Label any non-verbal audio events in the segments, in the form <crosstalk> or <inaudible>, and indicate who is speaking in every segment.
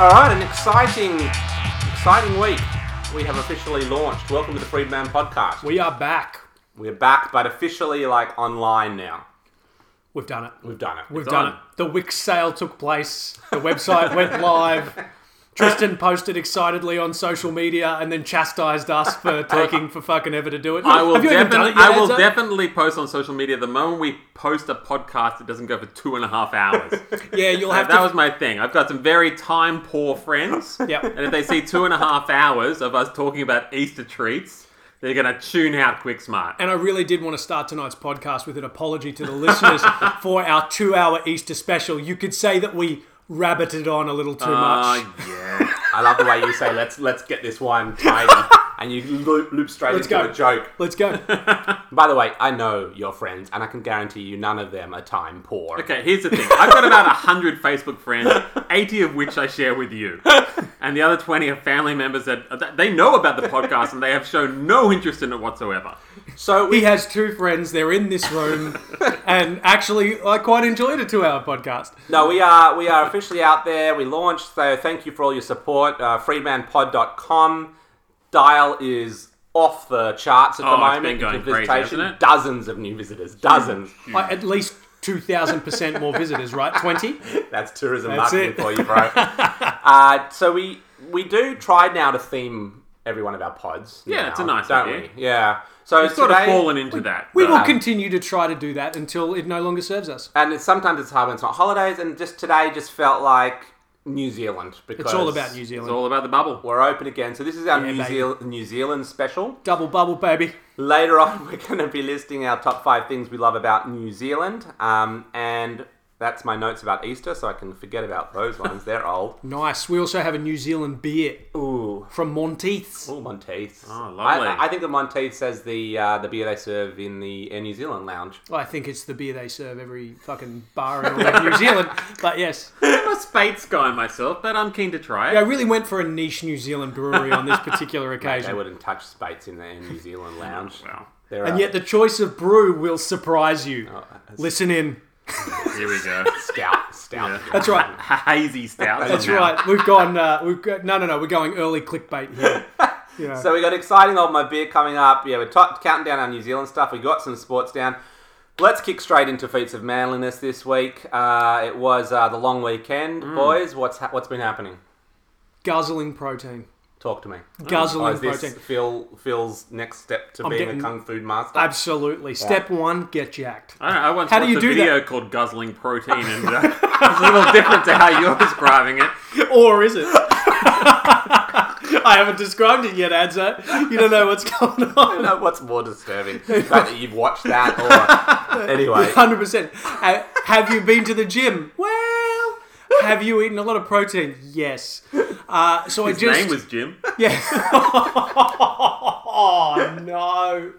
Speaker 1: All right, an exciting, exciting week. We have officially launched. Welcome to the Freedman Podcast.
Speaker 2: We are back.
Speaker 1: We're back, but officially like online now.
Speaker 2: We've done it.
Speaker 1: We've done it.
Speaker 2: We've
Speaker 1: It's
Speaker 2: done
Speaker 1: on.
Speaker 2: it. The Wix sale took place. The website went live.
Speaker 3: <laughs>
Speaker 2: Tristan posted excitedly on social media and then chastised us
Speaker 3: <laughs>
Speaker 2: for taking for fucking ever to do it.
Speaker 3: I will,
Speaker 2: Have you even done
Speaker 3: definitely,
Speaker 2: it yet,
Speaker 3: I will
Speaker 2: Enzo?
Speaker 3: definitely post on social media the moment we post a podcast that doesn't go for two and a
Speaker 2: <laughs>
Speaker 3: half hours.
Speaker 2: Yeah, you'll have
Speaker 3: that
Speaker 2: to.
Speaker 3: was my thing. I've got some very time
Speaker 2: <laughs>
Speaker 3: poor friends.
Speaker 2: Yep.
Speaker 3: And if they see two and a half hours of us talking about Easter treats, they're going to tune out quick smart.
Speaker 2: and I really did want to start tonight's podcast with an apology to the
Speaker 3: <laughs>
Speaker 2: listeners for our two-hour Easter special. You could say that we rabbited on a little too much.
Speaker 3: Uh, yeah.
Speaker 1: I love the way you
Speaker 2: <laughs>
Speaker 1: say let's let's get this one tidy, and you loop, loop straight
Speaker 2: Let's
Speaker 1: into
Speaker 2: go.
Speaker 1: a joke.
Speaker 2: Let's go.
Speaker 1: By the way, I know your friends, and I can guarantee you none of them are time poor.
Speaker 3: Okay, here's the thing. I've got about 100 Facebook friends, 80 of which I share
Speaker 2: <laughs>
Speaker 3: with you. And the other 20 are family members that they know about the podcast and they have shown no interest in it whatsoever.
Speaker 1: So we
Speaker 2: He has two friends. They're in this
Speaker 3: <laughs>
Speaker 2: room, and actually, I quite enjoyed a two-hour podcast.
Speaker 1: No, we are we are officially out there. We launched, so thank you for all your support. Uh, freemanpod.com. Dial is off the charts at
Speaker 3: Oh,
Speaker 1: the
Speaker 3: it's
Speaker 1: moment.
Speaker 3: been going
Speaker 1: in
Speaker 3: crazy,
Speaker 1: visitation.
Speaker 3: hasn't it?
Speaker 1: Dozens of new visitors.
Speaker 3: <laughs>
Speaker 1: Dozens.
Speaker 2: I, Uh, at least 2,000% more visitors, right? 20?
Speaker 1: That's tourism
Speaker 2: That's
Speaker 1: marketing
Speaker 2: it.
Speaker 1: for you,
Speaker 2: <laughs>
Speaker 1: bro. uh, so we we do try now to theme every one of our pods.
Speaker 3: Yeah,
Speaker 1: now,
Speaker 3: it's a nice
Speaker 1: don't
Speaker 3: idea.
Speaker 1: we? Yeah. So it's
Speaker 3: Sort of fallen into that.
Speaker 2: We
Speaker 3: but-
Speaker 2: will continue to try to do that until it no longer serves us.
Speaker 1: and it's, sometimes it's hard when it's not holidays. And just today, just felt like New Zealand because
Speaker 2: It's all about New
Speaker 3: It's
Speaker 2: Zealand.
Speaker 3: all about the bubble.
Speaker 1: We're open again. So this is our
Speaker 2: Yeah,
Speaker 1: New,
Speaker 2: baby.
Speaker 1: Zeal- New Zealand special.
Speaker 2: Double bubble, baby.
Speaker 1: Later on, <laughs> we're going to be listing our top five things we love about New Zealand. Um, and that's my notes about Easter, so I can forget about those ones.
Speaker 2: <laughs>
Speaker 1: They're old.
Speaker 2: Nice. We also have a New Zealand beer
Speaker 1: Ooh.
Speaker 2: from Monteith's.
Speaker 1: Ooh, Monteith.
Speaker 3: Oh, lovely.
Speaker 1: I, I think the Monteith says the uh, the beer they serve in the Air New Zealand lounge.
Speaker 2: I think it's the beer they serve every fucking bar in all of New Zealand. But yes,
Speaker 3: I'm a Spates guy myself, but I'm keen to try it.
Speaker 2: I really went for a niche New Zealand brewery on this particular
Speaker 1: They
Speaker 2: occasion.
Speaker 1: wouldn't touch spates in the Air New Zealand
Speaker 2: <laughs>
Speaker 1: lounge.
Speaker 3: Well,
Speaker 1: They're,
Speaker 2: and
Speaker 1: uh, <laughs>
Speaker 2: yet the choice of brew will surprise you.
Speaker 1: that's-
Speaker 2: Listen in.
Speaker 3: here we go.
Speaker 1: stout, stout.
Speaker 2: That's right.
Speaker 3: <laughs> Hazy stout.
Speaker 2: That's right. We've gone. Uh, we've got, no, no, no. We're going early clickbait here. Yeah.
Speaker 1: So we got exciting old my beer coming up. Yeah, we're to- counting down our New Zealand stuff. We got some sports down. Let's kick straight into feats of manliness this week. Uh, it was uh, the long weekend,
Speaker 2: Mm.
Speaker 1: boys. What's ha- what's been happening?
Speaker 2: guzzling protein.
Speaker 1: Talk to me.
Speaker 2: Guzzling
Speaker 1: Oh, is this
Speaker 2: protein.
Speaker 1: Phil Phil's next step to being
Speaker 2: getting-
Speaker 1: a kung fu master?
Speaker 2: Absolutely. Step one, get jacked.
Speaker 3: I, don't know, I once
Speaker 2: How do
Speaker 3: watched
Speaker 2: you
Speaker 3: a
Speaker 2: do
Speaker 3: video called Guzzling Protein,
Speaker 2: <laughs>
Speaker 3: and uh, it's a little different to how you're describing it.
Speaker 2: Or is it? <laughs> I haven't described it yet, Adzo. You don't know what's going
Speaker 1: I <laughs>
Speaker 2: on.
Speaker 1: don't know what's more disturbing,
Speaker 2: <laughs>
Speaker 1: the fact that you've watched that, or anyway.
Speaker 2: 100%. Uh, have you been to the gym? Well, have you eaten a lot of protein? Yes. Uh, so I
Speaker 3: His
Speaker 2: just.
Speaker 3: name was Jim.
Speaker 2: <laughs> Yeah. oh, no.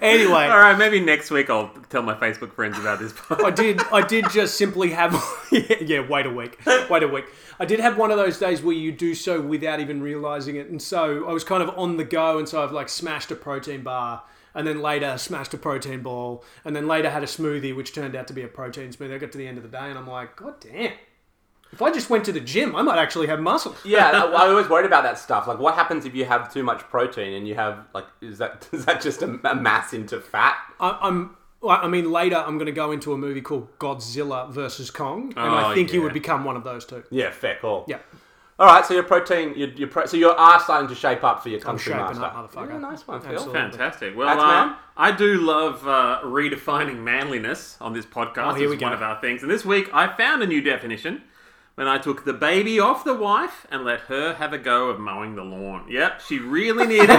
Speaker 2: Anyway.
Speaker 3: All right, maybe next week I'll tell my Facebook friends about this.
Speaker 2: <laughs> I did. I did just simply have. <laughs> Yeah, yeah, wait a week. Wait a week. I did have one of those days where you do so without even realizing it, and so I was kind of on the go, and so I've like smashed a protein bar, and then later smashed a protein ball, and then later had a smoothie, which turned out to be a protein smoothie. I got to the end of the day, and I'm like, God damn! If I just went to the gym, I might actually have muscle.
Speaker 1: Yeah, I I always worried about that stuff. Like, what happens if you have too much protein and you have like, is that <laughs> is that just a, a mass into fat?
Speaker 2: I, I'm. well, I mean, later I'm going to go into a movie called Godzilla versus Kong, and I
Speaker 3: Oh,
Speaker 2: think you
Speaker 3: yeah.
Speaker 2: would become one of those two.
Speaker 1: Yeah, fair call.
Speaker 2: Yeah.
Speaker 1: All right, so your protein, your, your pro, so you are starting to shape up for your country
Speaker 2: shaping
Speaker 1: master.
Speaker 2: up, motherfucker.
Speaker 1: Yeah, nice one, Phil.
Speaker 2: Absolutely.
Speaker 3: Fantastic. Well,
Speaker 1: That's
Speaker 3: uh,
Speaker 1: man.
Speaker 3: I do love uh, redefining manliness on this podcast.
Speaker 2: Oh, here
Speaker 3: It's
Speaker 2: we go.
Speaker 3: one of our things. And this week I found a new definition when I took the baby off the wife and let her have a go of mowing the lawn. Yep, she
Speaker 2: <laughs>
Speaker 3: really needed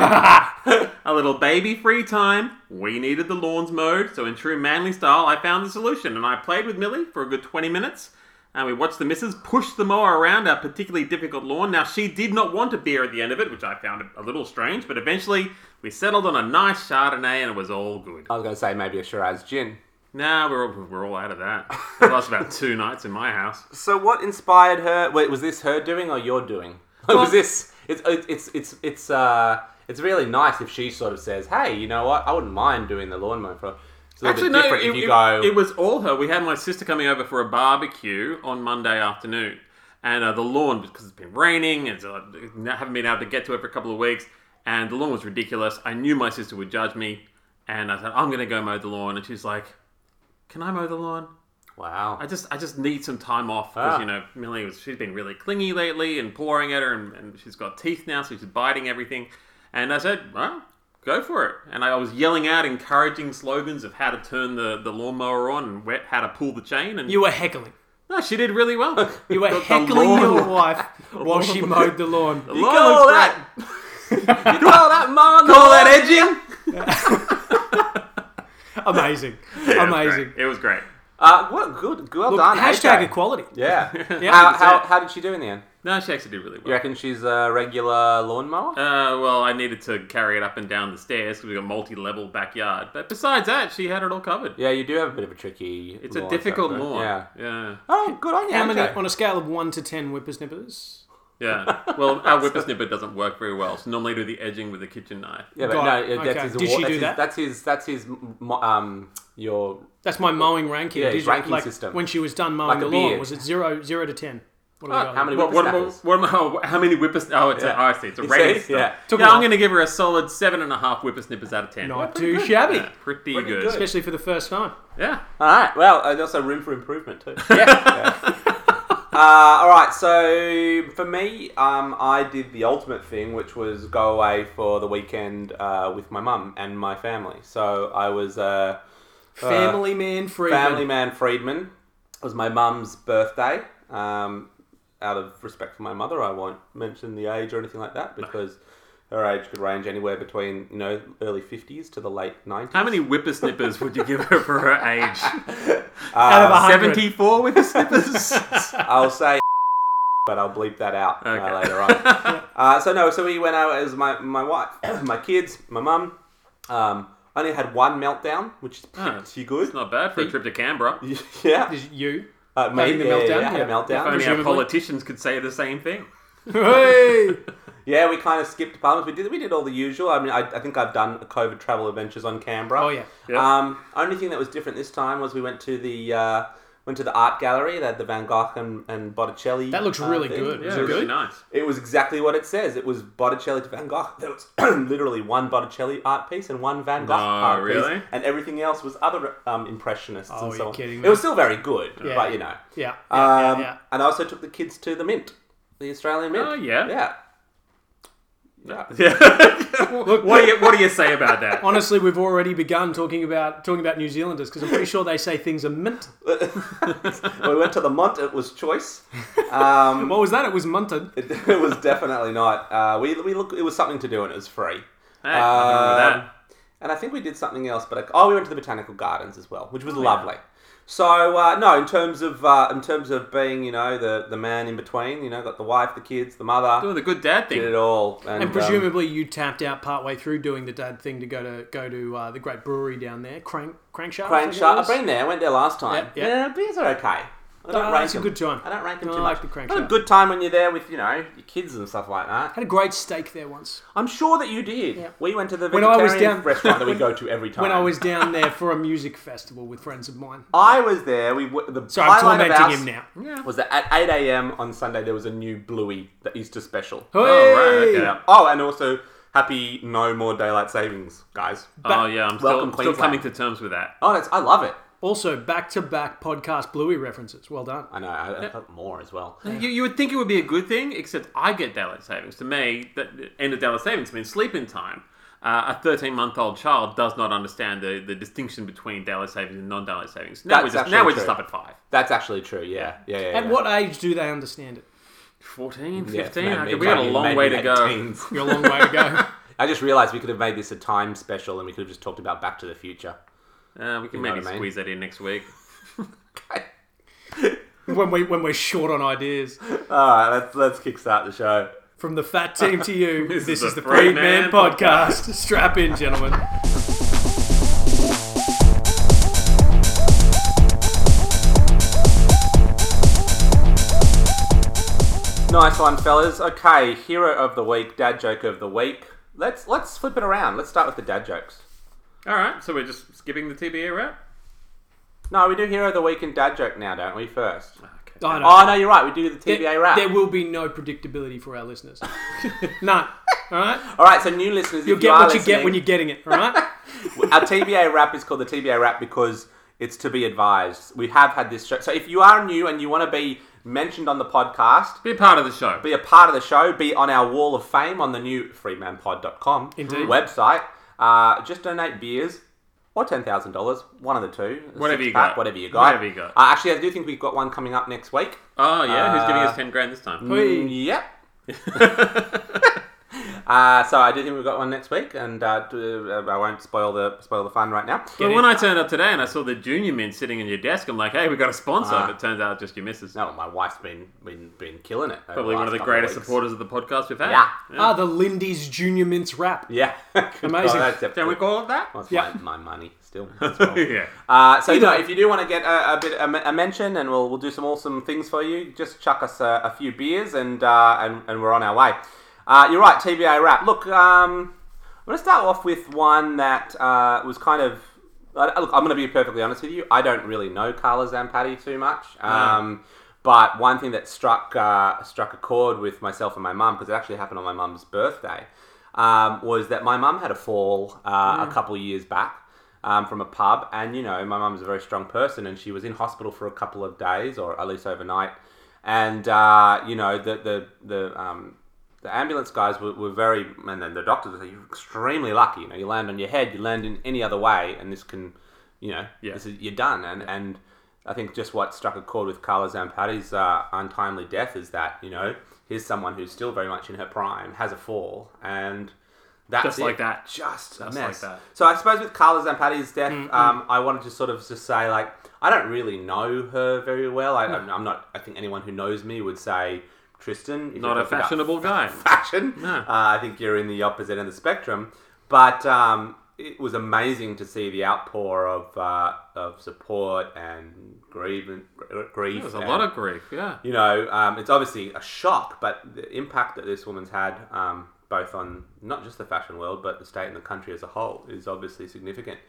Speaker 3: a little baby free time. We needed the lawns mowed. So, in true manly style, I found the solution and I played with Millie for a good 20 minutes. And we watched the missus push the mower around our particularly difficult lawn. Now, she did not want a beer at the end of it, which I found a little strange, but eventually we settled on a nice Chardonnay and it was all good.
Speaker 1: I was going to say maybe a Shiraz gin.
Speaker 3: Now we're all, we're all out of that. It lost about two nights in my house.
Speaker 1: So what inspired her? Wait, was this her doing or your doing? <laughs> was this? It's it's it's it's uh it's really nice if she sort of says, "Hey, you know what? I wouldn't mind doing the lawnmower for." It's a little bit different if you go.
Speaker 3: it was all her. We had my sister coming over for a barbecue on Monday afternoon, and uh, the lawn because it's been raining and so I haven't been able to get to it for a couple of weeks. And the lawn was ridiculous. I knew my sister would judge me, and I said, "I'm going to go mow the lawn." And she's like, "Can I mow the lawn?"
Speaker 1: Wow.
Speaker 3: I just I just need some time off because
Speaker 1: Ah.
Speaker 3: you know Millie was she's been really clingy lately and pawing at her and, and she's got teeth now so she's biting everything, and I said, well, go for it. And I was yelling out encouraging slogans of how to turn the, the lawnmower on and wet, how to pull the chain, and
Speaker 2: You were heckling.
Speaker 3: <laughs> no, she did
Speaker 1: <laughs>
Speaker 3: really well.
Speaker 2: You were
Speaker 3: The- the
Speaker 2: heckling
Speaker 3: lawn-
Speaker 2: your wife while she
Speaker 3: lawn-
Speaker 2: mowed the lawn.
Speaker 3: The
Speaker 1: you
Speaker 3: lawn
Speaker 1: call
Speaker 2: <laughs>
Speaker 3: looks great.
Speaker 1: that? <laughs> you call that mowing?
Speaker 3: Call that edging?
Speaker 2: Amazing.
Speaker 3: Yeah, it was
Speaker 2: Amazing.
Speaker 3: great. It was great.
Speaker 1: Uh, what good, well
Speaker 2: Look,
Speaker 1: done.
Speaker 2: hashtag
Speaker 1: AJ.
Speaker 2: equality.
Speaker 1: Yeah.
Speaker 3: Yeah,
Speaker 1: how,
Speaker 3: that's
Speaker 1: how,
Speaker 3: it.
Speaker 1: how did she do in the end?
Speaker 3: No, she actually did really well.
Speaker 1: You reckon she's a regular lawnmower?
Speaker 3: Uh, well, I needed to carry it up and down the stairs because we got multi-level backyard. But besides that, she had it all covered.
Speaker 1: yeah, you do have a bit of a tricky.
Speaker 3: It's
Speaker 1: lawn
Speaker 3: a difficult
Speaker 1: setup, right?
Speaker 3: lawn.
Speaker 1: Yeah.
Speaker 3: Yeah.
Speaker 1: Oh, good on you.
Speaker 2: How many,
Speaker 1: AJ.
Speaker 2: on a scale of 1 to 10 whippersnippers?
Speaker 3: Yeah. Well, our <laughs> whippersnipper doesn't work very well, so normally I do the edging with a kitchen knife.
Speaker 1: Yeah, but
Speaker 2: Got
Speaker 1: no,
Speaker 2: it.
Speaker 1: yeah, that's
Speaker 2: Okay.
Speaker 1: his.
Speaker 2: Did she
Speaker 1: award-
Speaker 2: do that?
Speaker 1: that's his- That's his. That's his. m- mo- Um, your.
Speaker 2: That's my mowing ranking.
Speaker 1: Yeah,
Speaker 2: Did
Speaker 1: his
Speaker 2: you-
Speaker 1: ranking
Speaker 2: like,
Speaker 1: system.
Speaker 2: When she was done mowing
Speaker 1: Like
Speaker 2: the
Speaker 1: a
Speaker 2: lawn,
Speaker 1: beard. Ah,
Speaker 2: was it 0, zero to 10? What do we
Speaker 3: Oh,
Speaker 2: got?
Speaker 1: How many
Speaker 3: What, what, am I-
Speaker 1: whippersnappers?
Speaker 3: what, am I- how many whippers? Oh, it's
Speaker 1: Yeah.
Speaker 3: a, oh, I see. It's a
Speaker 1: You
Speaker 3: rating.
Speaker 1: see?
Speaker 3: system.
Speaker 1: Yeah.
Speaker 2: Took a
Speaker 3: yeah,
Speaker 2: while.
Speaker 3: I'm going to give her a solid seven and a half whippersnippers out of ten.
Speaker 2: Not
Speaker 1: pretty
Speaker 2: too
Speaker 1: good.
Speaker 2: shabby.
Speaker 3: Yeah, pretty,
Speaker 1: Pretty
Speaker 3: good.
Speaker 1: good.
Speaker 2: Especially for the first time.
Speaker 3: Yeah.
Speaker 1: All right. Well, and also room for improvement
Speaker 2: <laughs>
Speaker 1: too. Yeah. Uh, all right. So for me, um, I did the ultimate thing, which was go away for the weekend uh, with my mum and my family. So I was uh,
Speaker 2: Family man free. <laughs>
Speaker 1: family man Friedman. It was my mum's birthday. Um, out of respect for my mother, I won't mention the age or anything like that because her age could range anywhere between you know early fifties to the late nineties.
Speaker 3: How many whippersnippers would you give her for her age?
Speaker 2: <laughs> Out of 100.
Speaker 3: Seventy-four
Speaker 2: <laughs>
Speaker 3: whippersnippers.
Speaker 1: Um, <laughs> I'll say, <laughs> but I'll bleep that out
Speaker 3: Okay.
Speaker 1: uh, later on. uh, so no, so we went out as my my wife, <clears throat> my kids, my mum. Um, only had one meltdown, which is
Speaker 3: Oh,
Speaker 1: pretty good.
Speaker 3: it's not bad for a trip to Canberra.
Speaker 1: <laughs> yeah, <laughs>
Speaker 2: Did you?
Speaker 1: uh, maybe
Speaker 2: the
Speaker 1: yeah, yeah,
Speaker 2: meltdown?
Speaker 1: yeah, had a
Speaker 2: Yeah.
Speaker 1: meltdown.
Speaker 3: If only our
Speaker 2: Presumably.
Speaker 3: politicians could say the same thing.
Speaker 2: Hey!
Speaker 1: Yeah, we kind of skipped Palmer's. We did we did all the usual. I mean, I, I think I've done COVID travel adventures on Canberra.
Speaker 2: Oh, yeah.
Speaker 3: Yeah.
Speaker 1: Um, only thing that was different this time was we went to the uh, went to the art gallery. They had the Van Gogh and, and Botticelli.
Speaker 2: That looks
Speaker 1: uh,
Speaker 2: really
Speaker 1: thing.
Speaker 2: good.
Speaker 3: Yeah,
Speaker 2: Is
Speaker 3: it's
Speaker 2: it
Speaker 3: really
Speaker 2: good?
Speaker 3: nice. <laughs>
Speaker 1: It was exactly what it says. It was Botticelli to Van Gogh. There was <clears throat> literally one Botticelli art piece and one Van Gogh
Speaker 3: No,
Speaker 1: art
Speaker 3: really?
Speaker 1: piece, and everything else was other um, impressionists.
Speaker 2: Oh,
Speaker 1: and so
Speaker 2: you're
Speaker 1: on.
Speaker 2: kidding me.
Speaker 1: It was still very good,
Speaker 2: Yeah.
Speaker 1: but you know.
Speaker 2: Yeah. yeah, yeah,
Speaker 1: Um,
Speaker 2: yeah.
Speaker 1: And I also took the kids to the Mint, the Australian Mint.
Speaker 3: Oh,
Speaker 1: yeah,
Speaker 3: yeah. <laughs>
Speaker 1: yeah. <laughs>
Speaker 3: Yeah.
Speaker 2: Look,
Speaker 3: what do you What do you say about
Speaker 2: <laughs>
Speaker 3: that?
Speaker 2: honestly, we've already begun talking about talking about New Zealanders because I'm pretty sure they say things are mint.
Speaker 1: we went to the Mont. It was choice. Um,
Speaker 2: What was that? It was munted.
Speaker 1: it, it was definitely not. Uh, we we look. It was something to do, and it was free.
Speaker 3: Hey, nothing wrong with that.
Speaker 1: Um, And I think we did something else, but I, oh, we went to the botanical gardens as well, which
Speaker 3: Oh,
Speaker 1: was lovely. So uh, no, in terms of uh, in terms of being, you know, the the man in between, you know, got the wife, the kids, the mother,
Speaker 3: Doing the good dad
Speaker 1: did
Speaker 3: thing.
Speaker 1: it all, and,
Speaker 2: And
Speaker 1: um,
Speaker 2: presumably you tapped out partway through doing the dad thing to go to go to uh, the great brewery down there, Crank Crankshaft. I
Speaker 1: Crane
Speaker 2: think it
Speaker 1: Shark.
Speaker 2: was.
Speaker 1: I've been there. I went there last time.
Speaker 2: Yeah, yeah.
Speaker 1: Yeah, beers are okay. I don't
Speaker 2: Uh,
Speaker 1: rank
Speaker 2: it's a
Speaker 1: them.
Speaker 2: good time.
Speaker 1: I don't rank them
Speaker 2: No,
Speaker 1: too
Speaker 2: I
Speaker 1: much.
Speaker 2: like the Crank
Speaker 1: Not a
Speaker 2: Shark.
Speaker 1: good time when you're there with you know your kids and stuff like that.
Speaker 2: Had a great steak there once.
Speaker 1: I'm sure that you did.
Speaker 2: Yeah.
Speaker 1: We went to the
Speaker 2: When I
Speaker 1: vegetarian
Speaker 2: was down-
Speaker 1: restaurant
Speaker 2: <laughs>
Speaker 1: that we go to every time.
Speaker 2: When I was down there for a music festival with friends of mine.
Speaker 1: I was there. We w- the
Speaker 2: So I'm
Speaker 1: highlight of
Speaker 2: tormenting
Speaker 1: ours-
Speaker 2: him now.
Speaker 3: Yeah.
Speaker 1: was that at 8 a.m. on Sunday there was a new Bluey the Easter special.
Speaker 2: Hey!
Speaker 3: right, okay.
Speaker 1: Oh, and also happy no more daylight savings, guys.
Speaker 3: Oh yeah, I'm still,
Speaker 1: Welcome,
Speaker 3: I'm still
Speaker 1: Queensland.
Speaker 3: coming to terms with that.
Speaker 1: Oh, that's I love it.
Speaker 2: Also, back to back podcast Bluey references. Well done.
Speaker 1: I know. I, I felt more as well.
Speaker 3: You, you would think it would be a good thing, except I get daylight savings. To me, that the end of daylight savings means sleeping time. Uh, a 13 month old child does not understand the, the distinction between daylight savings and non daylight savings. Now
Speaker 1: That's
Speaker 3: we're just
Speaker 1: actually
Speaker 3: now we're just
Speaker 1: true.
Speaker 3: up at five.
Speaker 1: That's actually true. Yeah. Yeah. yeah,
Speaker 2: At
Speaker 1: yeah.
Speaker 2: what age do they understand it?
Speaker 3: 14,
Speaker 1: Yeah,
Speaker 3: 15?
Speaker 1: maybe-
Speaker 3: okay, we got a
Speaker 1: maybe-
Speaker 3: long
Speaker 1: maybe
Speaker 3: way to go.
Speaker 1: 18s.
Speaker 2: You're a long way to go.
Speaker 1: <laughs> I just realized we could have made this a time special and we could have just talked about Back to the Future.
Speaker 3: Uh, we can
Speaker 1: know
Speaker 3: maybe
Speaker 1: what I mean.
Speaker 3: squeeze that in next week.
Speaker 1: <laughs>
Speaker 2: when we when we're short on ideas.
Speaker 1: All right, let's let's kickstart the show.
Speaker 2: From the fat team to
Speaker 1: <laughs>
Speaker 2: you, this,
Speaker 3: is
Speaker 2: is,
Speaker 3: the
Speaker 2: the
Speaker 3: Free
Speaker 2: Freed Man
Speaker 3: Man
Speaker 2: Podcast. Strap in, gentlemen.
Speaker 1: Nice one, fellas. Okay, hero of the week, dad joke of the week. Let's let's flip it around. Let's start with the dad jokes.
Speaker 3: All right, so we're just skipping the TBA route?
Speaker 1: No, we do hero of the week and dad joke now, don't we? First.
Speaker 3: Okay.
Speaker 2: I know.
Speaker 1: Oh no, you're right. We do the TBA
Speaker 2: there,
Speaker 1: wrap.
Speaker 2: there will be no predictability for our listeners. <laughs> None. All right?
Speaker 1: All right, so new listeners,
Speaker 2: You'll
Speaker 1: if
Speaker 2: get
Speaker 1: you are
Speaker 2: what you get
Speaker 1: listening,
Speaker 2: when you're getting it,
Speaker 1: <laughs>
Speaker 2: all right?
Speaker 1: Our TBA wrap is called the TBA wrap because it's to be advised. We have had this show. So if you are new and you want to be mentioned on the podcast,
Speaker 3: Be part of the show.
Speaker 1: be a part of the show, be on our wall of fame on the new freemanpod.com
Speaker 2: Indeed.
Speaker 1: website, uh, just donate beers. Or ten thousand dollars, one of the two. a
Speaker 3: Whatever you
Speaker 1: six-pack,
Speaker 3: got.
Speaker 1: Whatever you got.
Speaker 3: Whatever you got.
Speaker 1: Uh, actually, I do think we've got one coming up next week.
Speaker 3: oh yeah, who's giving
Speaker 1: Uh,
Speaker 3: us ten grand this time?
Speaker 2: Whee.
Speaker 1: Mm, Yep. <laughs> uh, so I do think we've got one next week, and uh, do- uh, I won't spoil the spoil the fun right now.
Speaker 3: But when I turned up today and I saw the junior mint sitting in your desk, I'm like, hey, we got a sponsor.
Speaker 1: Ah.
Speaker 3: but it turns out it's just your missus.
Speaker 1: No, my wife's been been been killing it. over
Speaker 3: Probably
Speaker 1: last
Speaker 3: one of the
Speaker 1: couple
Speaker 3: greatest
Speaker 1: weeks.
Speaker 3: supporters of the podcast we've had.
Speaker 1: Yeah.
Speaker 2: Ah, the Lindy's Junior Mints wrap.
Speaker 1: Yeah, <laughs>
Speaker 2: Amazing.
Speaker 3: Can we call it that?
Speaker 1: That's
Speaker 2: Yeah.
Speaker 1: my, my money
Speaker 3: <laughs>
Speaker 1: still.
Speaker 2: <laughs>
Speaker 3: yeah.
Speaker 1: Uh, so
Speaker 2: Either
Speaker 1: no,
Speaker 2: way.
Speaker 1: if you do want to get a, a bit a, me- a mention, and we'll, we'll do some awesome things for you, just chuck us a, a few beers, and uh, and and we're on our way. Uh, you're right, TBA wrap. Look, um, I'm going to start off with one that uh, was kind of. I- Look, I'm going to be perfectly honest with you. I don't really know Carla Zampatti too much,
Speaker 2: Ah.
Speaker 1: um, but one thing that struck uh, struck a chord with myself and my mum because it actually happened on my mum's birthday um, was that my mum had a fall
Speaker 2: Mm.
Speaker 1: uh, a couple years back um, from a pub, and you know my mum's a very strong person, and she was in hospital for a couple of days or at least overnight, and uh, you know the the the um, the ambulance guys were, were very, and then the doctors were you're extremely lucky. You know, you land on your head, you land in any other way, and this can, you know,
Speaker 3: Yeah.
Speaker 1: this is, you're done. And and I think just what struck a chord with Carla Zampatti's uh, untimely death is that you know here's someone who's still very much in her prime has a fall, and that's
Speaker 3: Just
Speaker 1: it.
Speaker 3: like that.
Speaker 1: just a
Speaker 3: Just
Speaker 1: mess.
Speaker 3: like that. Mm,
Speaker 1: So I suppose with Carla Zampatti's death, um, I wanted to sort of just say like I don't really know her very well. I, I'm, I'm not. I think anyone who knows me would say. Tristan, if
Speaker 3: Not
Speaker 1: you're
Speaker 3: a
Speaker 1: talking about
Speaker 3: fashionable
Speaker 1: <laughs>
Speaker 3: guy.
Speaker 1: fashion.
Speaker 3: No.
Speaker 1: Uh, I think you're in the opposite end of the spectrum. But um, it was amazing to see the outpour of uh, of support and grief. And, grief
Speaker 3: There's a
Speaker 1: and,
Speaker 3: lot of grief. Yeah.
Speaker 1: you know, um, it's obviously a shock, but the impact that this woman's had, um, both on not just the fashion world, but the state and the country as a whole, is obviously significant.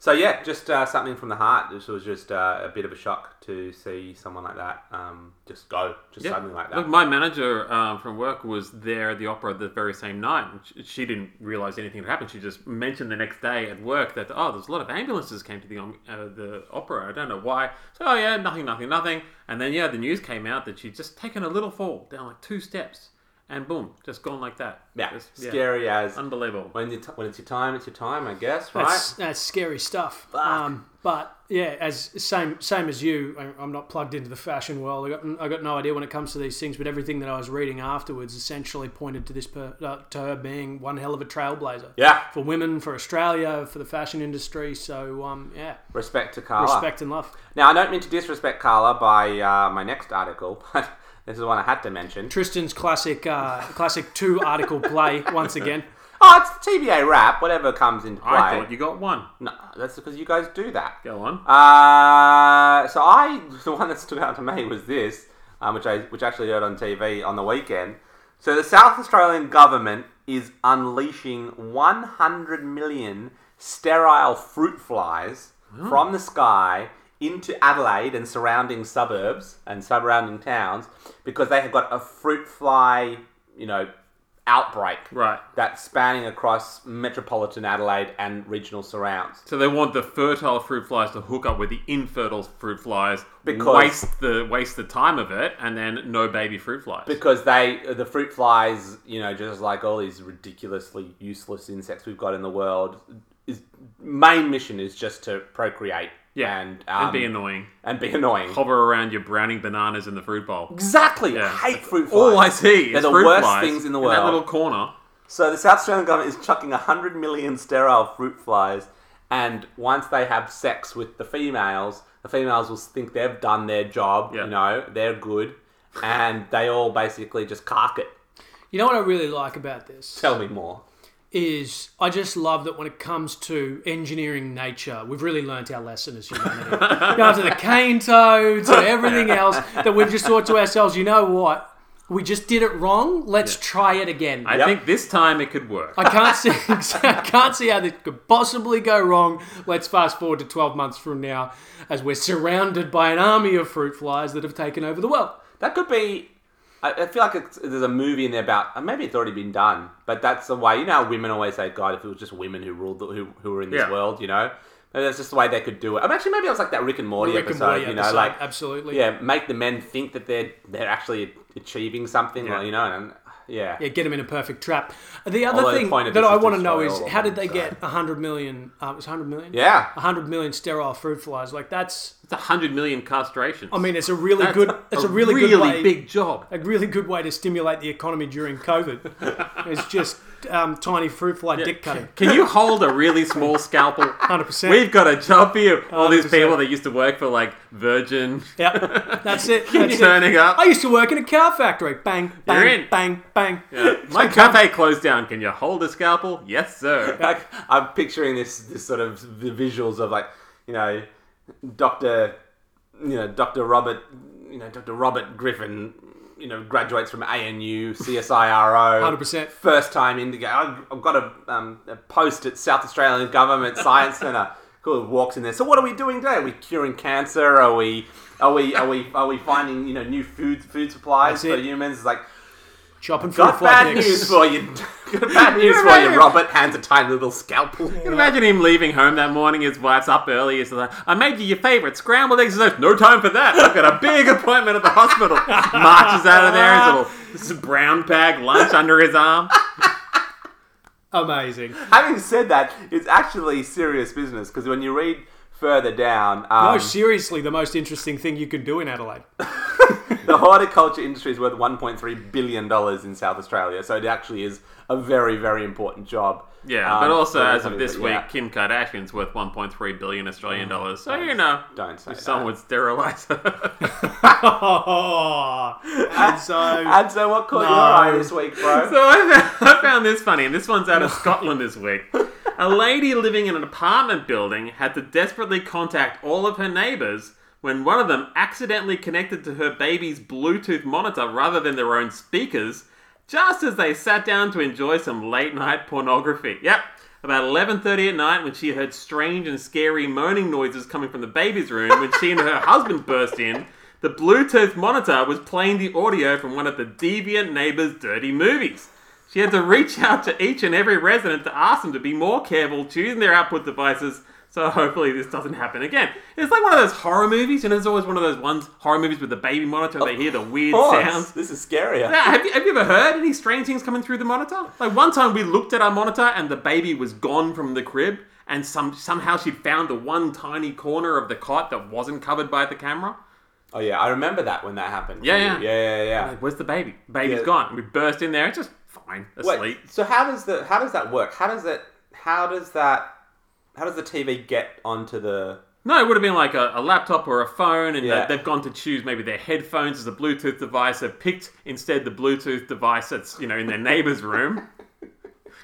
Speaker 1: So yeah, just uh, something from the heart. This was just uh, a bit of a shock to see someone like that um, just go, just
Speaker 3: Yeah.
Speaker 1: something like that.
Speaker 3: Look, my manager um, from work was there at the opera the very same night. And she, she didn't realize anything had happened. She just mentioned the next day at work that oh, there's a lot of ambulances came to the um, uh, the opera. I don't know why. So oh yeah, nothing, nothing, nothing. And then yeah, the news came out that she'd just taken a little fall down like two steps, and boom, just gone like that.
Speaker 1: yeah,
Speaker 3: Just-
Speaker 1: scary as
Speaker 3: Unbelievable.
Speaker 1: When, you t- when it's your time, it's your time, I guess, right?
Speaker 2: That's, that's scary stuff. Um, but yeah, as same same as you, I, I'm not plugged into the fashion world. I got I got no idea when it comes to these things. But everything that I was reading afterwards essentially pointed to this per, uh, to her being one hell of a trailblazer.
Speaker 1: Yeah.
Speaker 2: For women, for Australia, for the fashion industry. So um, yeah,
Speaker 1: Respect to Carla.
Speaker 2: respect and love.
Speaker 1: Now, I don't mean to disrespect Carla by uh, my next article, <laughs> but this is one I had to mention.
Speaker 2: Tristan's classic uh, classic two article play once again.
Speaker 1: Oh, it's TBA rap, whatever comes into play.
Speaker 3: I thought you got one.
Speaker 1: No, that's because you guys do that.
Speaker 3: Go on.
Speaker 1: Uh, so I, <laughs> the one that stood out to me was this, um, which I which I actually heard on TV on the weekend. So the South Australian government is unleashing 100 million sterile fruit flies from the sky into Adelaide and surrounding suburbs and surrounding towns because they have got a fruit fly, you know, outbreak
Speaker 3: Right.
Speaker 1: that's spanning across metropolitan Adelaide and regional surrounds.
Speaker 3: So they want the fertile fruit flies to hook up with the infertile fruit flies,
Speaker 1: Because-
Speaker 3: waste the waste the time of it, and then no baby fruit flies.
Speaker 1: because they the fruit flies you know just like all these ridiculously useless insects we've got in the world is main mission is just to procreate
Speaker 3: Yeah,
Speaker 1: and, um,
Speaker 3: and be annoying.
Speaker 1: and be annoying
Speaker 3: Hover around your browning bananas in the fruit bowl.
Speaker 1: exactly
Speaker 3: Yeah.
Speaker 1: I hate fruit flies
Speaker 3: All I see is
Speaker 1: they're the
Speaker 3: fruit
Speaker 1: worst
Speaker 3: flies
Speaker 1: things in the
Speaker 3: that
Speaker 1: world.
Speaker 3: little corner.
Speaker 1: so the south australian government is chucking 100 million sterile fruit flies and once they have sex with the females the females will think they've done their job
Speaker 3: Yeah.
Speaker 1: you know they're good and they all basically just cark it
Speaker 2: You know what I really like about this?
Speaker 1: tell me more
Speaker 2: is I just love that when it comes to engineering nature, we've really learnt our lesson as humanity. you know, after the cane toads and everything else, that we've just thought to ourselves, you know what? We just did it wrong. Let's try it again.
Speaker 3: I
Speaker 1: Yep.
Speaker 3: think this time it could work.
Speaker 2: I can't see. <laughs> I can't see how this could possibly go wrong. Let's fast forward to 12 months from now, as we're surrounded by an army of fruit flies that have taken over the world.
Speaker 1: That could be. I, I feel like it's, there's a movie in there about. uh, Maybe it's already been done, but that's the way. You know, how women always say, "God, if it was just women who ruled, the, who who were in this
Speaker 3: Yeah.
Speaker 1: world," you know. Maybe that's just the way they could do it. Um, actually, maybe it was like that Rick and Morty
Speaker 2: Rick and
Speaker 1: episode.
Speaker 2: Morty
Speaker 1: you know,
Speaker 2: episode,
Speaker 1: like
Speaker 2: absolutely.
Speaker 1: yeah, make the men think that they're they're actually achieving something.
Speaker 3: Yeah.
Speaker 1: Like, you know, and yeah,
Speaker 2: Yeah, get him in a perfect trap. The other
Speaker 1: Although the
Speaker 2: thing
Speaker 1: point of
Speaker 2: that
Speaker 1: this
Speaker 2: I
Speaker 1: is to
Speaker 2: want to know
Speaker 1: destroy
Speaker 2: is
Speaker 1: all of
Speaker 2: how did
Speaker 1: them,
Speaker 2: they
Speaker 1: so.
Speaker 2: get 100 million? Uh, it was 100 million.
Speaker 1: yeah. <laughs>
Speaker 2: 100 million sterile fruit flies. Like that's.
Speaker 3: It's a hundred million castrations.
Speaker 2: I mean, it's a really
Speaker 3: That's
Speaker 2: good. It's a, really, good way,
Speaker 3: big job.
Speaker 2: A really good way to stimulate the economy
Speaker 1: <laughs>
Speaker 2: during COVID. it's just um, tiny fruit fly dick cutting.
Speaker 3: Can you hold a really
Speaker 2: <laughs>
Speaker 3: small scalpel?
Speaker 2: 100%.
Speaker 3: We've got a job for you. All these
Speaker 2: 100%.
Speaker 3: people that used to work for like Virgin
Speaker 2: Yep, that's
Speaker 1: <laughs>
Speaker 2: it. That's it.
Speaker 3: <laughs> turning up.
Speaker 2: I used to work in a car factory. Bang, bang,
Speaker 3: You're in.
Speaker 2: bang, bang.
Speaker 3: <laughs> My cafe closed down. Can you hold a scalpel? Yes,
Speaker 1: <laughs>
Speaker 3: sir.
Speaker 1: like I'm picturing this this sort of the visuals of like you know Doctor you know Doctor Robert you know Doctor Robert Griffin you know graduates from ANU <laughs> CSIRO
Speaker 2: 100%.
Speaker 1: first time in the go I've- I've got a, um, a post at South Australian Government Science Centre cool walks in there so what are we doing today are we curing cancer are we are we are we are we finding you know new food food supplies
Speaker 2: That's
Speaker 1: for
Speaker 2: it.
Speaker 1: humans it's like
Speaker 2: Chopping fruit
Speaker 1: got
Speaker 2: fly
Speaker 1: bad
Speaker 2: dicks.
Speaker 1: news for you <laughs> got
Speaker 2: <laughs>
Speaker 1: bad news for you Robert hands a tiny little scalpel <laughs>
Speaker 3: Imagine him leaving home that morning. His wife's up early. He's like, "I made you your favorite scrambled eggs." He's like, "No time for that. I've got a big appointment at the
Speaker 1: <laughs>
Speaker 3: hospital." Marches out of there. His little brown bag lunch under his arm.
Speaker 2: Amazing.
Speaker 1: Having said that, it's actually serious business because when you read further down,
Speaker 2: No,
Speaker 1: um,
Speaker 2: Oh, seriously, the most interesting thing you can do in Adelaide. <laughs>
Speaker 1: the horticulture industry is worth 1.3 billion dollars in South Australia, so it actually is a very, very important job.
Speaker 3: Yeah,
Speaker 1: Um,
Speaker 3: but also
Speaker 1: for
Speaker 3: as of
Speaker 1: companies,
Speaker 3: this
Speaker 1: but
Speaker 3: week,
Speaker 1: yeah, Mm.
Speaker 3: Kim Kardashian's worth 1.3 billion Australian dollars. So you know,
Speaker 1: don't say
Speaker 3: if
Speaker 1: that.
Speaker 3: someone would sterilize her.
Speaker 2: and
Speaker 3: <laughs>
Speaker 2: so,
Speaker 1: <laughs> And so, what caught
Speaker 2: No.
Speaker 1: your eye this week, bro?
Speaker 3: So I found, <laughs> I found this funny, and this one's out of Scotland this week. A lady living in an apartment building had to desperately contact all of her neighbors when one of them accidentally connected to her baby's Bluetooth monitor rather than their own speakers, just as they sat down to enjoy some late night pornography. Yep. About 11:30 at night, when she heard strange and scary moaning noises coming from the baby's room, when she and her husband burst in, the Bluetooth monitor was playing the audio from one of the deviant neighbor's dirty movies. She had to reach out to each and every resident to ask them to be more careful choosing their output devices. So hopefully this doesn't happen again. It's like one of those horror movies, and there's always one of those ones horror movies with the baby monitor. They hear the weird
Speaker 1: Of course,
Speaker 3: sounds.
Speaker 1: This is scarier.
Speaker 3: Yeah, have you, have you ever heard any strange things coming through the monitor? Like one time we looked at our monitor and the baby was gone from the crib, and some somehow she'd found the one tiny corner of the cot that wasn't covered by the camera.
Speaker 1: Oh yeah, I remember that when that happened.
Speaker 3: Yeah,
Speaker 1: yeah,
Speaker 3: yeah.
Speaker 1: yeah, yeah.
Speaker 3: Like, where's the baby? Baby's
Speaker 1: Yeah.
Speaker 3: gone. We burst in there. It's just fine,
Speaker 1: Wait,
Speaker 3: asleep.
Speaker 1: so how does the how does that work? How does it how does that how does the TV get onto the
Speaker 3: No, it would have been like a, a laptop or a phone, and
Speaker 1: Yeah.
Speaker 3: they- they've gone to choose maybe their headphones as a Bluetooth device. They've picked instead the Bluetooth device that's you know in their neighbor's room, <laughs>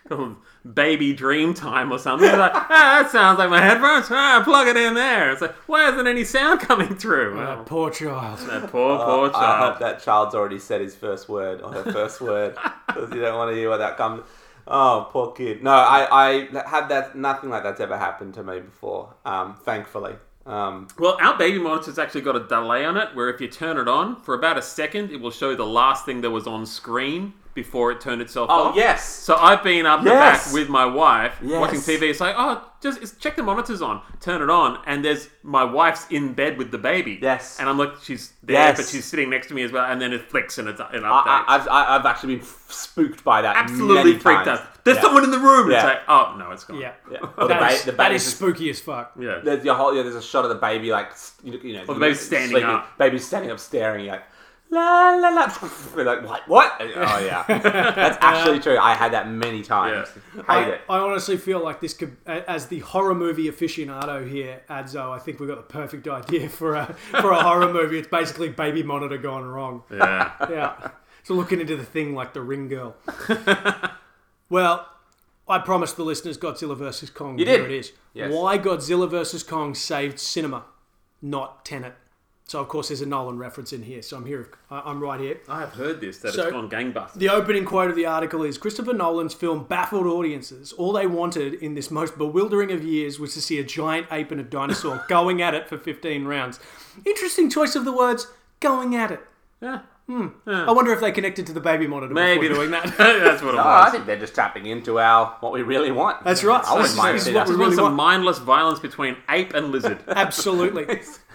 Speaker 3: called Baby Dream Time or something. They're
Speaker 1: <laughs>
Speaker 3: like, ah, that sounds like my headphones. Ah, plug it in there. It's like, why isn't any sound coming through?
Speaker 2: uh,
Speaker 3: Well,
Speaker 2: poor child.
Speaker 3: that poor,
Speaker 1: Uh,
Speaker 3: poor
Speaker 1: I hope
Speaker 3: child.
Speaker 1: that child's already said his first word or her first word because you don't want to hear what that comes. Oh, poor kid. No, I, I had that. Nothing like that's ever happened to me before. Um, thankfully. Um,
Speaker 3: Well, our baby monitor's actually got a delay on it, where if you turn it on for about a second, it will show the last thing that was on screen before it turned itself
Speaker 1: oh
Speaker 3: off.
Speaker 1: yes.
Speaker 3: So I've been
Speaker 1: Yes.
Speaker 3: up the back with my wife
Speaker 1: Yes.
Speaker 3: watching TV. It's like, oh, just it's- check the monitors on, turn it on, and there's my wife's in bed with the baby.
Speaker 1: Yes.
Speaker 3: and I'm like, she's there,
Speaker 1: Yes.
Speaker 3: but she's sitting next to me as well. And then it flicks and it's an update.
Speaker 1: I, I, I've, I, I've actually been f- spooked by that.
Speaker 3: Absolutely
Speaker 1: many
Speaker 3: freaked
Speaker 1: times.
Speaker 3: out. There's
Speaker 1: Yeah.
Speaker 3: someone in the room. It's
Speaker 1: Yeah.
Speaker 3: like, oh no, it's gone.
Speaker 2: Yeah.
Speaker 1: Yeah. Or the
Speaker 2: That
Speaker 1: ba-
Speaker 2: is,
Speaker 1: the
Speaker 2: that
Speaker 1: baby
Speaker 2: is
Speaker 1: just-
Speaker 2: spooky as fuck.
Speaker 3: yeah.
Speaker 1: <laughs> There's your whole yeah. There's a shot of the baby like s- you know, you know
Speaker 3: the baby's standing
Speaker 1: sleeping.
Speaker 3: up.
Speaker 1: Baby's standing up staring like la la la. <laughs> We're like what what? Oh
Speaker 3: <laughs>
Speaker 1: yeah, that's actually true. I had that many times. Hate
Speaker 2: I,
Speaker 1: it.
Speaker 2: I honestly feel like this could, a- as the horror movie aficionado here, Adzo, I think we've got the perfect idea for a for a horror movie. It's basically baby monitor gone wrong.
Speaker 3: yeah.
Speaker 2: Yeah. <laughs> So looking into the thing like the ring girl. <laughs> well, I promised the listeners Godzilla vs Kong. You
Speaker 1: did.
Speaker 2: Here it is.
Speaker 1: Yes.
Speaker 2: Why Godzilla vs Kong saved cinema, not Tenet. So of course there's a Nolan reference in here. So I'm here. I- I'm right here.
Speaker 3: I have heard this that
Speaker 2: So-
Speaker 3: it's gone gangbusters.
Speaker 2: The opening quote of the article is Christopher Nolan's film baffled audiences. All they wanted in this most bewildering of years was to see a giant ape and
Speaker 1: <laughs>
Speaker 2: a dinosaur going at it for 15 rounds. Interesting choice of the words, going at it. Hmm.
Speaker 3: Yeah.
Speaker 2: I wonder if they connected to the baby monitor
Speaker 3: <laughs>
Speaker 1: <laughs>
Speaker 3: Maybe
Speaker 2: before doing that.
Speaker 3: <laughs> That's what it
Speaker 1: Oh, I
Speaker 3: was.
Speaker 1: think they're just tapping into our what we really want.
Speaker 2: That's right.
Speaker 1: I wouldn't
Speaker 2: This
Speaker 1: mind
Speaker 2: is-
Speaker 1: seeing
Speaker 2: this
Speaker 1: that.
Speaker 2: is what
Speaker 3: Just want
Speaker 2: really
Speaker 3: some
Speaker 2: want-
Speaker 3: mindless violence between ape and
Speaker 1: <laughs>
Speaker 3: lizard.
Speaker 2: <laughs> Absolutely.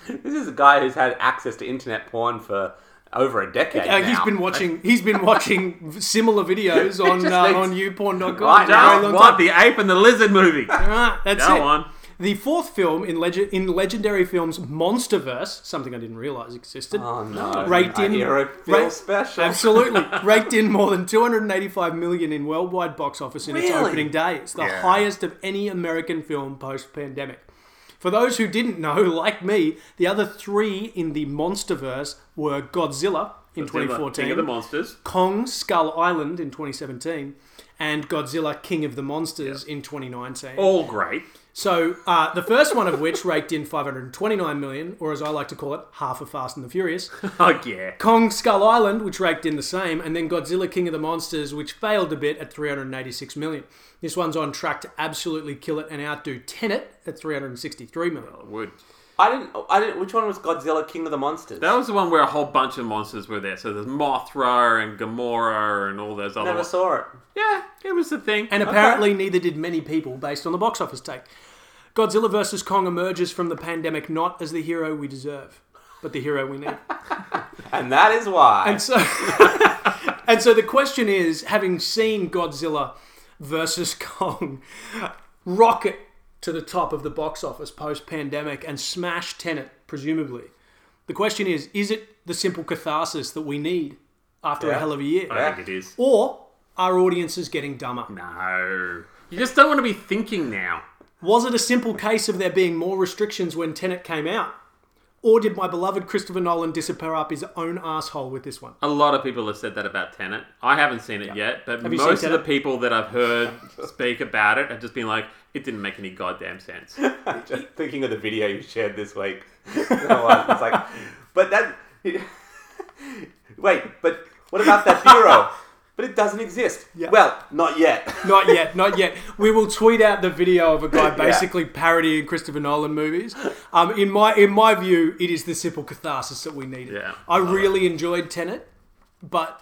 Speaker 1: This is a guy who's had access to internet porn for over a decade
Speaker 2: Uh,
Speaker 1: now.
Speaker 2: he's been watching. He's been watching similar
Speaker 1: <laughs>
Speaker 2: videos on
Speaker 1: just
Speaker 2: uh,
Speaker 1: needs-
Speaker 2: on YouPorn.com.
Speaker 1: Right
Speaker 2: for a very
Speaker 1: now,
Speaker 3: Just
Speaker 2: long
Speaker 3: want
Speaker 2: time.
Speaker 3: the ape and the lizard movie. Go
Speaker 2: Right, that's it.
Speaker 3: on.
Speaker 2: The fourth film in, legend in legendary films Monsterverse, something I didn't realize existed,
Speaker 1: Oh no!
Speaker 2: Raked
Speaker 1: I
Speaker 2: in-
Speaker 1: hear it feels
Speaker 2: ra-
Speaker 1: special.
Speaker 2: absolutely raked in more than 285 million in worldwide box office in its
Speaker 1: Really?
Speaker 2: opening day. It's the highest of any American film post-pandemic. For those who didn't know, <laughs> like me, the other three in the Monsterverse were Godzilla in
Speaker 3: King of the
Speaker 2: 2014,
Speaker 3: monsters.
Speaker 2: Kong Skull Island in 2017, and Godzilla King of the Monsters in 2019.
Speaker 3: All great.
Speaker 2: So uh, the first one of which raked in 529 million, or as I like to call it, half of Fast and the Furious.
Speaker 3: <laughs> Oh yeah.
Speaker 2: Kong Skull Island, which raked in the same, and then Godzilla King of the Monsters, which failed a bit at 386 million. This one's on track to absolutely kill it and outdo Tenet at 363 million.
Speaker 3: Would.
Speaker 1: I didn't. I didn't. Which one was Godzilla King of the Monsters?
Speaker 3: That was the one where a whole bunch of monsters were there. So there's Mothra and Gamora and all those other
Speaker 1: Never
Speaker 3: ones.
Speaker 1: saw it.
Speaker 3: Yeah, it was the thing.
Speaker 2: And apparently, neither did many people based on the box office take. Godzilla vs. Kong emerges from the pandemic not as the hero we deserve, but the hero we need.
Speaker 1: And that is why.
Speaker 2: And so, <laughs> and so the question is, having seen Godzilla versus <laughs> Kong rocket to the top of the box office post pandemic and smash Tenet, presumably, the question is, is it the simple catharsis that we need after a
Speaker 1: Yeah.
Speaker 2: hell of a year,
Speaker 3: I think it is.
Speaker 2: or are audiences getting dumber?
Speaker 3: No, you just don't want to be thinking now.
Speaker 2: Was it a simple case of there being more restrictions when Tenet came out? Or did my beloved Christopher Nolan disappear up his own asshole with this one?
Speaker 3: A lot of people have said that about Tenet. I haven't seen it yet, but
Speaker 2: you seen
Speaker 3: most of the
Speaker 2: Tenet?
Speaker 3: people that
Speaker 2: <laughs>
Speaker 3: I've heard speak about it have just been like, "It didn't make any
Speaker 2: <laughs>
Speaker 3: goddamn sense."
Speaker 1: Just thinking of the video you shared this week. That was- it's like, but that. Wait, but what about that bureau? But it doesn't exist.
Speaker 2: Yeah.
Speaker 1: Well, not yet.
Speaker 2: Not yet, not yet. We will tweet out the video of a guy basically parodying Christopher Nolan movies. Um, in my in my view, it is the simple catharsis that we needed.
Speaker 3: Yeah.
Speaker 2: I really enjoyed Tenet, but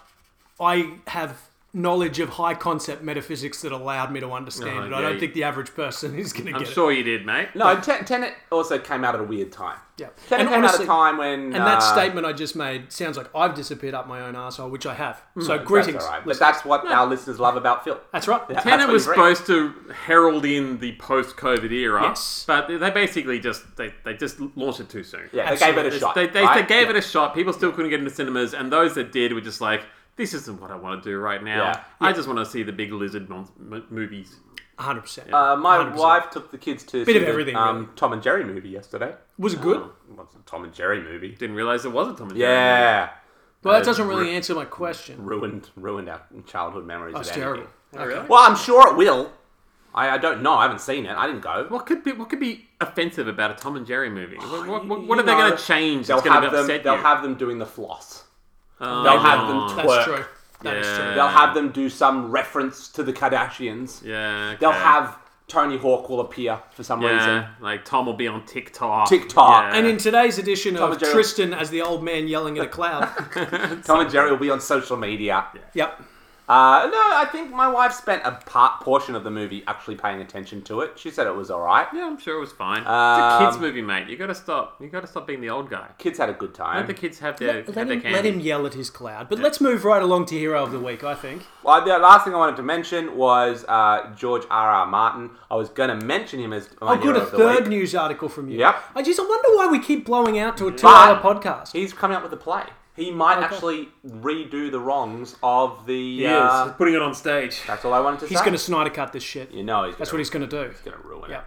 Speaker 2: I have knowledge of high concept metaphysics that allowed me to understand
Speaker 3: Oh,
Speaker 2: it.
Speaker 3: yeah,
Speaker 2: I don't
Speaker 3: you-
Speaker 2: think the average person is going to
Speaker 3: I'm
Speaker 2: get
Speaker 3: sure you did, mate.
Speaker 1: <laughs> No, Ten- Tenet also came out at a weird time.
Speaker 2: it. Yeah.
Speaker 1: Tenet came
Speaker 2: honestly-
Speaker 1: out at a time when. uh,
Speaker 2: and that statement I just made sounds like I've disappeared up my own asshole, which I have. So greetings.
Speaker 1: That's all right. But
Speaker 2: listeners.
Speaker 1: that's what our listeners love about Phil.
Speaker 2: That's right.
Speaker 3: Tenet
Speaker 1: what
Speaker 3: was
Speaker 1: he brings.
Speaker 3: supposed to herald in the post-COVID era,
Speaker 2: Yes.
Speaker 3: but they- they basically just they, they just launched it too soon.
Speaker 1: Yeah, they gave it
Speaker 2: Absolutely.
Speaker 1: a shot.
Speaker 3: They, they,
Speaker 1: right?
Speaker 3: they gave it a shot. People still couldn't get into cinemas, and those that did were just like, "This isn't what I want to do right now.
Speaker 1: Yeah.
Speaker 3: I just want to see the big lizard mon- m- movies."
Speaker 2: 100%.
Speaker 1: Uh, my
Speaker 2: 100%.
Speaker 1: wife took the kids to see
Speaker 2: of
Speaker 1: the,
Speaker 2: everything,
Speaker 1: um,
Speaker 2: really.
Speaker 1: Tom and Jerry movie yesterday.
Speaker 2: Was it good?
Speaker 1: Well, it's a Tom and Jerry movie.
Speaker 3: Didn't realize there was a Tom and Jerry.
Speaker 1: Yeah,
Speaker 2: Well, that doesn't really answer my question.
Speaker 1: ruined ruined our childhood memories.
Speaker 2: That's
Speaker 1: of anything.
Speaker 2: terrible.
Speaker 3: Oh, really? What,
Speaker 1: Well, I'm sure it will. I, I don't know. I haven't seen it. I didn't go.
Speaker 3: what could be what could be offensive about a Tom and Jerry movie? What, what, what,
Speaker 1: you
Speaker 3: what are they going
Speaker 1: know,
Speaker 3: to change
Speaker 1: They'll
Speaker 3: that's going
Speaker 1: have
Speaker 3: to
Speaker 1: them.
Speaker 3: upset
Speaker 1: They'll
Speaker 3: you?
Speaker 1: have them doing the floss.
Speaker 3: Oh,
Speaker 1: they'll have them tw-
Speaker 2: That's
Speaker 1: Work.
Speaker 2: true. That is
Speaker 3: Yeah.
Speaker 2: true.
Speaker 1: They'll have them do some reference to the Kardashians.
Speaker 3: yeah, okay.
Speaker 1: They'll have Tony Hawk will appear for some reason.
Speaker 3: yeah, like Tom will be on TikTok.
Speaker 1: TikTok.
Speaker 3: Yeah.
Speaker 2: And in today's edition
Speaker 1: Tom
Speaker 2: of
Speaker 1: and Jerry.
Speaker 2: Tristan as the old man yelling at
Speaker 1: <laughs>
Speaker 2: a cloud.
Speaker 1: Tom and Jerry will be on social media.
Speaker 2: yep.
Speaker 1: Uh, no, I think my wife spent a part portion of the movie actually paying attention to it. She said it was all right.
Speaker 3: yeah, I'm sure it was fine. it's a
Speaker 1: Um,
Speaker 3: kids movie, mate. You got to stop. You got to stop being the old guy.
Speaker 1: Kids had a good time.
Speaker 3: Let the kids have their have
Speaker 2: Let
Speaker 3: their
Speaker 2: him,
Speaker 3: candy.
Speaker 2: let him yell at his cloud. But let's move right along to Hero of the Week, I think.
Speaker 1: Well, the last thing I wanted to mention was uh, George R. R. Martin. I was going to mention him as my
Speaker 3: Oh,
Speaker 2: I've
Speaker 1: Oh,
Speaker 2: got
Speaker 1: hero
Speaker 2: a
Speaker 1: of the
Speaker 2: third
Speaker 1: week.
Speaker 2: news article from you.
Speaker 1: Yep.
Speaker 2: I just I wonder why we keep blowing out to a two hour podcast.
Speaker 1: He's coming up with a play. He might actually redo the wrongs of the. uh,
Speaker 3: putting it on stage.
Speaker 1: That's all I wanted to
Speaker 2: he's
Speaker 1: say.
Speaker 2: going to Snyder cut this shit.
Speaker 1: You know, he's
Speaker 2: That's what
Speaker 1: gonna,
Speaker 2: he's going to do.
Speaker 1: going to ruin
Speaker 2: Yeah.
Speaker 1: it.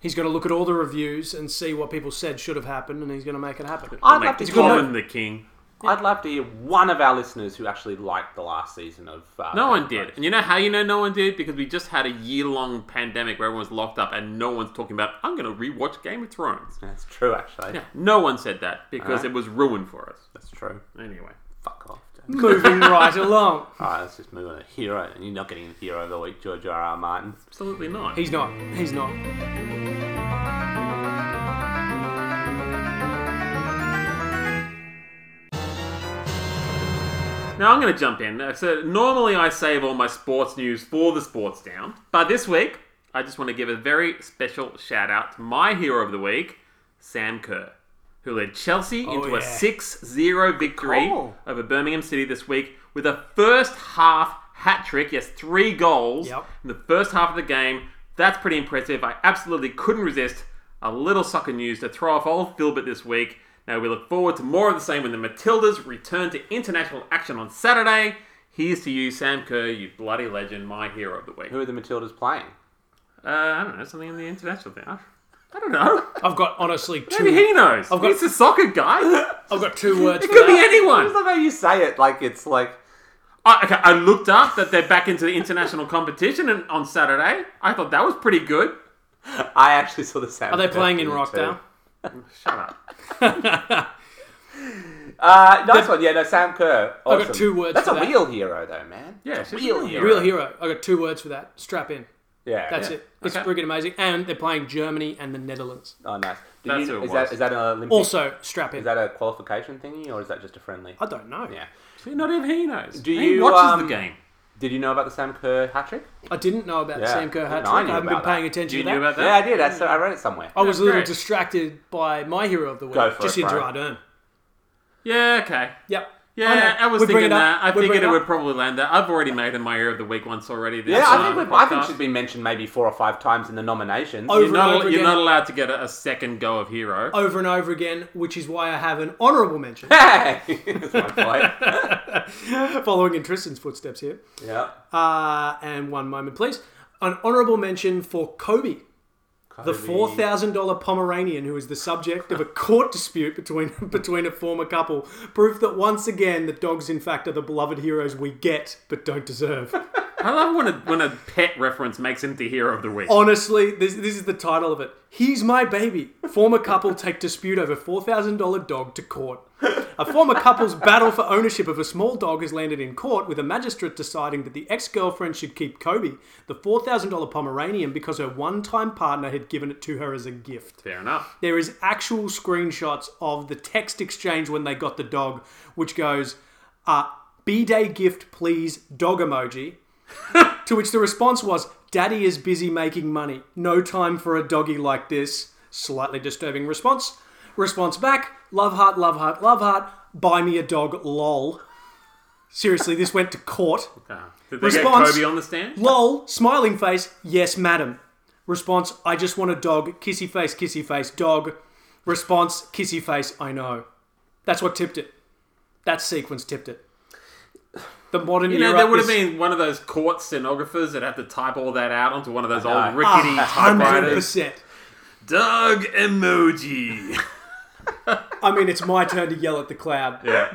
Speaker 2: He's going to look at all the reviews and see what people said should have happened, and he's going to make it happen.
Speaker 1: I'd
Speaker 3: Like
Speaker 1: love to
Speaker 2: gonna-
Speaker 1: comment.
Speaker 3: Colin the King.
Speaker 1: I'd love to hear one of our listeners who actually liked the last season of. Uh,
Speaker 3: No one
Speaker 1: Band
Speaker 3: did.
Speaker 1: Brothers.
Speaker 3: And you know how you know no one did? Because we just had a year long pandemic where everyone's locked up and no one's talking about, I'm going to rewatch Game of Thrones.
Speaker 1: <laughs> That's true, actually.
Speaker 3: Yeah, no one said that because
Speaker 1: Alright.
Speaker 2: Uh-huh.
Speaker 3: it was ruined for us.
Speaker 1: That's true.
Speaker 3: Anyway.
Speaker 1: Fuck off. Dan.
Speaker 2: <laughs> Moving right along.
Speaker 1: Alright, let's just move on to Hero. And you're not getting a Hero of the Week, George R. R. Martin.
Speaker 3: Absolutely not.
Speaker 2: He's not. He's not.
Speaker 3: Now I'm going to jump in. Uh, So normally I save all my sports news for the sports down, but this week I just want to give a very special shout out to my hero of the week, Sam Kerr, who led Chelsea into
Speaker 2: Oh,
Speaker 3: a
Speaker 2: yeah.
Speaker 3: 6-0 victory
Speaker 2: Cool.
Speaker 3: over Birmingham City this week with a first half hat trick. Yes, three goals
Speaker 2: Yep.
Speaker 3: in the first half of the game. That's pretty impressive. I absolutely couldn't resist a little soccer news to throw off old Philbert this week. Now we look forward to more of the same when the Matildas return to international action on Saturday. Here's to you, Sam Kerr, you bloody legend, my hero of the week. Uh,
Speaker 1: Who are the Matildas playing?
Speaker 3: I don't know, something in the international thing. I I
Speaker 1: <laughs>
Speaker 3: don't know.
Speaker 2: I've got honestly
Speaker 3: Maybe
Speaker 2: two.
Speaker 3: he knows.
Speaker 2: got-
Speaker 3: He's a soccer guy.
Speaker 2: I've
Speaker 1: <laughs>
Speaker 2: got two words.
Speaker 3: It
Speaker 2: for
Speaker 3: could be
Speaker 2: that.
Speaker 1: I
Speaker 3: anyone.
Speaker 1: just love how you say it like it's like.
Speaker 3: I, okay, I looked up that they're back into the international competition and, on Saturday. I thought that was pretty good.
Speaker 1: I actually saw the same.
Speaker 2: Are they playing in Rockdale?
Speaker 3: Shut up.
Speaker 1: Uh, nice one. Yeah, no, Sam Kerr. Awesome.
Speaker 2: got two words
Speaker 1: That's
Speaker 2: for
Speaker 1: a
Speaker 2: that.
Speaker 1: real hero, though, man.
Speaker 3: Yeah,
Speaker 1: That's a
Speaker 3: she's
Speaker 1: real hero.
Speaker 2: Real hero. I've got two words for that. Strap in.
Speaker 1: Yeah,
Speaker 2: That's
Speaker 1: yeah.
Speaker 2: it. It's
Speaker 3: Okay.
Speaker 2: freaking amazing. And they're playing Germany and the Netherlands.
Speaker 1: Oh, nice. Did
Speaker 3: That's
Speaker 1: you-
Speaker 3: who it
Speaker 1: is that
Speaker 3: was.
Speaker 1: is that an Olympic?
Speaker 2: Also, strap in.
Speaker 1: is that a qualification thingy or is that just a friendly?
Speaker 2: I don't know.
Speaker 1: Yeah.
Speaker 3: See, not even he knows.
Speaker 1: Do
Speaker 3: he
Speaker 1: you,
Speaker 3: watches
Speaker 1: um,
Speaker 3: the game.
Speaker 1: Did you know about the Sam Kerr hat trick?
Speaker 2: I didn't know about
Speaker 1: Yeah.
Speaker 2: Sam Kerr hat
Speaker 1: No, I
Speaker 2: trick.
Speaker 1: knew
Speaker 2: I haven't been
Speaker 1: about that.
Speaker 2: paying attention
Speaker 3: You
Speaker 2: to
Speaker 3: knew
Speaker 2: that. Oh,
Speaker 3: about
Speaker 1: Yeah, I
Speaker 3: that?
Speaker 1: did. I, saw, I read it somewhere.
Speaker 2: I was a little
Speaker 3: Great.
Speaker 2: distracted by my hero of the week,
Speaker 1: Go for
Speaker 2: just
Speaker 1: it,
Speaker 2: in
Speaker 1: Brian.
Speaker 2: Dern.
Speaker 3: Yeah, okay.
Speaker 2: Yep.
Speaker 3: Yeah,
Speaker 2: know.
Speaker 3: I, was
Speaker 2: We'll bring
Speaker 3: thinking
Speaker 2: it up.
Speaker 3: that. I
Speaker 2: We'll bring
Speaker 3: figured it
Speaker 2: it
Speaker 3: would
Speaker 2: up.
Speaker 3: probably land there. I've already made a Mayor of the Week once already. This
Speaker 1: yeah, I think
Speaker 3: we've,
Speaker 1: we've, I think she's been mentioned maybe four or five times in the nominations.
Speaker 2: Over
Speaker 1: <laughs>
Speaker 3: You're, not,
Speaker 2: and over
Speaker 3: you're
Speaker 2: again.
Speaker 3: not allowed to get a, a second go of hero.
Speaker 2: Over and over again, which is why I have an honourable mention,
Speaker 1: Hey, that's my
Speaker 2: <laughs>
Speaker 1: point.
Speaker 2: following in Tristan's footsteps here.
Speaker 1: yeah.
Speaker 2: Uh, and one moment, please. An honourable mention for Kobe, Uh, the four thousand dollar Pomeranian who is the subject of a court dispute between <laughs> between a former couple. Proof that once again, the dogs, in fact, are the beloved heroes we get but don't deserve.
Speaker 3: I love when a, when a pet reference makes him the hero of the
Speaker 2: Oh.
Speaker 3: week.
Speaker 2: Honestly, this, this is the title of it. He's my baby. Former couple take dispute over $4,000 dog to court. A former couple's battle for ownership of a small dog has landed in court with a magistrate deciding that the ex girlfriend should keep Kobe, the $4,000 Pomeranian, because her one time partner had given it to her as a gift.
Speaker 3: Fair enough.
Speaker 2: There is actual screenshots of the text exchange when they got the dog, which goes, uh, B day gift, please, dog emoji. <laughs> to which the response was, Daddy is busy making money. No time for a doggy like this. Slightly disturbing response. Response back, love heart, love heart, love heart, buy me a dog, lol. Seriously, this went to court.
Speaker 3: Ah, did they
Speaker 2: Response-
Speaker 3: get Kobe on the stand?
Speaker 2: Lol, smiling face, yes, madam. Response, I just want a dog. Kissy face, kissy face, dog. Response, kissy face, I know. That's what tipped it. That sequence tipped it. The modern
Speaker 3: You know,
Speaker 2: era.
Speaker 3: there would have
Speaker 2: is
Speaker 3: been one of those court stenographers that had to type all that out onto one of those old
Speaker 1: know.
Speaker 3: <laughs> rickety
Speaker 2: Ah,
Speaker 3: typewriters.
Speaker 2: 100%.
Speaker 3: Doug emoji.
Speaker 2: I mean, it's my turn to yell at the cloud.
Speaker 3: Yeah.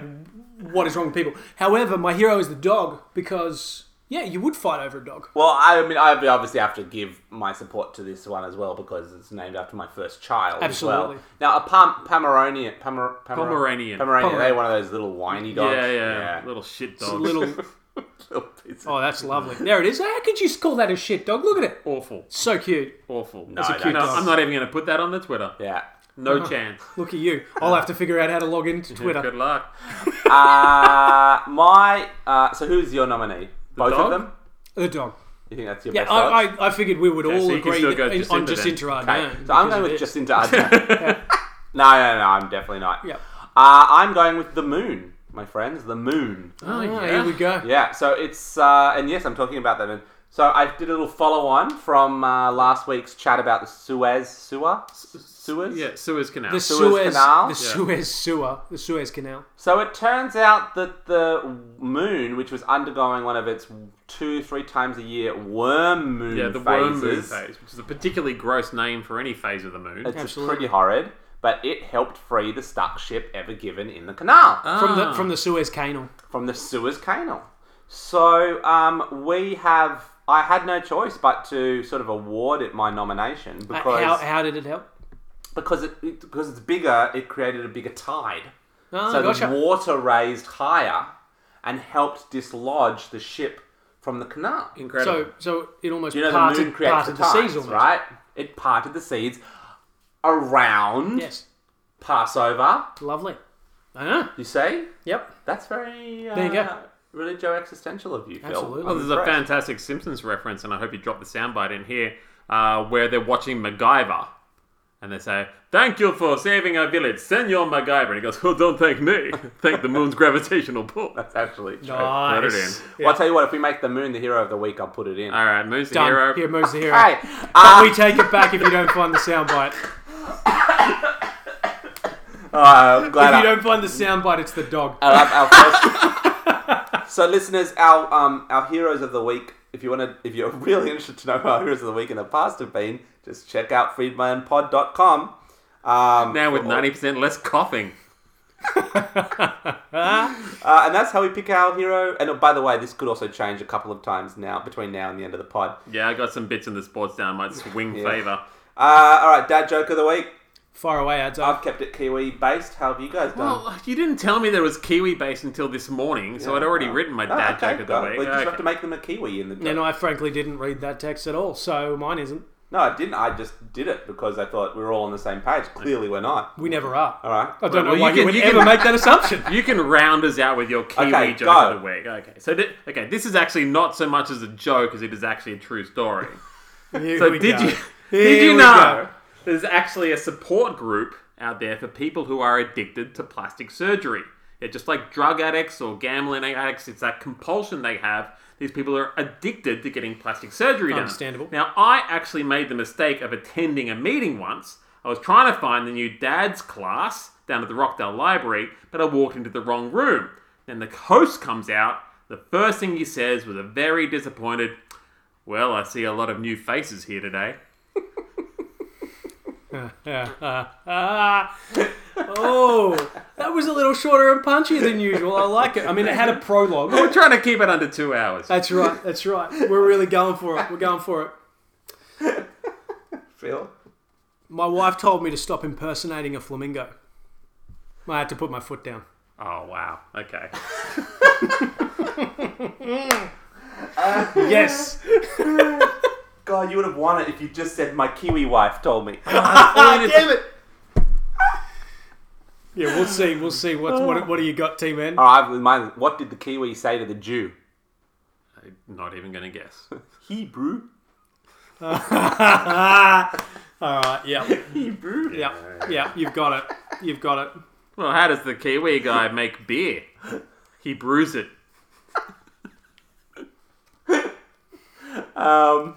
Speaker 2: What is wrong with people? However, my hero is the dog because, yeah, you would fight over a dog.
Speaker 1: Well, I mean, I obviously have to give my support to this one as well because it's named after my first child. As
Speaker 2: Absolutely.
Speaker 1: well. Now, a pom- Pomeranian, Pomer- Pomer-
Speaker 3: Pomeranian.
Speaker 1: Pomeranian,
Speaker 2: Pomeranian.
Speaker 1: they're one of those little whiny dogs.
Speaker 2: <laughs>
Speaker 3: Yeah, yeah, Little shit
Speaker 2: A
Speaker 3: dog.
Speaker 2: little.
Speaker 1: Little piece of-
Speaker 2: Oh, that's lovely. There it is. How could you call that a shit dog? Look at it.
Speaker 3: Awful.
Speaker 2: So cute.
Speaker 3: Awful.
Speaker 1: No,
Speaker 2: a
Speaker 1: no,
Speaker 2: cute
Speaker 3: No,
Speaker 1: no.
Speaker 2: dog. Uh-huh.
Speaker 3: I'm not even going to put that on the Twitter.
Speaker 1: Yeah.
Speaker 3: No chance.
Speaker 2: Look at you. I'll have to figure out how to log into Twitter.
Speaker 3: Good luck.
Speaker 1: Uh, my uh, so who's your nominee? Both
Speaker 3: dog?
Speaker 1: of them.
Speaker 2: The dog.
Speaker 1: You think that's your
Speaker 2: Yeah,
Speaker 1: best odds?
Speaker 2: I, I, I figured we would all
Speaker 3: so you can
Speaker 2: agree
Speaker 3: still
Speaker 2: that-
Speaker 3: go
Speaker 2: in-
Speaker 3: Jacinta
Speaker 2: on Jacinta
Speaker 3: then.
Speaker 2: Ardern.
Speaker 1: Okay, so I'm going with
Speaker 2: because
Speaker 1: Jacinta
Speaker 2: <laughs>
Speaker 1: Ardern. <laughs> No, no, no, I'm definitely not.
Speaker 2: Yeah.
Speaker 1: Uh, I'm going with the moon, my friends. The moon.
Speaker 3: Oh,
Speaker 2: of it. Ah,
Speaker 3: yeah.
Speaker 2: Here we go.
Speaker 1: Yeah, so it's uh, and yes, I'm talking about that. And so I did a little follow on from uh, last week's chat about the Suez sewer, Suez.
Speaker 3: Yeah, Suez Canal.
Speaker 2: The
Speaker 1: Suez
Speaker 2: Suez,
Speaker 1: Canal?
Speaker 2: the
Speaker 1: Yeah.
Speaker 2: Suez sewer, the Suez Canal.
Speaker 1: So it turns out that the moon, which was undergoing one of its two, three times a year worm moon
Speaker 3: yeah, the
Speaker 1: phases,
Speaker 3: worm moon phase, which is a particularly gross name for any phase of the moon.
Speaker 1: it's
Speaker 2: Absolutely.
Speaker 1: pretty horrid. but it helped free the stuck ship ever given in the canal
Speaker 3: Ah,
Speaker 2: From
Speaker 1: Ah.
Speaker 2: the from the Suez Canal.
Speaker 1: from the Suez Canal. So um, we have. I had no choice but to sort of award it my nomination
Speaker 2: Uh,
Speaker 1: because
Speaker 2: How, how did it help?
Speaker 1: because it, it- because it's bigger. It created a bigger tide,
Speaker 2: Oh,
Speaker 1: so
Speaker 2: gotcha.
Speaker 1: the water raised higher and helped dislodge the ship from the canal.
Speaker 3: Incredible.
Speaker 2: so so it almost
Speaker 1: You know, the moon
Speaker 2: parted,
Speaker 1: creates
Speaker 2: parted
Speaker 1: the,
Speaker 2: the, seas
Speaker 1: tides,
Speaker 2: almost.
Speaker 1: right? It parted the seas around
Speaker 2: Yes.
Speaker 1: Passover.
Speaker 2: Lovely. I know.
Speaker 1: You see,
Speaker 2: Yep.
Speaker 1: that's very uh,
Speaker 2: There you go.
Speaker 1: religio existential of you, Phil.
Speaker 2: Absolutely.
Speaker 1: I'm
Speaker 3: Well, there's a
Speaker 1: impressed.
Speaker 3: fantastic Simpsons reference, and I hope you dropped the soundbite in here, uh, where they're watching MacGyver. And they say, Thank you for saving our village, Senor MacGyver. And he goes, Oh, don't thank me. Thank the moon's gravitational
Speaker 2: <laughs>
Speaker 3: pull.
Speaker 1: That's actually true.
Speaker 3: Put it
Speaker 2: Nice.
Speaker 3: in.
Speaker 1: Well, I'll tell you what, if we make the moon the hero of the week, I'll put it in.
Speaker 3: All right, moon's the
Speaker 2: Done.
Speaker 3: hero.
Speaker 2: Here moves the hero.
Speaker 1: Okay.
Speaker 2: <laughs> But
Speaker 1: Uh,
Speaker 2: we take it back if you don't find
Speaker 1: <laughs>
Speaker 2: the soundbite.
Speaker 1: uh, I'm glad
Speaker 2: If you
Speaker 1: I-
Speaker 2: don't find the soundbite, it's the dog.
Speaker 1: I love Um, our
Speaker 3: <laughs>
Speaker 1: first- so, listeners, our um, our heroes of the week. If you want to, if you're <laughs> really interested to know who our heroes of the week in the past have been, just check out freedmanpod.com. Um,
Speaker 3: Now with
Speaker 1: for-
Speaker 3: 90% less coughing.
Speaker 1: uh, and that's how we pick our hero. And oh, by the way, this could also change a couple of times now between now and the end of the pod.
Speaker 3: Yeah, I got some bits in the sports down, might swing
Speaker 1: Yeah.
Speaker 3: favour.
Speaker 1: Uh, all right, dad joke of the week.
Speaker 2: Far away, ads up.
Speaker 1: I've kept it Kiwi based. How have you guys done?
Speaker 3: Well, you didn't tell me there was Kiwi based until this morning, so I'd already written my
Speaker 2: Ah,
Speaker 1: Oh,
Speaker 3: dad
Speaker 1: okay,
Speaker 3: joke of the
Speaker 1: well,
Speaker 3: week.
Speaker 1: We just
Speaker 3: Okay.
Speaker 1: have to make them a Kiwi in the.
Speaker 2: And I frankly didn't read that text at all, so mine isn't.
Speaker 1: No, I didn't. I just did it because I thought we were all on the same page. Clearly, we're not.
Speaker 2: We never are.
Speaker 1: All right.
Speaker 2: I don't
Speaker 3: Well,
Speaker 2: know why you,
Speaker 3: you can-
Speaker 2: would
Speaker 3: you
Speaker 2: ever
Speaker 3: can-
Speaker 2: make that <laughs> assumption.
Speaker 3: You can round us out with your Kiwi
Speaker 1: Okay,
Speaker 3: joke
Speaker 1: go.
Speaker 3: of the week. Okay, so di- okay, this is actually not so much as a joke as it is actually a true story.
Speaker 2: Here
Speaker 3: So
Speaker 2: we
Speaker 3: did
Speaker 2: go.
Speaker 3: you <laughs> did
Speaker 2: Here
Speaker 3: you
Speaker 2: we
Speaker 3: know
Speaker 2: go.
Speaker 3: there's actually a support group out there for people who are addicted to plastic surgery? Yeah, just like drug addicts or gambling addicts, it's that compulsion they have. These people are addicted to getting plastic surgery done.
Speaker 2: Understandable.
Speaker 3: Now, I actually made the mistake of attending a meeting once. I was trying to find the new dad's class down at the Rockdale Library, but I walked into the wrong room. Then the host comes out. The first thing he says was a very disappointed, Well, I see a lot of new faces here today.
Speaker 2: Yeah, uh, ah. oh, that was a little shorter and punchier than usual. I like it. I mean, it had a prologue.
Speaker 3: We're trying to keep it under two hours.
Speaker 2: That's right. That's right. We're really going for it. We're going for it.
Speaker 1: Phil.
Speaker 2: My wife told me to stop impersonating a flamingo. I had to put my foot down.
Speaker 3: Oh, wow. Okay.
Speaker 2: Yes.
Speaker 1: God, you would have won it if you just said my Kiwi wife told
Speaker 3: <laughs>
Speaker 1: me.
Speaker 3: Damn
Speaker 1: it!
Speaker 2: Yeah, we'll see. We'll see. What's, what, what do you got, Team N?
Speaker 1: All right, with mine. What did the Kiwi say to the Jew?
Speaker 3: I'm not even going to guess.
Speaker 1: Hebrew.
Speaker 2: All right. Yeah.
Speaker 1: Hebrew.
Speaker 2: Yeah. Yeah. You've got it. You've got it.
Speaker 3: Well, how does the Kiwi guy make beer? He brews it. <laughs>
Speaker 1: Um.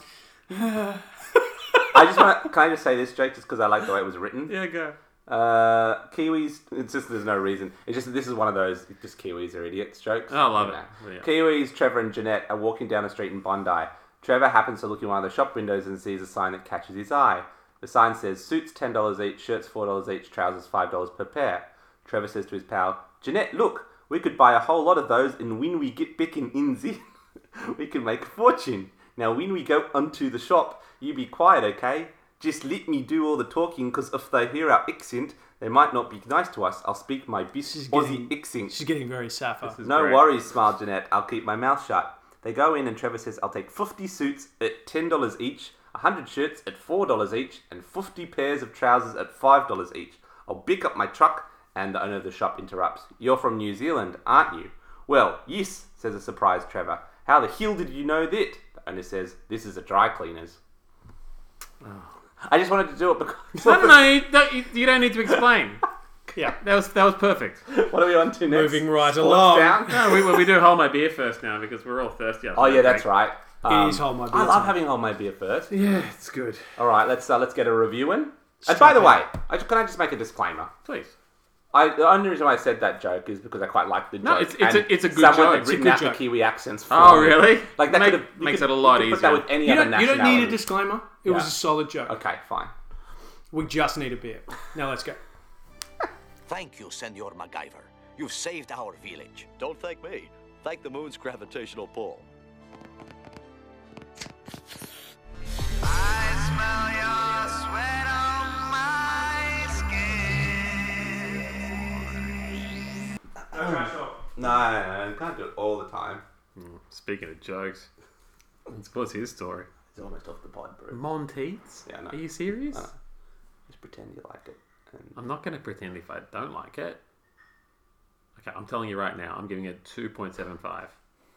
Speaker 1: I just want to. Can I just say this, Jake? Just because I like the way it was written.
Speaker 3: Yeah, go.
Speaker 1: Uh, Kiwis. It's just there's no reason. It's just this is one of those just Kiwis are idiots jokes.
Speaker 3: Oh, I love
Speaker 1: You
Speaker 3: it.
Speaker 1: know.
Speaker 3: Yeah.
Speaker 1: Kiwis, Trevor and Jeanette are walking down a street in Bondi. Trevor happens to look in one of the shop windows and sees a sign that catches his eye. The sign says suits ten dollars each, shirts four dollars each, trousers five dollars per pair. Trevor says to his pal, Jeanette, look, we could buy a whole lot of those, and when we get back in Inzi, <laughs> we can make a fortune. Now, when we go unto the shop, you be quiet, okay? Just let me do all the talking, 'cause if they hear our accent, they might not be nice to us. I'll speak my best
Speaker 2: She's
Speaker 1: Aussie
Speaker 2: getting-
Speaker 1: accent.
Speaker 2: She's getting very sappho.
Speaker 3: This is
Speaker 1: No
Speaker 3: great.
Speaker 1: worries, smiled Jeanette. I'll keep my mouth shut. They go in, and Trevor says, I'll take 50 suits at $10 each, 100 shirts at $4 each, and 50 pairs of trousers at $5 each. I'll pick up my truck, and the owner of the shop interrupts. You're from New Zealand, aren't you? Well, yes, says a surprised Trevor. How the hell did you know that? The owner says, This is a dry cleaner's. I just wanted to do it because.
Speaker 3: No, no, no. You Oh. don't, you- you don't need to explain.
Speaker 2: Yeah.
Speaker 3: That was that was perfect.
Speaker 1: <laughs> What are we on to next?
Speaker 2: Moving right
Speaker 1: Sports
Speaker 2: along.
Speaker 1: down?
Speaker 3: No, we, we do hold my beer first now because we're all thirsty. after
Speaker 1: Oh yeah,
Speaker 3: that
Speaker 1: that's
Speaker 3: break.
Speaker 1: right. Um,
Speaker 2: is hold my beer
Speaker 1: I love
Speaker 2: time.
Speaker 1: having hold my beer first.
Speaker 3: Yeah, it's good.
Speaker 1: All right, let's uh, let's get a review in. And by the way, I, ju- can I just make a disclaimer?
Speaker 3: Please.
Speaker 1: I, the only reason why I said that joke is because I quite like the
Speaker 3: No,
Speaker 1: joke.
Speaker 3: it's- it's a-
Speaker 1: and
Speaker 3: it's a good
Speaker 1: someone
Speaker 3: joke.
Speaker 1: had
Speaker 3: It's a
Speaker 1: written
Speaker 3: good
Speaker 1: out
Speaker 3: joke.
Speaker 1: the Kiwi accents for
Speaker 3: Oh,
Speaker 1: me.
Speaker 3: really?
Speaker 1: Like that
Speaker 3: Make-
Speaker 1: could have you
Speaker 3: makes
Speaker 1: could-
Speaker 3: it a lot
Speaker 1: you could
Speaker 3: easier.
Speaker 1: Put that with any
Speaker 2: You
Speaker 1: other
Speaker 2: don't, you don't
Speaker 1: nationality.
Speaker 2: need a disclaimer. It was
Speaker 1: Yeah.
Speaker 2: a solid joke.
Speaker 1: Okay, fine.
Speaker 2: We just need a beer. Now let's go.
Speaker 4: Thank you, Senor MacGyver. You've saved our village.
Speaker 5: Don't thank me. Thank the moon's gravitational pull.
Speaker 6: I smell your sweat on my skin.
Speaker 1: No, no, no, you can't do it all the time.
Speaker 3: Speaking of jokes, it's- what's his story?
Speaker 1: It's almost off the pod, bro.
Speaker 3: Monteith's?
Speaker 1: Yeah, I know.
Speaker 3: Are you serious?
Speaker 1: know. Just pretend you like it. And
Speaker 3: I'm not going to pretend if I don't like it. Okay, I'm telling you right now, I'm giving it 2.75. I'm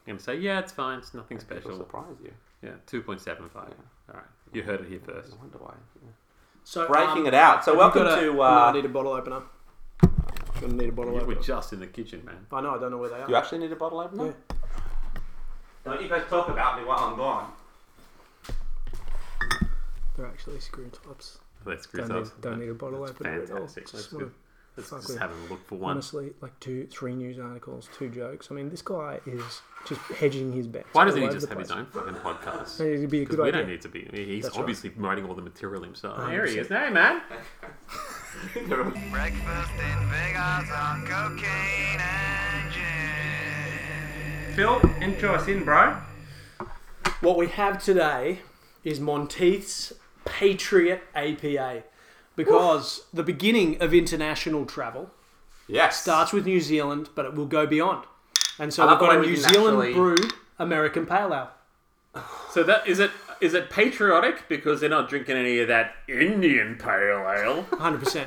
Speaker 3: going to say, yeah, it's fine. It's nothing
Speaker 1: it'll
Speaker 3: special.
Speaker 1: surprise you.
Speaker 3: Yeah, 2.75. All right. You heard it here first.
Speaker 1: I wonder why. yeah.
Speaker 2: So um,
Speaker 1: Breaking it out. So welcome
Speaker 2: got a-
Speaker 1: to.
Speaker 2: no, I
Speaker 1: Uh,
Speaker 2: need a bottle opener. Gonna need a bottle
Speaker 3: You were
Speaker 2: opener.
Speaker 3: just in the kitchen, man.
Speaker 2: I know. I don't know where they are.
Speaker 1: you actually need a bottle opener. Don't you guys talk about me while I'm gone.
Speaker 2: They're actually screw tops.
Speaker 3: Let's grease
Speaker 2: Don't
Speaker 3: up.
Speaker 2: need, don't need a bottle
Speaker 3: That's
Speaker 2: opener at all.
Speaker 3: fantastic.
Speaker 2: Just
Speaker 3: That's
Speaker 2: wanna
Speaker 3: good. Let's
Speaker 2: fuck
Speaker 3: just
Speaker 2: with-
Speaker 3: have a look for one.
Speaker 2: Honestly, like two, three news articles, two jokes. I mean, this guy is just hedging his bets.
Speaker 3: Why
Speaker 2: all
Speaker 3: doesn't he
Speaker 2: over
Speaker 3: just
Speaker 2: the
Speaker 3: have his
Speaker 2: place.
Speaker 3: own fucking podcast?
Speaker 2: Maybe It'd be a
Speaker 3: Because
Speaker 2: good
Speaker 3: we
Speaker 2: idea.
Speaker 3: don't need to be. He's
Speaker 2: That's right. Oh,
Speaker 3: obviously writing all the material himself. There he is. Hey, man.
Speaker 6: Breakfast in Vegas on cocaine and gin.
Speaker 3: Phil, enjoy us in, bro.
Speaker 2: What we have today is Monteith's Patriot APA, because the beginning of international travel
Speaker 1: Yes.
Speaker 2: starts with New Zealand, but it will go beyond. And so
Speaker 1: I
Speaker 2: we've
Speaker 1: love
Speaker 2: got
Speaker 1: the
Speaker 2: a
Speaker 1: way
Speaker 2: New
Speaker 1: we can
Speaker 2: Zealand
Speaker 1: actually-
Speaker 2: brew American Pale Ale.
Speaker 3: So that is it. Is it patriotic because they're not drinking any of that Indian pale <laughs> ale?
Speaker 2: 100%.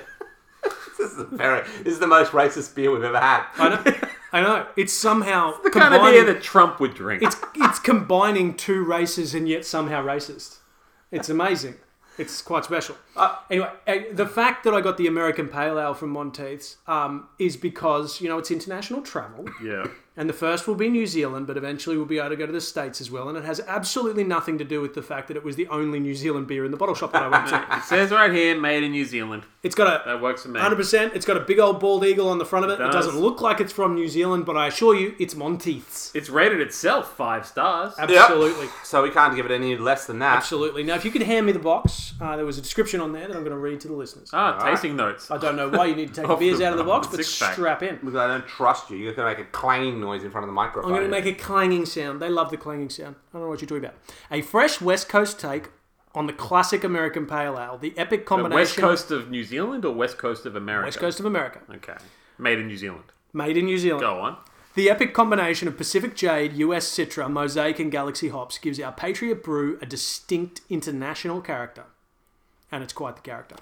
Speaker 1: This is, a very, this is the most racist beer we've ever had.
Speaker 2: I know. I know. It's somehow
Speaker 3: the kind of
Speaker 2: combining,
Speaker 3: beer that Trump would drink.
Speaker 2: it's, it's combining two races and yet somehow racist. It's amazing. It's quite special. anyway, uh, the fact that I got the American Pale Ale from Monteith's um, is because, you know, it's international travel.
Speaker 3: <laughs> yeah.
Speaker 2: And the first will be New Zealand, but eventually we'll be able to go to the States as well. And it has absolutely nothing to do with the fact that it was the only New Zealand beer in the bottle shop that I went to.
Speaker 3: <laughs> It says right here, made in New Zealand.
Speaker 2: It's got a
Speaker 3: That works for me.
Speaker 2: 100%, it's got a big old bald eagle on the front of it. It,
Speaker 3: does.
Speaker 2: doesn't look like it's from New Zealand, but I assure you, it's Monteith's.
Speaker 3: It's rated itself five stars.
Speaker 2: Absolutely.
Speaker 1: So we can't give it any less than that.
Speaker 2: Absolutely. Now, if you could hand me the box, uh, there was a description on there that I'm going to read to the listeners.
Speaker 3: Ah, tasting notes.
Speaker 2: I don't know why you need to take the
Speaker 3: <laughs> Off
Speaker 2: beers
Speaker 3: the-
Speaker 2: out of the box,
Speaker 3: off the
Speaker 2: but
Speaker 3: six-pack.
Speaker 2: strap in.
Speaker 1: Because I don't trust you. You're going to make a clanging noise in front of the microphone.
Speaker 2: I'm going to make a clanging sound. They love the clanging sound. I don't know what you're talking about. A fresh West Coast take on the classic American Pale Ale, the epic combination
Speaker 3: West coast of New Zealand or west coast of America?
Speaker 2: West Coast of America,
Speaker 3: Okay. Made in New Zealand.
Speaker 2: made in New Zealand.
Speaker 3: Go on.
Speaker 2: The epic combination of Pacific Jade, US Citra, Mosaic, and Galaxy hops gives our Patriot Brew a distinct international character, and it's quite the character.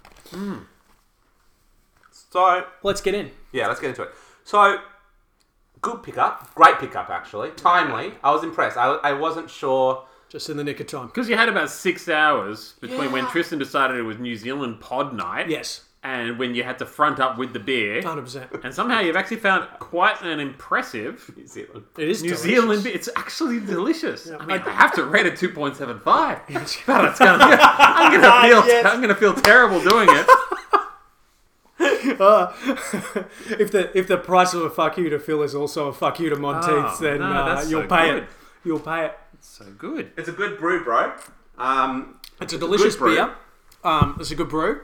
Speaker 1: So,
Speaker 2: Let's get in.
Speaker 1: yeah, let's get into it. So, good pickup. Great pickup, actually. Timely. I was impressed. I, I wasn't sure.
Speaker 2: Just in the nick of time.
Speaker 3: Because you had about six hours between when Tristan decided it was New Zealand pod night
Speaker 2: Yes,
Speaker 3: and when you had to front up with the beer.
Speaker 2: 100%.
Speaker 3: And somehow you've actually found quite an impressive
Speaker 1: New Zealand.
Speaker 2: It is
Speaker 3: New
Speaker 2: delicious.
Speaker 3: Zealand beer. It's actually delicious. I mean,
Speaker 2: I-
Speaker 3: I have to rate it 2.75.
Speaker 2: <laughs>
Speaker 3: but it's gonna, <laughs> I'm going to feel I'm going to feel terrible doing it.
Speaker 2: <laughs> If the if the price of a fuck you to Phil is also a fuck you to Monteiths,
Speaker 3: Oh,
Speaker 2: then
Speaker 3: no,
Speaker 2: uh,
Speaker 3: that's so
Speaker 2: you'll pay it.
Speaker 3: good.
Speaker 2: You'll pay it.
Speaker 3: So good.
Speaker 1: It's a good brew, bro. Um,
Speaker 2: It's a delicious
Speaker 1: brew.
Speaker 2: beer. Um, it's a good brew.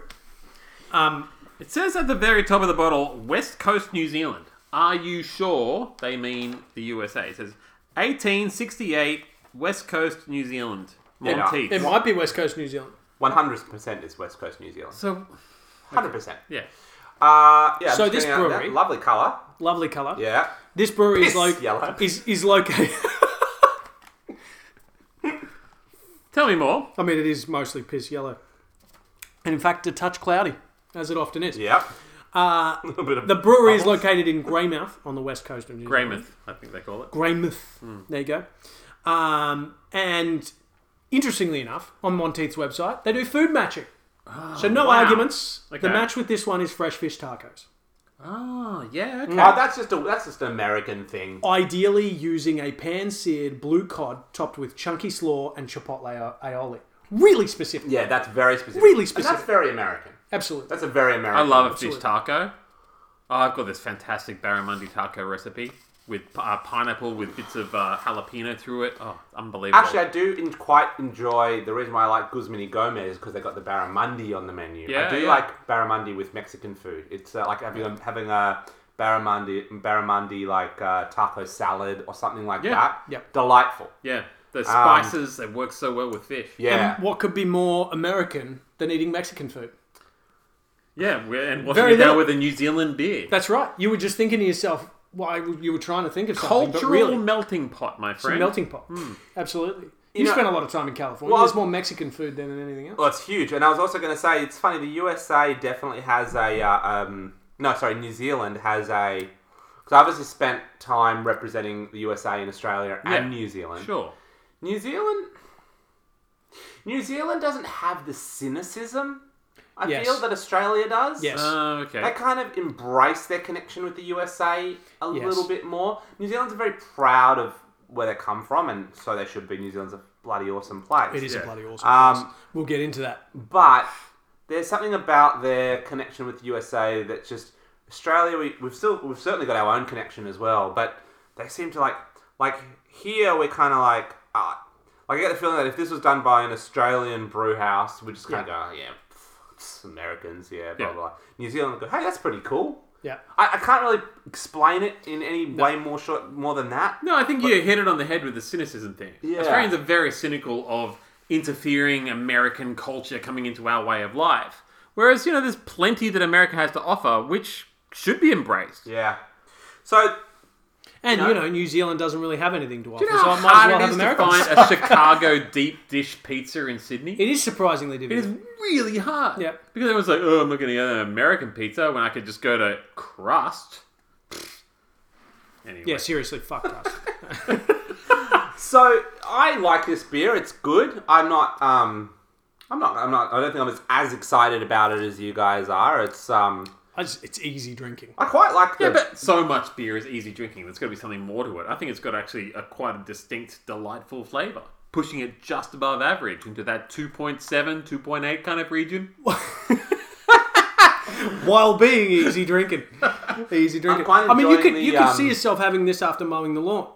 Speaker 2: Um,
Speaker 3: It says at the very top of the bottle, West Coast, New Zealand. Are you sure they mean the USA? It says 1868, West Coast, New Zealand.
Speaker 1: Yeah.
Speaker 3: Monteith.
Speaker 2: It might be West Coast New Zealand.
Speaker 1: 100% is West Coast New Zealand.
Speaker 3: So,
Speaker 1: 100%.
Speaker 3: yeah.
Speaker 1: Uh, yeah,
Speaker 2: So
Speaker 1: just
Speaker 2: this
Speaker 1: getting out there.
Speaker 2: brewery-
Speaker 1: Lovely colour.
Speaker 2: Lovely colour.
Speaker 1: Yeah.
Speaker 2: This brewery
Speaker 1: Piss
Speaker 2: is like
Speaker 1: yellow.
Speaker 2: is is located.
Speaker 3: Tell me more.
Speaker 2: <laughs> I mean, it is mostly piss yellow, and in fact, a touch cloudy, as it often is.
Speaker 1: Yep. Uh, <laughs> a little bit of
Speaker 2: The brewery is located in Greymouth on the west coast of New Zealand.
Speaker 3: Greymouth, I think they call it.
Speaker 2: Greymouth. There you go. Um, and interestingly enough, on Monteith's website, they do food matching. so no
Speaker 3: wow.
Speaker 2: arguments.
Speaker 3: Okay.
Speaker 2: The match with this one is fresh fish tacos.
Speaker 3: Oh, yeah, okay.
Speaker 1: Oh, that's just a that's just an American thing.
Speaker 2: Oh. Ideally, using a pan-seared blue cod topped with chunky slaw and chipotle a- aioli. Really specific.
Speaker 1: Yeah, that's very specific.
Speaker 2: Really
Speaker 1: And
Speaker 2: specific.
Speaker 1: that's very American.
Speaker 2: Absolutely.
Speaker 1: That's a very American.
Speaker 3: I love a
Speaker 2: Absolutely.
Speaker 3: fish taco. Oh, I've got this fantastic barramundi taco recipe. with uh, pineapple with bits of uh, jalapeno through it. Oh, unbelievable!
Speaker 1: Actually, I do in, quite enjoy the reason why I like Guzman y Gomez is because they got the barramundi on the menu.
Speaker 3: Yeah,
Speaker 1: I do
Speaker 3: yeah.
Speaker 1: like barramundi with Mexican food. It's uh, like having a, having a barramundi barramundi like uh, taco salad or something like
Speaker 3: Yeah,
Speaker 1: that.
Speaker 2: yep.
Speaker 1: delightful.
Speaker 3: yeah, the spices they work so well with fish.
Speaker 1: Um, Yeah,
Speaker 2: And what could be more American than eating Mexican food?
Speaker 3: yeah, we're- and what's
Speaker 2: Very
Speaker 3: it down
Speaker 2: little-
Speaker 3: with a New Zealand beer?
Speaker 2: That's right. You were just thinking to yourself, why you were trying to think of something,
Speaker 3: Cultural
Speaker 2: but really,
Speaker 3: melting pot, my
Speaker 2: it's a
Speaker 3: friend.
Speaker 2: melting pot. Absolutely. You,
Speaker 1: know-
Speaker 2: spent a lot of time in California.
Speaker 1: Well, Uh,
Speaker 2: There's more Mexican food than anything else.
Speaker 1: well, it's huge. And I was also going to say it's funny. The USA definitely has a uh, um, no, sorry, New Zealand has a because I obviously spent time representing the USA in Australia and
Speaker 3: Yeah,
Speaker 1: New Zealand.
Speaker 3: Sure.
Speaker 1: New Zealand. New Zealand doesn't have the cynicism. I
Speaker 2: Yes.
Speaker 1: feel that Australia does.
Speaker 2: Yes.
Speaker 3: Uh, okay.
Speaker 1: They kind of embrace their connection with the USA a
Speaker 2: Yes.
Speaker 1: little bit more. New Zealand's are very proud of where they come from, and so they should be. New Zealand's a bloody awesome place.
Speaker 2: It is
Speaker 3: yeah.
Speaker 2: a bloody awesome
Speaker 1: Um,
Speaker 2: place. We'll get into that.
Speaker 1: But there's something about their connection with the USA that just Australia. We, we've still we've certainly got our own connection as well, but they seem to like like here we're kind of like uh, I get the feeling that if this was done by an Australian brew house, we just kind of go oh, yeah, pff, it's Americans, yeah, blah
Speaker 3: Yeah.
Speaker 1: blah. New Zealand go hey, that's pretty cool.
Speaker 2: Yeah.
Speaker 1: I, I can't really explain it in any way more short more than that.
Speaker 3: No, I think you hit it on the head with the cynicism thing.
Speaker 1: Yeah.
Speaker 3: Australians are very cynical of interfering American culture coming into our way of life. Whereas, you know, there's plenty that America has to offer which should be embraced.
Speaker 1: Yeah. So
Speaker 2: And, you know, New Zealand doesn't really have anything to offer,
Speaker 3: You know
Speaker 2: so
Speaker 3: how
Speaker 2: I might as
Speaker 3: hard
Speaker 2: well
Speaker 3: it
Speaker 2: have
Speaker 3: is to
Speaker 2: Americans. <laughs>
Speaker 3: find a Chicago deep dish pizza in Sydney?
Speaker 2: It is surprisingly
Speaker 3: It is
Speaker 2: difficult.
Speaker 3: really hard.
Speaker 2: Yeah.
Speaker 3: Because everyone's like, oh, I'm not going to get an American pizza when I could just go to crust. Anyway.
Speaker 2: Yeah, seriously, fuck us.
Speaker 1: So I like this beer. It's good. I'm not. Um, I'm not. I'm not. I don't think I'm as, as excited about it as you guys are. It's. Um,
Speaker 2: I just, it's easy drinking.
Speaker 1: I quite like the.
Speaker 3: Yeah, but so much beer is easy drinking. There's got to be something more to it. I think it's got actually a quite a distinct, delightful flavour, pushing it just above average into that 2.7, 2.8 kind of region.
Speaker 2: while being easy drinking. <laughs> easy drinking.
Speaker 1: quite
Speaker 2: I mean, you
Speaker 1: enjoying
Speaker 2: could
Speaker 1: the,
Speaker 2: you could
Speaker 1: um,
Speaker 2: see yourself having this after mowing the lawn.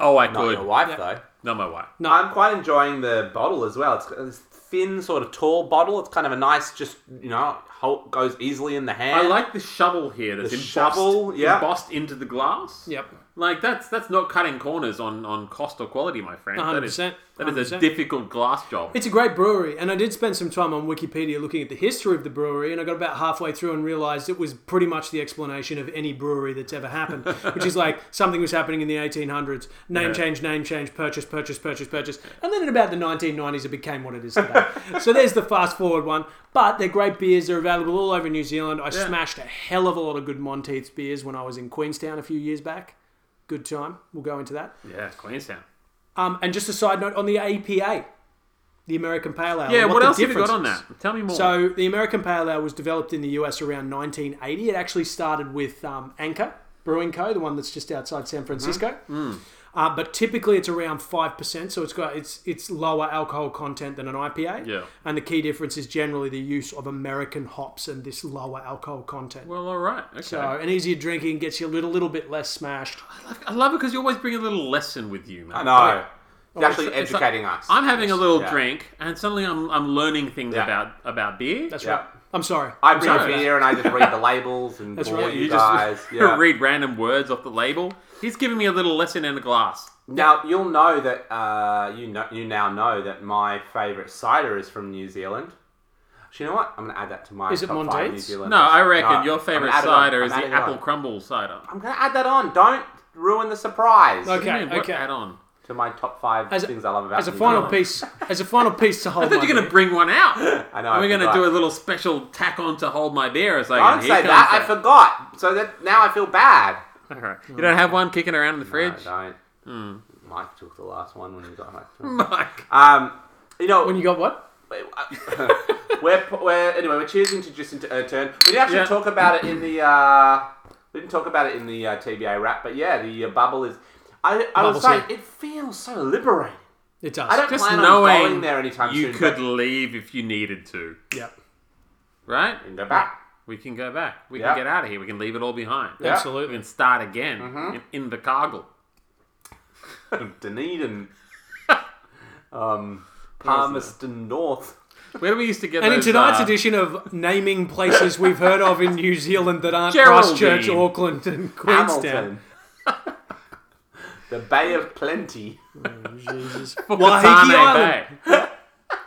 Speaker 3: Oh, I
Speaker 1: not
Speaker 3: could.
Speaker 1: your wife
Speaker 2: Yeah.
Speaker 1: though.
Speaker 3: Not my wife.
Speaker 2: No,
Speaker 1: I'm quite enjoying the bottle as well. It's got this thin, sort of tall bottle. It's kind of a nice, just you know, hold, goes easily in the hand.
Speaker 3: I like the shovel here. That's
Speaker 1: The
Speaker 3: embossed,
Speaker 1: shovel, yeah.
Speaker 3: embossed into the glass.
Speaker 2: Yep.
Speaker 3: Like that's that's not cutting corners on on cost or quality, my friend. That is
Speaker 2: 100%,
Speaker 3: that is a
Speaker 2: 100%.
Speaker 3: difficult glass job.
Speaker 2: It's a great brewery, and I did spend some time on Wikipedia looking at the history of the brewery, and I got about halfway through and realized it was pretty much the explanation of any brewery that's ever happened, which is like something was happening in the 1800s, name change, name change, purchase, purchase, purchase, purchase, and then in about the 1990s it became what it is today. so there's the fast forward one, but they're great beers. They're available all over New Zealand. I smashed a hell of a lot of good Monteith's beers when I was in Queenstown a few years back. Good time. We'll go into that.
Speaker 3: yeah, Queenstown.
Speaker 2: Um, and just a side note on the APA, the American Pale Ale.
Speaker 3: Yeah,
Speaker 2: and
Speaker 3: what,
Speaker 2: the
Speaker 3: else have you got
Speaker 2: difference
Speaker 3: on
Speaker 2: is.
Speaker 3: that? Tell me more.
Speaker 2: So the American Pale Ale was developed in the US around 1980. It actually started with um, Anchor Brewing Co., the one that's just outside San Francisco.
Speaker 3: Mm-hmm. Mm.
Speaker 2: Uh, but typically it's around five percent, so it's got it's it's lower alcohol content than an IPA.
Speaker 3: Yeah.
Speaker 2: And the key difference is generally the use of American hops and this lower alcohol content.
Speaker 3: well, all right. Okay.
Speaker 2: so an easier drinking gets you a little little bit less smashed.
Speaker 3: I love it because you always bring a little lesson with you, man.
Speaker 1: I know. It's actually
Speaker 3: Oh, it's- it's like-
Speaker 1: educating us.
Speaker 3: I'm having a little
Speaker 1: Yeah.
Speaker 3: drink, and suddenly I'm, I'm learning things
Speaker 1: Yeah.
Speaker 3: about about beer.
Speaker 2: That's
Speaker 1: Yeah.
Speaker 2: right. I'm sorry.
Speaker 1: I
Speaker 2: I'm
Speaker 1: bring
Speaker 2: sorry for
Speaker 1: a
Speaker 2: that.
Speaker 1: beer and I just read the labels and
Speaker 2: That's
Speaker 1: bore
Speaker 2: right.
Speaker 1: you,
Speaker 3: you <laughs>
Speaker 1: guys.
Speaker 3: just
Speaker 1: yeah.
Speaker 3: read random words off the label. He's giving me a little lesson in a glass.
Speaker 1: Now you'll know that uh, you know you now know that my favourite cider is from New Zealand. Actually, you know what? I'm gonna add that to my
Speaker 2: Is it
Speaker 1: top five New
Speaker 2: Mondays?
Speaker 1: Zealand.
Speaker 3: No, I reckon your
Speaker 1: I'm
Speaker 3: favorite
Speaker 1: gonna add it on.
Speaker 3: cider
Speaker 1: I'm
Speaker 3: is the
Speaker 1: adding it on.
Speaker 3: apple crumble cider.
Speaker 1: I'm gonna add that on. Don't ruin the surprise
Speaker 2: Okay.
Speaker 3: Man, what
Speaker 2: okay.
Speaker 3: add on?
Speaker 1: to my top five
Speaker 2: As a-
Speaker 1: things I love about
Speaker 2: as a
Speaker 1: New
Speaker 2: final
Speaker 1: Zealand.
Speaker 2: piece, as a final piece to hold.
Speaker 3: I thought
Speaker 2: my
Speaker 3: you're gonna
Speaker 2: beer.
Speaker 3: bring
Speaker 1: <laughs>
Speaker 3: one out.
Speaker 1: I know,
Speaker 3: And
Speaker 1: I
Speaker 3: we're gonna
Speaker 1: forgot.
Speaker 3: do a little special tack on to hold my beer. It's like
Speaker 1: Don't
Speaker 3: here
Speaker 1: say
Speaker 3: comes
Speaker 1: that. I forgot. So that now I feel bad.
Speaker 3: All right. You don't have one kicking around in the
Speaker 1: No,
Speaker 3: fridge, <laughs> Hmm.
Speaker 1: don't. Mike took the last one when he got home.
Speaker 3: <laughs> Mike.
Speaker 1: Um, you know,
Speaker 2: When you got what?
Speaker 1: <laughs> we're, we're anyway we're choosing to just inter- uh, turn. We didn't actually
Speaker 3: Yeah.
Speaker 1: talk about it in the uh, we didn't talk about it in the uh, TBA wrap, but yeah, the uh, bubble is. I, I was
Speaker 2: Bubble's
Speaker 1: saying
Speaker 2: here.
Speaker 1: it feels so liberating.
Speaker 2: It does.
Speaker 1: I don't
Speaker 3: Just
Speaker 1: plan on
Speaker 3: knowing
Speaker 1: going there anytime soon.
Speaker 3: you could
Speaker 1: but-
Speaker 3: leave if you needed to,
Speaker 2: yeah.
Speaker 3: right?
Speaker 1: and go back.
Speaker 3: We can go back. We
Speaker 1: Yeah.
Speaker 3: can get out of here. We can leave it all behind.
Speaker 1: Yeah.
Speaker 3: Absolutely. We can start again
Speaker 2: Mm-hmm.
Speaker 3: in, in the cargle.
Speaker 1: Dunedin, um, Palmerston North.
Speaker 3: Where do we used to get
Speaker 2: And in
Speaker 3: those,
Speaker 2: tonight's
Speaker 3: uh,
Speaker 2: edition of naming places we've heard of in New Zealand that aren't
Speaker 3: Geraldine.
Speaker 2: Christchurch, Auckland, and Queenstown.
Speaker 1: Hamilton. the Bay of Plenty. <laughs>
Speaker 2: Waiheke
Speaker 3: Tane
Speaker 2: Island.
Speaker 3: Bay.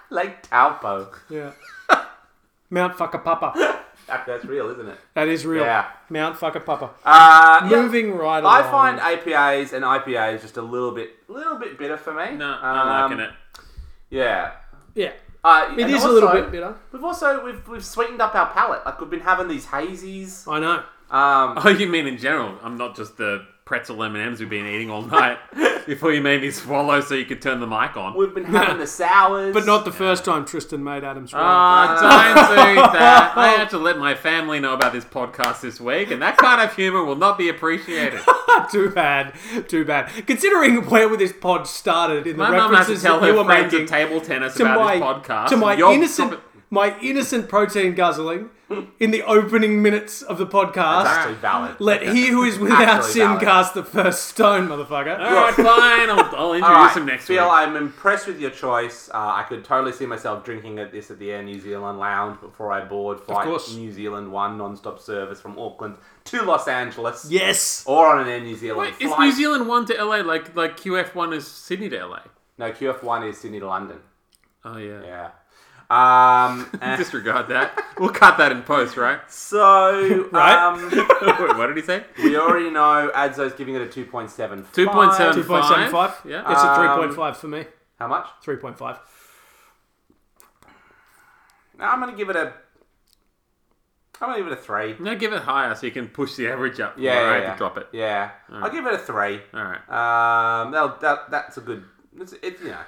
Speaker 1: Lake Taupo.
Speaker 2: Yeah. Mount Whakapapa.
Speaker 1: That- That's real, isn't it?
Speaker 2: That is real.
Speaker 1: Yeah.
Speaker 2: Mount Whakapapa.
Speaker 1: Uh, yeah.
Speaker 2: Moving right along.
Speaker 1: I find APAs and IPAs just a little bit, little bit bitter for me. Um,
Speaker 3: No, I'm
Speaker 2: Um,
Speaker 3: liking it. <laughs>
Speaker 1: Yeah,
Speaker 2: Yeah.
Speaker 1: uh,
Speaker 2: It
Speaker 1: and
Speaker 2: is a little
Speaker 1: also-
Speaker 2: bit bitter.
Speaker 1: We've also we've, we've sweetened up our palate. Like we've been having these hazies.
Speaker 2: I know. <laughs>
Speaker 1: Um,
Speaker 3: Oh, you mean in general? I'm not just the pretzel M&Ms we've been eating
Speaker 2: <laughs>
Speaker 3: all night before you made me swallow so you could turn the mic on.
Speaker 1: we've been having the sours,
Speaker 2: But not the first time Tristan made Adam's wrong.
Speaker 3: Ah, don't do that.
Speaker 2: <laughs>
Speaker 3: I had to let my family know about this podcast this week, and that kind of humor will not
Speaker 2: <laughs>
Speaker 3: be appreciated.
Speaker 2: too bad. Too bad. Considering where this pod started in the
Speaker 3: My mum has to
Speaker 2: references
Speaker 3: tell
Speaker 2: that you
Speaker 3: her
Speaker 2: were
Speaker 3: friends
Speaker 2: making
Speaker 3: at table tennis
Speaker 2: to
Speaker 3: about
Speaker 2: my
Speaker 3: this podcast.
Speaker 2: to my
Speaker 3: and you're-
Speaker 2: innocent my innocent protein guzzling in the opening minutes of the podcast.
Speaker 1: That's actually valid.
Speaker 2: Let he who is without
Speaker 1: Actually
Speaker 2: sin
Speaker 1: valid.
Speaker 2: cast the first stone, motherfucker.
Speaker 3: <laughs> All right, fine. I'll, I'll introduce
Speaker 1: All right,
Speaker 3: him next
Speaker 1: Phil,
Speaker 3: week.
Speaker 1: I'm impressed with your choice. Uh, I could totally see myself drinking at this at the Air New Zealand lounge before I board flight
Speaker 2: course.
Speaker 1: New Zealand One non-stop service from Auckland to Los Angeles.
Speaker 2: Yes.
Speaker 1: Or on an Air New Zealand
Speaker 3: Wait, is
Speaker 1: flight.
Speaker 3: New Zealand one to LA like like QF one is Sydney to LA?
Speaker 1: no, QF One is Sydney to London.
Speaker 3: Oh yeah.
Speaker 1: Yeah.
Speaker 3: <laughs>
Speaker 1: Um, and
Speaker 3: Disregard that. We'll cut that in
Speaker 1: <laughs>
Speaker 3: post, right? <laughs>
Speaker 1: so
Speaker 2: Right.
Speaker 1: um,
Speaker 3: Wait, what did he say?
Speaker 1: we already know Adzo's giving it a two point seven.
Speaker 3: Two point seven
Speaker 2: Two point seven five.
Speaker 3: Yeah.
Speaker 2: It's a three
Speaker 1: Um,
Speaker 2: point five for me.
Speaker 1: How much?
Speaker 2: Three point five.
Speaker 1: No, I'm gonna give it a. I'm gonna give it a three.
Speaker 3: No, give it higher so you can push the average up.
Speaker 1: Yeah,
Speaker 3: All
Speaker 1: yeah,
Speaker 3: right,
Speaker 1: yeah.
Speaker 3: to drop it.
Speaker 1: Yeah, I'll give it a three.
Speaker 3: All right.
Speaker 1: Um, that'll, that that's a good. It's it, you know,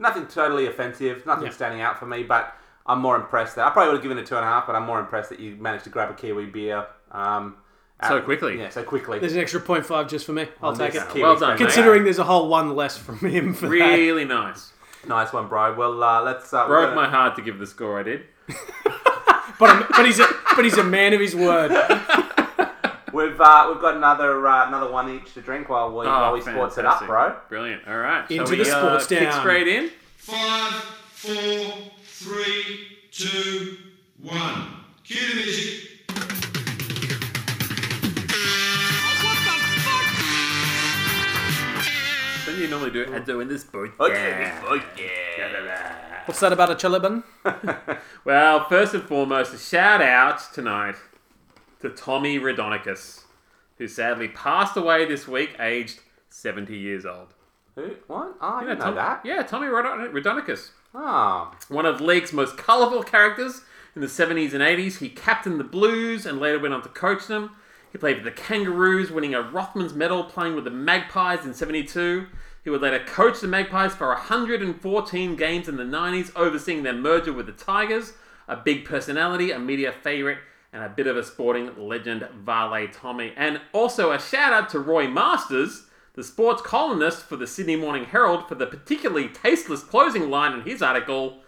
Speaker 1: nothing totally offensive, nothing
Speaker 2: Yeah.
Speaker 1: standing out for me, but I'm more impressed that I probably would have given it two and a half, but I'm more impressed that you managed to grab a kiwi beer. Um,
Speaker 3: So
Speaker 1: at-
Speaker 3: quickly.
Speaker 1: Yeah, so quickly.
Speaker 2: There's an extra point five just for me. I'll take
Speaker 1: This
Speaker 2: it.
Speaker 1: kiwi
Speaker 3: Well
Speaker 1: thing.
Speaker 3: done, mate.
Speaker 2: Considering there's a whole one less from him for that.
Speaker 1: <laughs>
Speaker 3: Really nice.
Speaker 1: nice one, bro. Well, uh, let's uh, we're
Speaker 3: Broke
Speaker 1: gonna-
Speaker 3: my heart to give the score I did.
Speaker 2: But, I'm, but he's a but he's a man of his word.
Speaker 1: We've uh, we've got another uh, another one each to drink while
Speaker 2: Oh,
Speaker 1: we while we sports it up,
Speaker 3: Oh, fantastic.
Speaker 1: bro.
Speaker 3: Brilliant. All right.
Speaker 2: Into
Speaker 3: Shall we,
Speaker 2: the sports
Speaker 3: uh, kick
Speaker 2: down.
Speaker 3: straight in.
Speaker 7: Five, four, three, two, one. Cue the music.
Speaker 3: Don't you normally do it? I do in the sports down.
Speaker 2: What's that about a chilibin?
Speaker 3: Well, first and foremost, a shout out tonight to Tommy Radonicus, who sadly passed away this week, aged 70 years old.
Speaker 1: <laughs> Who? What? Oh, I didn't know
Speaker 3: Tom-
Speaker 1: that.
Speaker 3: Yeah, Tommy Radon- Radonicus.
Speaker 1: Oh,
Speaker 3: One of League's most colourful characters in the 70s and 80s, he captained the Blues and later went on to coach them. He played for the Kangaroos, winning a Rothmans medal, playing with the Magpies in 72. He would later coach the Magpies for 114 games in the 90s, overseeing their merger with the Tigers. A big personality, a media favourite, and a bit of a sporting legend, Vale Tommy. And also a shout out to Roy Masters, the sports columnist for the Sydney Morning Herald, for the particularly tasteless closing line in his article.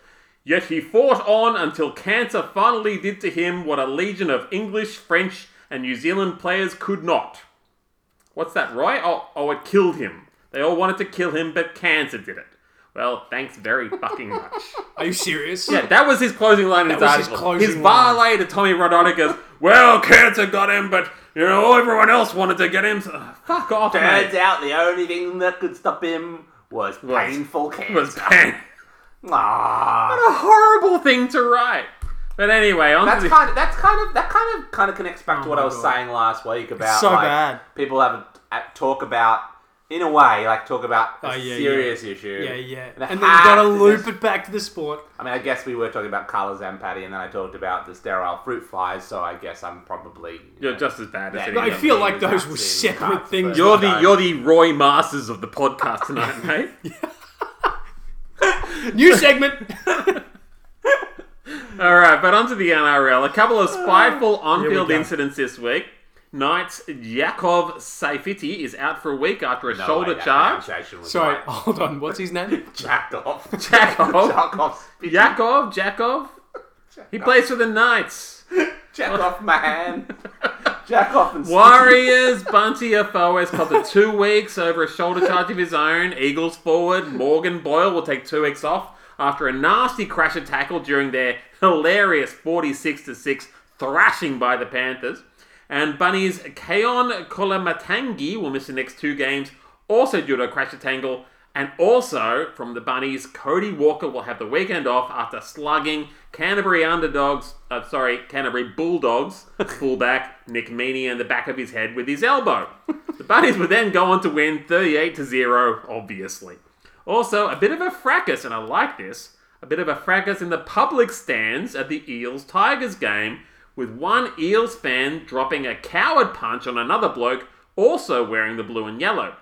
Speaker 3: Yet he fought on until cancer finally did to him what a legion of English, French, and New Zealand players could not. What's that, Roy? Oh, oh, it killed him. They all wanted to kill him, but cancer did it. Well, thanks very fucking much.
Speaker 2: Are you serious?
Speaker 3: yeah, that was his closing line in his
Speaker 2: was his
Speaker 3: article.
Speaker 2: closing
Speaker 3: His,
Speaker 2: line.
Speaker 3: valet to Tommy Rodonicus, well, cancer got him, but, you know, everyone else wanted to get him. so- Ugh, fuck off,
Speaker 1: turns
Speaker 3: mate.
Speaker 1: out the only thing that could stop him was painful
Speaker 3: It
Speaker 1: cancer.
Speaker 3: was pain.
Speaker 1: Ah.
Speaker 3: <laughs> A horrible thing to write. But anyway, on
Speaker 2: <laughs>
Speaker 1: That's
Speaker 3: to the...
Speaker 1: kind of that's kind of that kind of kind of connects back to what
Speaker 2: Oh my
Speaker 1: I was
Speaker 2: God.
Speaker 1: saying last week about
Speaker 2: so
Speaker 1: like,
Speaker 2: bad.
Speaker 1: people have a, a- talk about in a way like talk about a
Speaker 2: Oh, yeah,
Speaker 1: serious issue.
Speaker 2: Yeah, yeah.
Speaker 1: And,
Speaker 2: And then you gotta
Speaker 1: loop.
Speaker 2: loop it back to the sport.
Speaker 1: I mean, I guess we were talking about Carla Zampatti, and then I talked about the sterile fruit flies. So I guess I'm probably you
Speaker 3: You're
Speaker 1: know,
Speaker 3: just as bad as
Speaker 1: Yeah,
Speaker 3: anyone.
Speaker 2: I
Speaker 1: Yeah,
Speaker 2: feel
Speaker 1: yeah,
Speaker 2: like
Speaker 1: that's
Speaker 2: those were
Speaker 1: it,
Speaker 2: <laughs> separate
Speaker 1: that's
Speaker 2: things.
Speaker 1: it.
Speaker 3: You're the you're the Roy Masters of the
Speaker 1: <laughs>
Speaker 3: podcast tonight, mate.
Speaker 2: New segment. <laughs>
Speaker 3: All right, but onto the NRL. A couple
Speaker 1: Uh,
Speaker 3: of spiteful on-field
Speaker 2: go.
Speaker 3: incidents this week. Knights Yakov Saifiti is out for a week after a
Speaker 1: no
Speaker 3: shoulder
Speaker 1: way that
Speaker 3: charge.
Speaker 1: pronunciation was
Speaker 2: Sorry, <laughs>
Speaker 1: right.
Speaker 2: hold on. What's his name?
Speaker 1: jack off, <laughs>
Speaker 3: Jack off.
Speaker 1: jack off, <laughs>
Speaker 3: Yakov, Jakov. He plays for the Knights.
Speaker 1: Jack off,
Speaker 3: <laughs>
Speaker 1: man. Jack off and
Speaker 3: Warriors, Bunty Afoa has called it two weeks over a shoulder charge of his own. Eagles forward, Morgan Boyle will take two weeks off after a nasty crasher tackle during their hilarious 46 6 thrashing by the Panthers. And Bunny's Keon Kolamatangi will miss the next two games, also due to a crasher tangle. And also from the Bunnies, Cody Walker will have the weekend off after slugging Canterbury underdogs, uh, sorry, Canterbury Bulldogs fullback Nick Meaney in the back of his head with his elbow. The Bunnies would then go on to win 38 to 0, obviously. Also, a bit of a fracas, and I like this, a bit of a fracas in the public stands at the Eels Tigers game, with one Eels fan dropping a coward punch on another bloke also wearing the blue and yellow.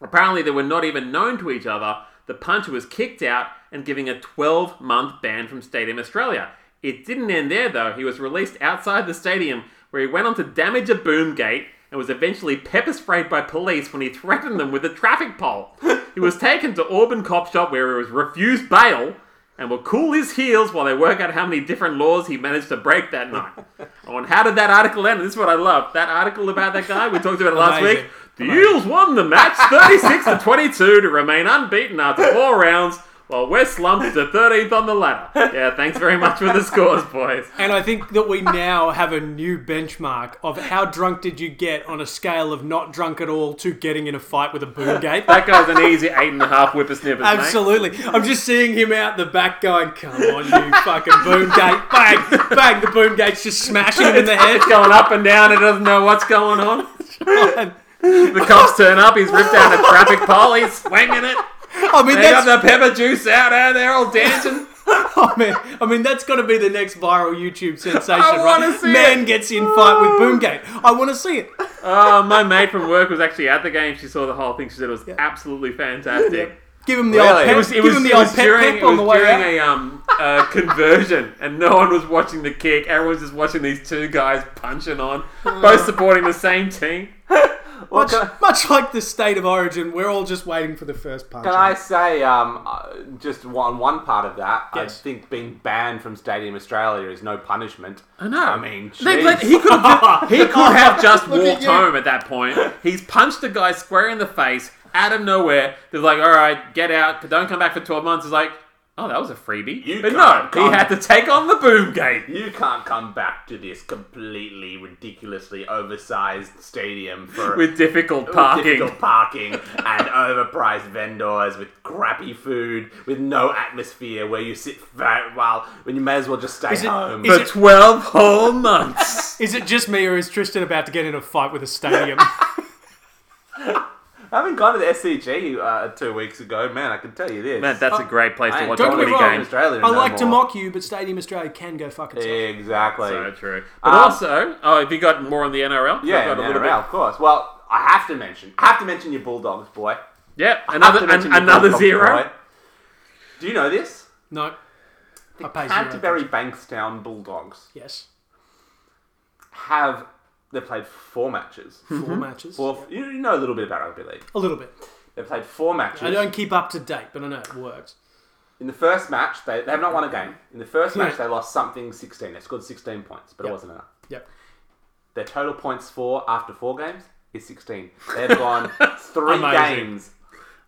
Speaker 3: Apparently, they were not even known to each other. The puncher was kicked out and giving a 12 month ban from Stadium Australia. It didn't end there, though. He was released outside the stadium where he went on to damage a boom gate and was eventually pepper sprayed by police when he threatened them with a traffic pole. <laughs> He was taken to Auburn Cop Shop where he was refused bail and will cool his heels while they work out how many different laws he managed to break that night. On how did that article end? This is what I love. That article about that guy, we talked about it last
Speaker 2: Amazing.
Speaker 3: week. The Eels won the match 36 to 22 to remain unbeaten after four rounds, while we're slumped to 13th on the ladder. Yeah, thanks very much for the scores, boys.
Speaker 2: And I think that we now have a new benchmark of how drunk did you get on a scale of not drunk at all to getting in a fight with a boom gate.
Speaker 3: That guy's an easy eight and a half whippersnippers, mate.
Speaker 2: Absolutely. I'm just seeing him out the back going, come on, you fucking boom gate. Bang, bang, the boom gate's just smashing him in the head.
Speaker 3: It's going up and down. It doesn't know what's going on. The cops turn up. He's ripped down a traffic pole. He's swinging it.
Speaker 2: I mean,
Speaker 3: They got
Speaker 2: that's,
Speaker 3: the pepper juice out, and they're all dancing.
Speaker 2: oh, man. I mean, that's got to be the next viral YouTube sensation,
Speaker 3: I wanna
Speaker 2: right?
Speaker 3: see
Speaker 2: man
Speaker 3: it.
Speaker 2: gets in fight with boom gate. I want to see it.
Speaker 3: Oh, my mate from work was actually at the game. She saw the whole thing. She said it was absolutely fantastic.
Speaker 2: Give him the
Speaker 1: Really?
Speaker 2: old pep,
Speaker 1: It
Speaker 3: It
Speaker 2: give
Speaker 3: was,
Speaker 2: him the
Speaker 3: it
Speaker 2: old
Speaker 3: was
Speaker 2: pep
Speaker 3: during,
Speaker 2: pep
Speaker 3: it
Speaker 2: on
Speaker 3: was
Speaker 2: the way
Speaker 3: during
Speaker 2: out.
Speaker 3: a um, uh, conversion, and no one was watching the kick. Everyone's just watching these two guys punching on, both supporting the same team.
Speaker 1: What
Speaker 2: Much,
Speaker 1: can,
Speaker 2: much like the state of origin, we're all just waiting for the first punch.
Speaker 1: can I say, um, uh, just on one part of that,
Speaker 2: Yes.
Speaker 1: I think being banned from Stadium Australia is no punishment.
Speaker 3: I know.
Speaker 1: I mean,
Speaker 3: They-
Speaker 1: jeez.
Speaker 3: like, he could <laughs> have, ju- he could have just
Speaker 2: Look at
Speaker 3: walked
Speaker 2: you.
Speaker 3: home at that point. He's punched the guy square in the face out of nowhere. They're like, "All right, get out. Don't come back for twelve months." He's like, "Oh, that was a freebie."
Speaker 1: You
Speaker 3: but no,
Speaker 1: can't
Speaker 3: he
Speaker 1: come-
Speaker 3: had to take on the boom gate.
Speaker 1: You can't come back to this completely ridiculously oversized stadium for
Speaker 3: <laughs> With difficult parking.
Speaker 1: difficult <laughs> parking and overpriced vendors with crappy food, with no atmosphere where you sit very well when you may as well just stay
Speaker 2: Is it-
Speaker 1: home.
Speaker 2: is
Speaker 3: for 12
Speaker 2: <laughs>
Speaker 3: whole months.
Speaker 2: Is it just me, or is Tristan about to get in a fight with a
Speaker 3: <laughs>
Speaker 2: stadium?
Speaker 1: Having gone to the SCG uh, two weeks ago, man, I can tell you this.
Speaker 3: Man, that's a great place to
Speaker 1: Oh, I-
Speaker 3: watch a
Speaker 1: don't
Speaker 2: get me
Speaker 3: footy
Speaker 2: wrong,
Speaker 3: game.
Speaker 1: Mr. Australian
Speaker 2: I
Speaker 1: no
Speaker 2: like to
Speaker 1: more.
Speaker 2: mock you, but Stadium Australia can go fuck itself.
Speaker 1: Exactly.
Speaker 3: So true. But
Speaker 1: Um,
Speaker 3: also, oh, have you got more on the NRL? I've
Speaker 1: yeah,
Speaker 3: got
Speaker 1: in NRL, of course. Well, I have to mention, I have to mention your Bulldogs, boy.
Speaker 3: Bit. Yeah,
Speaker 1: I have to
Speaker 3: another an,
Speaker 1: mention your
Speaker 3: another
Speaker 1: Bulldogs,
Speaker 3: zero.
Speaker 1: boy. Do you know this?
Speaker 2: No. I pay zero
Speaker 1: Canterbury
Speaker 2: attention.
Speaker 1: Bankstown Bulldogs
Speaker 2: Yes.
Speaker 1: have they played four matches.
Speaker 3: Hmm. Mm-hmm.
Speaker 2: Four matches.
Speaker 1: Four, you know a little bit about rugby league.
Speaker 2: A little bit.
Speaker 1: They played four matches.
Speaker 2: I don't keep up to date, but I know it works.
Speaker 1: In the first match, they, they have not won a game. In the first
Speaker 3: Hmm.
Speaker 1: match, they lost something 16. They scored 16 points, but
Speaker 2: Yep.
Speaker 1: it wasn't enough.
Speaker 2: Yep.
Speaker 1: Their total points for after four games is 16. They've
Speaker 3: <laughs>
Speaker 1: gone three
Speaker 2: Amazing.
Speaker 1: games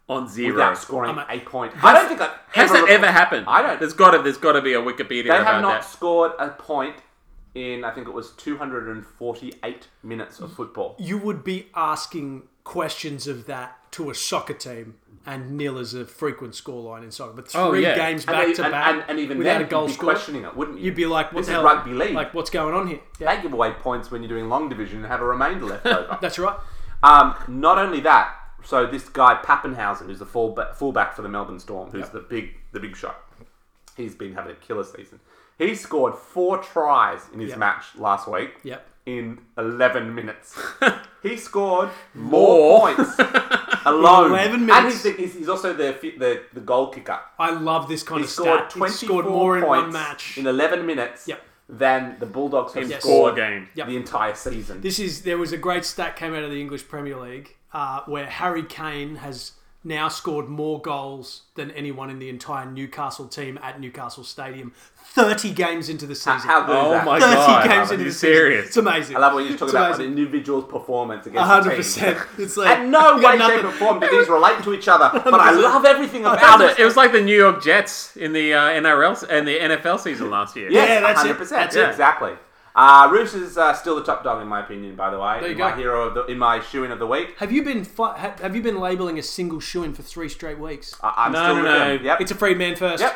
Speaker 3: On zero.
Speaker 1: without scoring
Speaker 2: I'm a-
Speaker 1: a point. I don't think I've
Speaker 3: Has
Speaker 1: ever
Speaker 3: that ever happened?
Speaker 1: I don't-
Speaker 3: There's got to there's got to be a Wikipedia
Speaker 1: They
Speaker 3: about
Speaker 1: have not
Speaker 3: that.
Speaker 1: scored a point in, I think it was 248 minutes of football.
Speaker 2: You would be asking questions of that to a soccer team, and nil is a frequent scoreline in soccer. But three
Speaker 3: Oh, yeah.
Speaker 2: games
Speaker 1: And
Speaker 2: back
Speaker 1: they-
Speaker 2: to
Speaker 1: and-
Speaker 2: back
Speaker 1: and, and even
Speaker 2: without
Speaker 1: then,
Speaker 2: a goal
Speaker 1: you'd be
Speaker 2: scored,
Speaker 1: questioning it, wouldn't you?
Speaker 2: you'd be like, what
Speaker 1: this
Speaker 2: the
Speaker 1: is
Speaker 2: hell?
Speaker 1: rugby league.
Speaker 2: Like, what's going on here? Yeah.
Speaker 1: they give away points when you're doing long division and have a remainder left
Speaker 2: <laughs>
Speaker 1: over.
Speaker 2: That's right.
Speaker 1: Um, not only that, so this guy Pappenhausen, who's the fullback, fullback for the Melbourne Storm, who's the big the big shot, he's been having a killer season. He scored four tries in his
Speaker 2: Yep.
Speaker 1: match last week.
Speaker 2: Yep.
Speaker 1: In 11
Speaker 2: <laughs>
Speaker 1: minutes, he scored
Speaker 3: More.
Speaker 1: more points alone.
Speaker 2: 11
Speaker 1: and
Speaker 2: minutes.
Speaker 1: he's, the, he's, he's also the, fi- the the goal kicker.
Speaker 2: I love this kind
Speaker 1: He
Speaker 2: of
Speaker 1: scored
Speaker 2: stat. He
Speaker 1: 24
Speaker 2: scored more
Speaker 1: points
Speaker 2: in one match.
Speaker 1: in 11 minutes
Speaker 2: Yep.
Speaker 1: than the Bulldogs have
Speaker 3: In
Speaker 1: scored
Speaker 3: four games.
Speaker 2: Yep.
Speaker 1: the entire season.
Speaker 2: This is there was a great stat came out of the English Premier League uh, where Harry Kane has now scored more goals than anyone in the entire Newcastle team at Newcastle Stadium. 30 games into the season.
Speaker 1: how good is
Speaker 3: Oh
Speaker 1: that?
Speaker 3: my
Speaker 2: 30
Speaker 3: god!
Speaker 2: games
Speaker 3: Are
Speaker 2: into
Speaker 3: you
Speaker 2: the season.
Speaker 3: serious?
Speaker 2: It's amazing.
Speaker 1: I love when you talk
Speaker 2: It's
Speaker 1: about
Speaker 2: amazing.
Speaker 1: an individual's performance against the
Speaker 2: hundred
Speaker 1: team.
Speaker 2: percent. It's like
Speaker 1: And no
Speaker 2: you
Speaker 1: way,
Speaker 2: got
Speaker 1: shape,
Speaker 2: nothing.
Speaker 1: or form do these relate to each other. But I love everything about
Speaker 3: That's what- It
Speaker 1: it.
Speaker 3: was like the New York Jets in the uh, NRL and the NFL season last year.
Speaker 1: Yes,
Speaker 2: Yeah, that's it.
Speaker 1: 100%.
Speaker 2: That's
Speaker 1: yeah,
Speaker 2: it.
Speaker 1: Exactly. Uh, Roos is uh, still the top dog in my opinion, by the way.
Speaker 2: There you
Speaker 1: in my
Speaker 2: go.
Speaker 1: hero of the, in my shoe in of the week.
Speaker 2: <laughs> Have you been fi- ha- have you been labeling a single shoe in for three straight weeks?
Speaker 1: I- I'm
Speaker 3: No,
Speaker 1: still
Speaker 3: no,
Speaker 1: with
Speaker 3: no.
Speaker 1: him. Uh, Yep.
Speaker 2: It's a free man first.
Speaker 1: yep.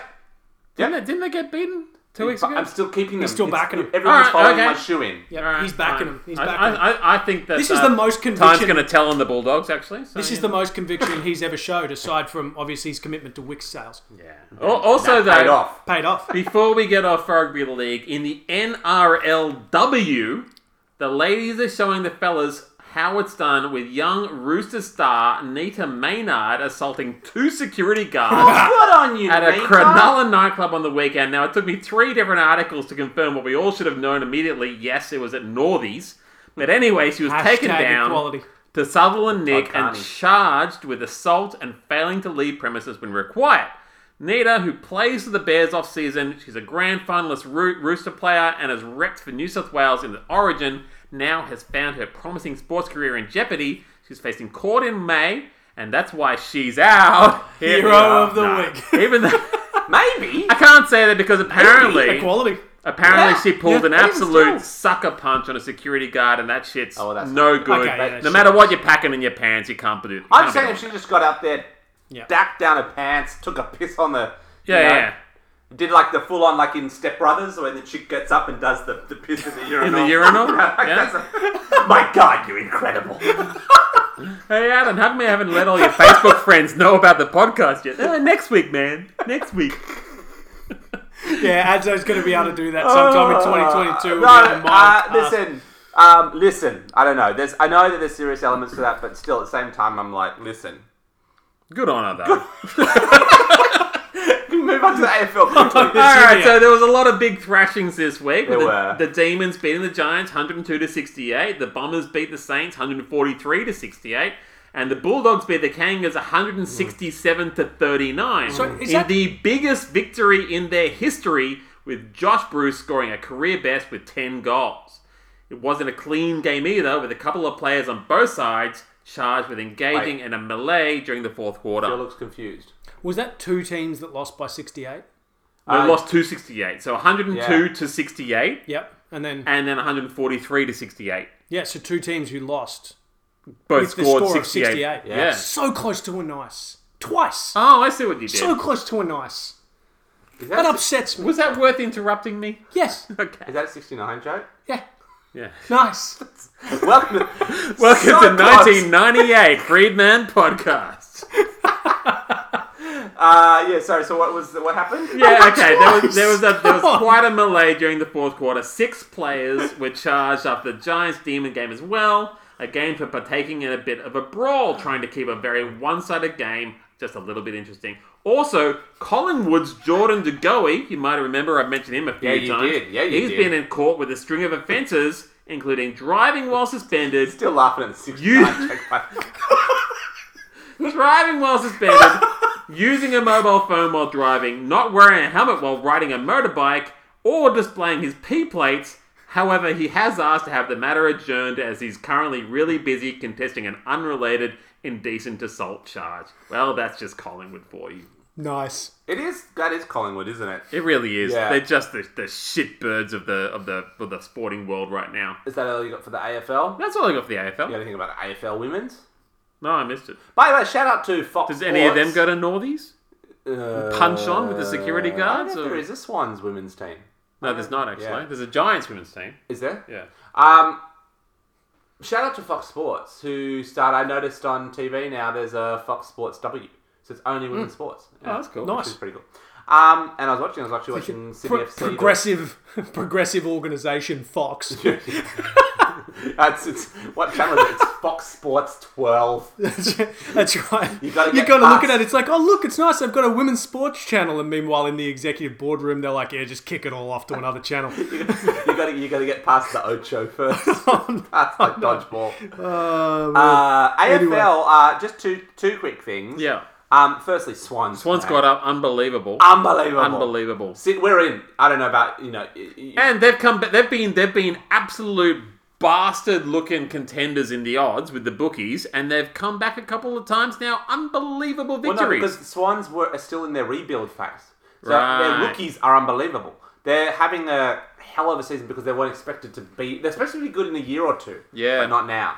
Speaker 3: Didn't, they, didn't they get beaten two weeks
Speaker 1: But
Speaker 3: ago?
Speaker 1: I'm still keeping him.
Speaker 2: still
Speaker 1: It's-
Speaker 2: backing him.
Speaker 1: Everyone's
Speaker 3: Alright,
Speaker 1: following
Speaker 3: okay.
Speaker 1: my shoe in.
Speaker 2: Yep,
Speaker 3: All right,
Speaker 2: he's backing
Speaker 3: fine.
Speaker 2: him. He's
Speaker 3: I-
Speaker 2: backing
Speaker 3: I,
Speaker 2: him.
Speaker 3: I, I think that
Speaker 2: This is
Speaker 3: uh,
Speaker 2: the most
Speaker 3: Time's
Speaker 2: conviction-
Speaker 3: going to tell on the Bulldogs, actually. So,
Speaker 2: This is the most conviction he's ever showed, aside from obviously his commitment to Wix sales.
Speaker 3: Yeah. Al- Also, though,
Speaker 1: Paid off.
Speaker 2: Paid off.
Speaker 3: before we get off rugby league, in the NRLW, the ladies are showing the fellas how it's done with young Rooster star Nita Maynard assaulting two security guards.
Speaker 1: Good on you,
Speaker 3: At a
Speaker 1: Mika.
Speaker 3: Cronulla nightclub on the weekend. Now, it took me three different articles to confirm what we all should have known immediately. Yes, it was at Northies. But anyway, she was taken
Speaker 2: Hashtag
Speaker 3: down
Speaker 2: equality.
Speaker 3: to Sutherland Nick
Speaker 1: Oh,
Speaker 3: and
Speaker 1: Carney.
Speaker 3: charged with assault and failing to leave premises when required. Nita, who plays for the Bears off season, she's a grand finalist Roo- Rooster player and is repped for New South Wales in the Origin, now has found her promising sports career in jeopardy. She's facing court in May, and that's why
Speaker 2: <laughs>
Speaker 3: she's out. Here
Speaker 2: Hero
Speaker 3: we are.
Speaker 2: of the
Speaker 3: Nah.
Speaker 2: week.
Speaker 3: Even though
Speaker 1: Maybe.
Speaker 3: I can't say that because
Speaker 2: <laughs>
Speaker 3: apparently
Speaker 2: <laughs> Equality.
Speaker 3: Apparently,
Speaker 1: Yeah.
Speaker 3: she pulled
Speaker 1: Yeah.
Speaker 3: an
Speaker 1: Even still.
Speaker 3: absolute sucker punch on a security guard, and that shit's
Speaker 1: Oh, well, that's
Speaker 3: no good.
Speaker 2: Okay, yeah,
Speaker 3: no
Speaker 2: shit.
Speaker 3: matter what you're packing in your pants, you can't do it.
Speaker 1: I'm saying if she just got out there,
Speaker 2: Yeah.
Speaker 1: dacked down her pants, took a piss on the. you
Speaker 3: Yeah,
Speaker 1: know,
Speaker 3: yeah.
Speaker 1: Did like the full on, like in Step Brothers, when the chick gets up and does the, the piss
Speaker 2: <laughs>
Speaker 1: in the urinal.
Speaker 3: In the urinal?
Speaker 1: Like,
Speaker 3: Yeah.
Speaker 1: that's a- <laughs> my God, you're incredible.
Speaker 3: Hey, Adam, how come you haven't let all your Facebook <laughs> friends know about the podcast yet? Uh, next week, man. Next week.
Speaker 2: Yeah, Adzo's going to be able to do that sometime
Speaker 1: <laughs>
Speaker 2: in 2022. We'll
Speaker 1: Uh, no,
Speaker 2: be able to
Speaker 1: uh,
Speaker 2: mile-
Speaker 1: listen. Um, listen, I don't know. There's, I know that there's serious elements to that, but still, at the same time, I'm like, listen. <laughs>
Speaker 3: Good on her, though.
Speaker 1: Can we move on to the
Speaker 3: <laughs>
Speaker 1: AFL quickly?
Speaker 3: All right,
Speaker 2: Virginia.
Speaker 3: so there was a lot of big thrashings this week.
Speaker 1: There
Speaker 3: with
Speaker 1: were.
Speaker 3: the, the Demons beating the Giants 102 to 68. The Bombers beat the Saints 143 to 68. And the Bulldogs beat the Kangas 167 to 39.
Speaker 2: So is
Speaker 3: in
Speaker 2: that-
Speaker 3: the biggest victory in their history, with Josh Bruce scoring a career best with 10 goals. It wasn't a clean game either, with a couple of players on both sides charged with engaging in a melee during the fourth quarter.
Speaker 1: Bill looks confused.
Speaker 2: was that two teams that lost by 68?
Speaker 3: They
Speaker 1: Uh,
Speaker 3: lost 268, so 102
Speaker 1: Yeah.
Speaker 3: to 68.
Speaker 2: Yep. And then,
Speaker 3: and then 143 to 68.
Speaker 2: yeah, so two teams who lost.
Speaker 3: Both
Speaker 2: With the
Speaker 3: scored
Speaker 2: score of
Speaker 3: 68.
Speaker 2: 68.
Speaker 3: Yeah.
Speaker 2: So close to a nice. Twice.
Speaker 3: Oh, I see what you did.
Speaker 2: so close to a nice.
Speaker 1: Is
Speaker 2: That
Speaker 1: that, si-
Speaker 2: upsets me.
Speaker 3: was that worth interrupting me?
Speaker 2: Yes.
Speaker 3: Okay.
Speaker 1: is that a 69 joke?
Speaker 2: Yeah.
Speaker 3: Yeah.
Speaker 2: Nice.
Speaker 1: Welcome to,
Speaker 3: Welcome
Speaker 1: So
Speaker 3: to
Speaker 1: close.
Speaker 3: 1998 Freedman Podcast.
Speaker 1: Uh, yeah, sorry. So what was what happened?
Speaker 3: Yeah, okay. There was there was a, there
Speaker 2: Come
Speaker 3: was
Speaker 2: on.
Speaker 3: quite a melee during the fourth quarter. Six players were charged after the Giants Demon game as well. A game for partaking in a bit of a brawl, trying to keep a very one-sided game just a little bit interesting. Also, Collingwood's Jordan De Goey, you might remember I mentioned him a few
Speaker 1: Yeah, you
Speaker 3: times.
Speaker 1: did. Yeah, you
Speaker 3: He's
Speaker 1: did.
Speaker 3: been in court with a string of offences, including driving while suspended,
Speaker 1: Still laughing at the 69 joke. but-
Speaker 3: driving
Speaker 1: <laughs>
Speaker 3: while suspended, using a mobile phone while driving, not wearing a helmet while riding a motorbike, or displaying his P plates. However, he has asked to have the matter adjourned as he's currently really busy contesting an unrelated indecent assault charge. Well, that's just Collingwood for you.
Speaker 2: Nice.
Speaker 1: It is that is Collingwood, isn't it?
Speaker 3: It really is.
Speaker 1: Yeah.
Speaker 3: They're just the, the shitbirds of the of the of the sporting world right now.
Speaker 1: Is that all you got for the AFL? You
Speaker 3: That's all I got for the AFL.
Speaker 1: got anything about AFL women's?
Speaker 3: No, I missed it.
Speaker 1: By the way, shout out to Fox.
Speaker 3: Does any of them go to Northies?
Speaker 1: to
Speaker 3: punch on with the security
Speaker 1: Uh, I don't
Speaker 3: guards?
Speaker 1: know if
Speaker 3: or-
Speaker 1: there is a Swans women's team.
Speaker 3: No, there's not actually.
Speaker 1: Yeah.
Speaker 3: There's a Giants women's team.
Speaker 1: Is there?
Speaker 3: Yeah.
Speaker 1: Um, shout out to Fox Sports, who start. I noticed on TV now there's a Fox Sports W, so it's only women's sports. Yeah.
Speaker 3: Mm. Oh, that's cool.
Speaker 1: Which
Speaker 2: Nice.
Speaker 1: is pretty cool. Um, and I was watching. I
Speaker 2: <laughs>
Speaker 1: was actually watching Sydney
Speaker 2: Pro-
Speaker 1: FC.
Speaker 2: progressive progressive organization Fox.
Speaker 1: That's it's what channel is it? It's Fox Sports
Speaker 3: <laughs>
Speaker 1: 12.
Speaker 2: <laughs> That's right. You
Speaker 1: gotta
Speaker 2: you
Speaker 1: get
Speaker 2: gotta look
Speaker 1: past.
Speaker 2: at it. It's like, oh look, it's nice. I've got a women's sports channel, and meanwhile, in the executive boardroom, they're like, yeah, just kick it all off to another channel.
Speaker 1: you got to you got to get past the Ocho
Speaker 3: <laughs>
Speaker 1: first.
Speaker 3: Oh,
Speaker 1: That's like dodgeball.
Speaker 2: Uh,
Speaker 1: Uh,
Speaker 2: Anyway.
Speaker 1: AFL. Uh, just two two quick things.
Speaker 3: Yeah.
Speaker 1: Um. Firstly, Swans.
Speaker 3: Swans
Speaker 1: mate.
Speaker 3: got up. Unbelievable.
Speaker 1: Unbelievable.
Speaker 3: Unbelievable.
Speaker 1: See, we're in. I don't know about you know. y- y-
Speaker 3: And they've come. ba- They've been. They've been absolute bastard-looking contenders in the odds with the bookies, and they've come back a couple of times now. Unbelievable
Speaker 1: well, no,
Speaker 3: victories.
Speaker 1: because Swans were are still in their rebuild phase. So
Speaker 3: Right.
Speaker 1: their rookies are unbelievable. They're having a hell of a season because they weren't expected to be. They're supposed to be good in a year or two.
Speaker 3: Yeah. Hmm.
Speaker 1: But not now.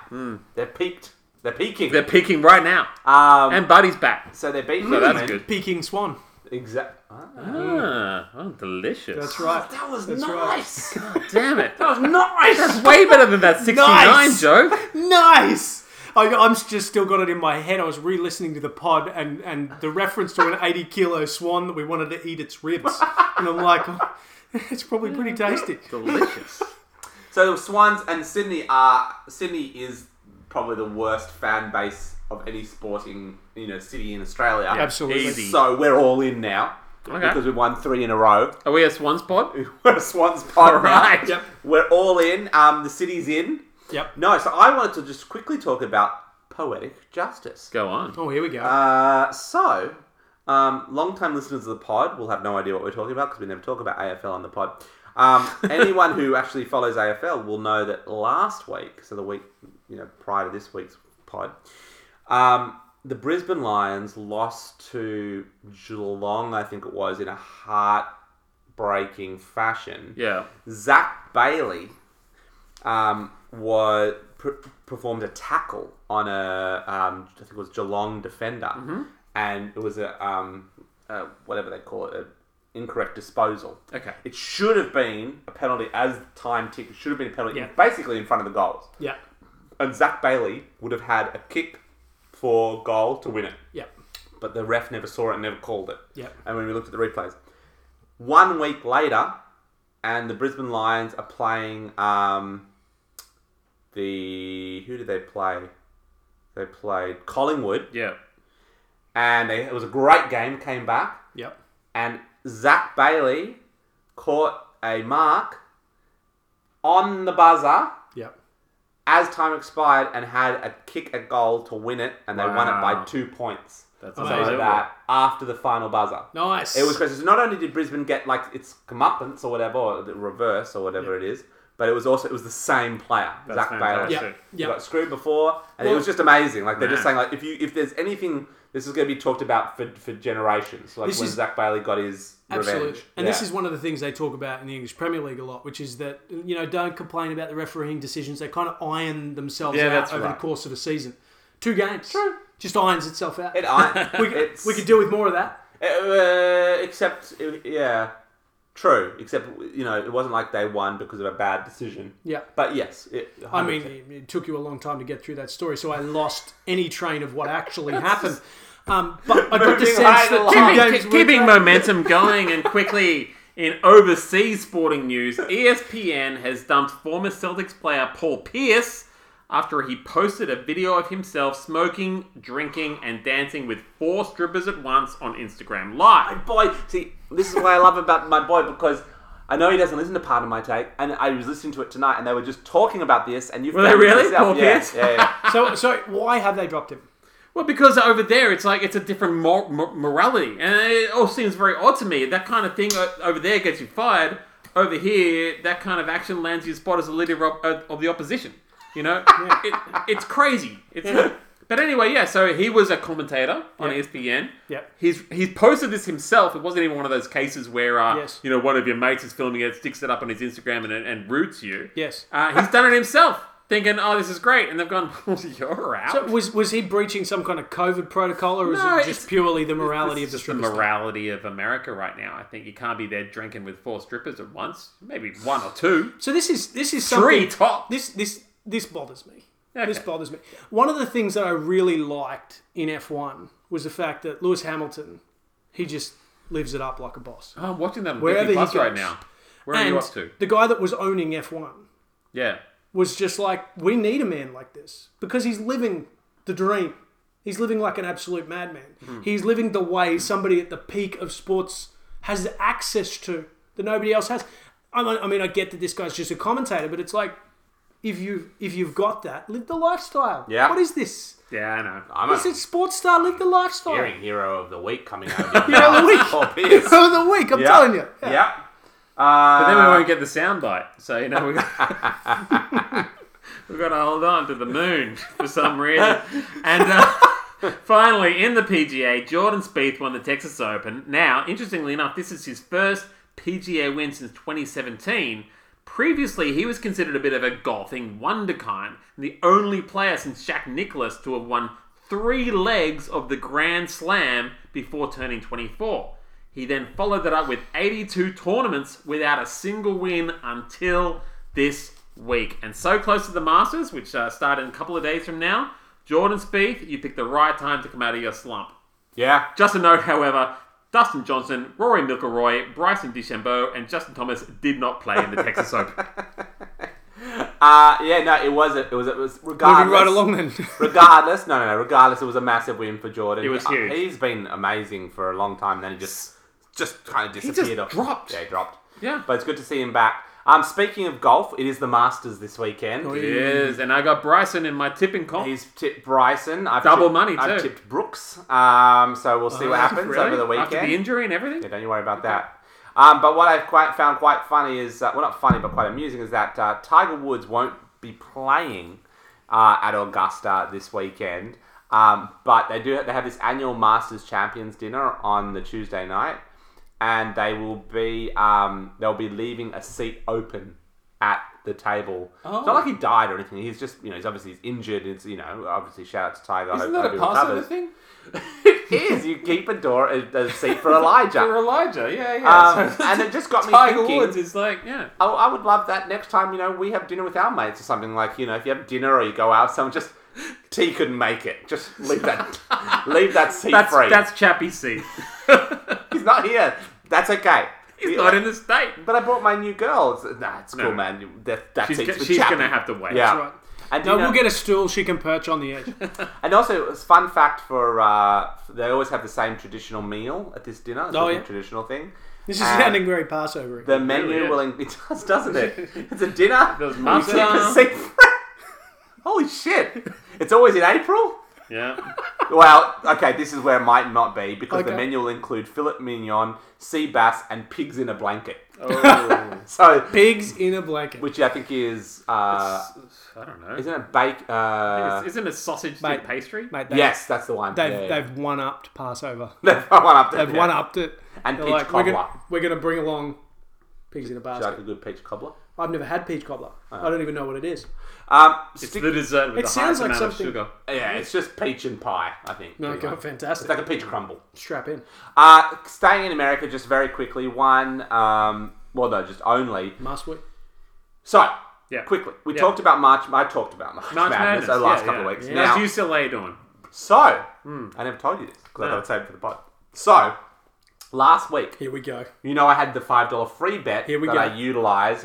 Speaker 1: They're peaked. They're peaking.
Speaker 3: they're peaking right now,
Speaker 1: um.
Speaker 3: and Buddy's back.
Speaker 1: so they're beating.
Speaker 3: So that's
Speaker 1: them,
Speaker 3: good.
Speaker 2: Peking Swan.
Speaker 1: Exact. Hmm.
Speaker 3: Ah, oh, delicious.
Speaker 2: That's right.
Speaker 1: That was
Speaker 2: That's right.
Speaker 1: nice.
Speaker 3: Damn it.
Speaker 1: <laughs> That was nice.
Speaker 3: That's <laughs> way better than that 69
Speaker 2: Nice.
Speaker 1: <laughs>
Speaker 3: joke.
Speaker 2: Nice. I, I'm just still got it in my head. I was re-listening to the pod and, and the reference to an 80 kilo swan that we wanted to eat its
Speaker 1: <laughs>
Speaker 2: ribs, and I'm like, <laughs> oh, it's probably pretty tasty.
Speaker 3: Delicious.
Speaker 1: So Swans and Sydney are Sydney is probably the worst fan base of any sporting you know city in Australia.
Speaker 2: Absolutely.
Speaker 3: Easy.
Speaker 1: So we're all in now
Speaker 3: Okay.
Speaker 1: because we won three in a row.
Speaker 3: Are we a Swans pod?
Speaker 1: <laughs> We're a Swans pod
Speaker 3: <laughs> All
Speaker 1: now.
Speaker 3: right. Yep.
Speaker 1: We're all in. Um, the city's in.
Speaker 2: Yep.
Speaker 1: No, so I wanted to just quickly talk about poetic justice.
Speaker 3: Go on.
Speaker 2: Oh, here we go.
Speaker 1: Uh, so, um, long-time listeners of the pod will have no idea what we're talking about because we never talk about AFL on the pod.
Speaker 3: <laughs>
Speaker 1: Um, anyone who actually follows AFL will know that last week, so the week you know prior to this week's pod, um, the Brisbane Lions lost to Geelong, I think it was, in a heartbreaking fashion.
Speaker 3: Yeah.
Speaker 1: Zach Bailey um, was per performed a tackle on a um, I think it was Geelong defender, and it was a, um, a whatever they call it, an incorrect disposal.
Speaker 3: Okay.
Speaker 1: It should have been a penalty as time ticked. It should have been a penalty,
Speaker 2: Yeah.
Speaker 1: basically in front of the goals.
Speaker 2: yeah.
Speaker 1: And Zach Bailey would have had a kick for goal to win it
Speaker 2: Yeah.
Speaker 1: but the ref never saw it and never called it.
Speaker 2: Yep.
Speaker 1: And when we looked at the replays, one week later, and the Brisbane Lions are playing um, the who did they play? They played Collingwood,
Speaker 3: Yeah.
Speaker 1: and they, it was a great game. Came back,
Speaker 2: Yep.
Speaker 1: and Zach Bailey caught a mark on the buzzer
Speaker 2: Yep.
Speaker 1: as time expired and had a kick a goal to win it, and they won it by
Speaker 3: Wow.
Speaker 1: two points.
Speaker 3: That's
Speaker 1: Something
Speaker 3: amazing.
Speaker 1: like that after the final buzzer.
Speaker 2: Nice.
Speaker 1: It was crazy. So not only did Brisbane get like its comeuppance or whatever, or the reverse or whatever it is, but it was also it was the same player, Zach Bailey.
Speaker 3: fantastic.
Speaker 2: Yeah.
Speaker 1: You
Speaker 2: Yeah.
Speaker 1: got screwed before, and it
Speaker 2: Well-
Speaker 1: was just amazing. Like they're just
Speaker 3: Man.
Speaker 1: saying, like if you if there's anything, this is going to be talked about for, for generations. Like
Speaker 2: This
Speaker 1: when
Speaker 2: is-
Speaker 1: Zach Bailey got his
Speaker 2: Absolutely.
Speaker 1: revenge,
Speaker 2: And this
Speaker 1: Yeah.
Speaker 2: is one of the things they talk about in the English Premier League a lot, which is that, you know, don't complain about the refereeing decisions. They kind of iron themselves
Speaker 3: Yeah,
Speaker 2: out
Speaker 3: that's
Speaker 2: over
Speaker 1: right.
Speaker 2: the course of a season. Two games. Just irons itself
Speaker 1: <laughs>
Speaker 2: out.
Speaker 1: it. I,
Speaker 2: <laughs> we, could,
Speaker 1: it's,
Speaker 2: we could deal with more of that.
Speaker 1: Uh, except, uh, yeah, true. Except, you know, it wasn't like they won because of a bad decision.
Speaker 2: Yeah.
Speaker 1: But yes, it,
Speaker 2: I mean, it, it took you a long time to get through that story, so I lost any train of what
Speaker 3: <laughs>
Speaker 2: actually happened. Um, but I got the
Speaker 1: Moving
Speaker 2: sense
Speaker 1: right
Speaker 2: that
Speaker 1: along.
Speaker 2: two
Speaker 3: Keeping,
Speaker 2: games
Speaker 3: keep-
Speaker 2: were
Speaker 3: keeping
Speaker 2: great.
Speaker 3: momentum going and quickly in overseas sporting news, E ESPN has dumped former Celtics player Paul Pierce after he posted a video of himself smoking, drinking, and dancing with four strippers at once on Instagram Live.
Speaker 1: boy. See, this is what I love about my boy because I know he doesn't listen to part of my take, and I was listening to it tonight, and they were just talking about this, and you
Speaker 3: Were they
Speaker 1: found it
Speaker 3: really?
Speaker 1: yourself.
Speaker 3: Paul
Speaker 1: yeah,
Speaker 3: Pierce?
Speaker 1: Yeah, yeah.
Speaker 2: So, so why have they dropped him?
Speaker 3: Well, because over there, it's like it's a different mor- mor- morality, and it all seems very odd to me. That kind of thing o- over there gets you fired. Over here, that kind of action lands you a spot as a leader of, of, of the opposition.
Speaker 2: <laughs>
Speaker 3: You know, it, it's crazy. It's <laughs> but anyway, yeah. So he was a commentator on E
Speaker 2: Yep.
Speaker 3: ESPN.
Speaker 2: Yep.
Speaker 3: He's he's posted this himself. It wasn't even one of those cases where uh,
Speaker 2: Yes.
Speaker 3: you know one of your mates is filming it, sticks it up on his Instagram, and and roots you.
Speaker 2: Yes.
Speaker 3: Uh, he's done it himself, thinking, "Oh, this is great," and they've gone, <laughs> "You're out."
Speaker 2: So was was he breaching some kind of COVID protocol, or is
Speaker 3: No,
Speaker 2: it
Speaker 3: it's-
Speaker 2: just purely the morality
Speaker 3: It's
Speaker 2: of the
Speaker 3: just the
Speaker 2: stripper? stuff?
Speaker 3: morality of America right now. I think you can't be there drinking with four strippers at once. Maybe one or two.
Speaker 2: So this is this is
Speaker 3: Three
Speaker 2: something-
Speaker 3: top.
Speaker 2: This this this bothers me.
Speaker 3: Okay.
Speaker 2: This bothers me. One of the things that I really liked in F one was the fact that Lewis Hamilton, he just lives it up like a boss.
Speaker 3: Oh, I'm watching that on
Speaker 2: Wherever
Speaker 3: Disney
Speaker 2: he
Speaker 3: Plus right
Speaker 2: goes.
Speaker 3: now. Where are
Speaker 2: and
Speaker 3: you up to?
Speaker 2: the guy that was owning F one
Speaker 3: Yeah.
Speaker 2: was just like, we need a man like this because he's living the dream. He's living like an absolute madman.
Speaker 1: Hmm.
Speaker 2: He's living the way somebody at the peak of sports has access to that nobody else has. I mean, I mean, I get that this guy's just a commentator, but it's like, if you if you've got that, live the lifestyle.
Speaker 1: Yeah.
Speaker 2: What is this?
Speaker 3: Yeah, I know.
Speaker 1: <laughs> I'm
Speaker 2: This
Speaker 1: a
Speaker 2: is sports star. Live the lifestyle.
Speaker 1: hearing hero of the week coming
Speaker 2: <laughs>
Speaker 1: out. of
Speaker 2: Hero of the week.
Speaker 1: Paul Pierce.
Speaker 2: <laughs> Hero <laughs> of the week. I'm
Speaker 1: Yeah.
Speaker 2: telling you.
Speaker 1: Yeah.
Speaker 3: But
Speaker 1: Uh,
Speaker 3: then we won't get the sound bite, so you know we got, <laughs> we've got to hold on to the moon for some reason. And uh, finally, in the PGA, Jordan Spieth won the Texas Open. Now, interestingly enough, this is his first PGA win since 2017. Previously, he was considered a bit of a golfing wonderkind, and the only player since Jack Nicklaus to have won three legs of the Grand Slam before turning 24. He then followed that up with 82 tournaments without a single win until this week. And so close to the Masters, which uh, start in a couple of days from now, Jordan Spieth, you picked the right time to come out of your slump.
Speaker 1: yeah.
Speaker 3: Just a note, however, Dustin Johnson, Rory McIlroy, Bryson DeChambeau, and Justin Thomas did not play in the Texas
Speaker 1: <laughs>
Speaker 3: Open.
Speaker 1: Uh, yeah. No, it was. It was. It was. Regardless.
Speaker 2: Moving right along
Speaker 1: <laughs>
Speaker 2: then.
Speaker 1: regardless, no, no, no. Regardless, it was a massive win for Jordan.
Speaker 3: It was
Speaker 1: He-
Speaker 3: huge.
Speaker 1: He's been amazing for a long time. Then he just, just kind of
Speaker 3: just
Speaker 1: disappeared. off.
Speaker 3: dropped.
Speaker 1: Yeah, he dropped.
Speaker 3: Yeah.
Speaker 1: But it's good to see him back. Um, speaking of golf, it is the Masters this weekend.
Speaker 3: Oh, yes, and I got Bryson in my tipping comp.
Speaker 1: He's tipped Bryson. I've
Speaker 3: Double
Speaker 1: tipped-
Speaker 3: money,
Speaker 1: I've
Speaker 3: too. Oh,
Speaker 1: tipped Brooks. Um, so we'll see what happens
Speaker 3: Really?
Speaker 1: over the weekend.
Speaker 3: After the injury and everything?
Speaker 1: Yeah, don't you worry about that. Um, but what I've quite found quite funny is, uh, well, not funny, but quite amusing, is that uh, Tiger Woods won't be playing uh, at Augusta this weekend. Um, but they do they have this annual Masters Champions dinner on the Tuesday night, and they will be um, they'll be leaving a seat open at the table. It's not like
Speaker 3: Oh.
Speaker 1: he died or anything. He's just you know he's obviously he's injured. It's you know obviously shout out to Tiger. I
Speaker 3: Isn't
Speaker 1: hope-
Speaker 3: that
Speaker 1: hope
Speaker 3: a
Speaker 1: he
Speaker 3: Passover
Speaker 1: recovers.
Speaker 3: thing?
Speaker 1: It is. You keep a door a, a seat
Speaker 3: <laughs>
Speaker 1: for Elijah.
Speaker 3: For Elijah, yeah, yeah.
Speaker 1: Um,
Speaker 3: <laughs>
Speaker 1: and it just got me
Speaker 3: Tiger
Speaker 1: thinking.
Speaker 3: Woods is like, yeah.
Speaker 1: I, I would love that next time, you know, we have dinner with our mates or something. Like, you know, if you have dinner or you go out, someone just T couldn't make it. Just leave
Speaker 3: <laughs>
Speaker 1: that, leave that seat
Speaker 3: That's
Speaker 1: free.
Speaker 3: that's Chappie <laughs> C.
Speaker 1: He's not here. That's okay.
Speaker 3: He's not in the state.
Speaker 1: But I brought my new girl. It's- Nah, it's
Speaker 3: No.
Speaker 1: cool, man. You- That, that
Speaker 3: She's,
Speaker 1: seat's
Speaker 3: go-
Speaker 1: for
Speaker 3: she's
Speaker 1: Chappie.
Speaker 3: gonna have to wait.
Speaker 1: Yeah.
Speaker 2: right.
Speaker 1: And
Speaker 2: No,
Speaker 1: you know-
Speaker 2: we'll get a stool she can perch on the
Speaker 1: <laughs>
Speaker 2: edge.
Speaker 1: And also, it was fun fact for uh, they always have the same traditional meal at this dinner. It's
Speaker 2: Oh,
Speaker 1: like a
Speaker 2: yeah.
Speaker 1: traditional thing.
Speaker 2: This is
Speaker 1: And-
Speaker 2: sounding very Passover.
Speaker 1: The menu
Speaker 3: really is.
Speaker 1: will in- <laughs> it does, doesn't
Speaker 3: <laughs>
Speaker 1: it? It's a dinner.
Speaker 3: There's
Speaker 1: You
Speaker 3: mutton.
Speaker 1: keep a seat free. <laughs> Holy shit! It's always in April.
Speaker 3: Yeah.
Speaker 1: Well, okay, this is where it might not be because the
Speaker 2: Okay.
Speaker 1: menu will include fillet mignon, sea bass, and pigs in a blanket.
Speaker 3: <laughs> Oh.
Speaker 1: <laughs> So,
Speaker 2: Pigs in a blanket.
Speaker 1: which I think is uh,
Speaker 3: I don't know.
Speaker 1: isn't it bake? Uh,
Speaker 3: Is- Isn't it sausage
Speaker 2: Mate.
Speaker 3: and pastry?
Speaker 2: Mate, they've,
Speaker 1: yes, that's the one.
Speaker 2: they've,
Speaker 1: yeah, yeah.
Speaker 2: they've one upped Passover.
Speaker 1: <laughs> They've one up.
Speaker 2: They've one upped it.
Speaker 1: And
Speaker 2: They're
Speaker 1: peach
Speaker 2: we're
Speaker 1: cobbler.
Speaker 2: gonna, we're gonna bring along pigs in a basket.
Speaker 1: Like a good peach cobbler.
Speaker 2: I've never had peach cobbler.
Speaker 1: Uh-huh.
Speaker 2: I don't even know what it is.
Speaker 1: Um,
Speaker 3: It's
Speaker 1: stick-
Speaker 3: the dessert with
Speaker 2: It
Speaker 3: the
Speaker 2: sounds
Speaker 3: highest
Speaker 2: like
Speaker 3: amount
Speaker 2: something-
Speaker 3: of sugar.
Speaker 1: yeah, it's just peach and pie. I think.
Speaker 2: No,
Speaker 1: pretty
Speaker 2: God,
Speaker 1: much. It's
Speaker 2: fantastic.
Speaker 1: like a peach crumble.
Speaker 2: Strap in.
Speaker 1: Uh, staying in America, just very quickly. One, um, well, no, just only.
Speaker 2: Must we?
Speaker 1: So,
Speaker 3: Yeah.
Speaker 1: quickly, we
Speaker 3: Yeah.
Speaker 1: talked about March. I talked about March,
Speaker 3: March
Speaker 1: Madness,
Speaker 3: Madness.
Speaker 1: the last
Speaker 3: yeah,
Speaker 1: couple
Speaker 3: yeah.
Speaker 1: of weeks.
Speaker 3: Yeah.
Speaker 1: Now,
Speaker 3: How's UCLA doing?
Speaker 1: so
Speaker 3: Hmm.
Speaker 1: I never told you this because I
Speaker 3: No.
Speaker 1: got it saved for the pod. So, last week,
Speaker 2: Here we go.
Speaker 1: you know, I had the five dollar free bet
Speaker 2: Here we
Speaker 1: that
Speaker 2: go.
Speaker 1: I utilized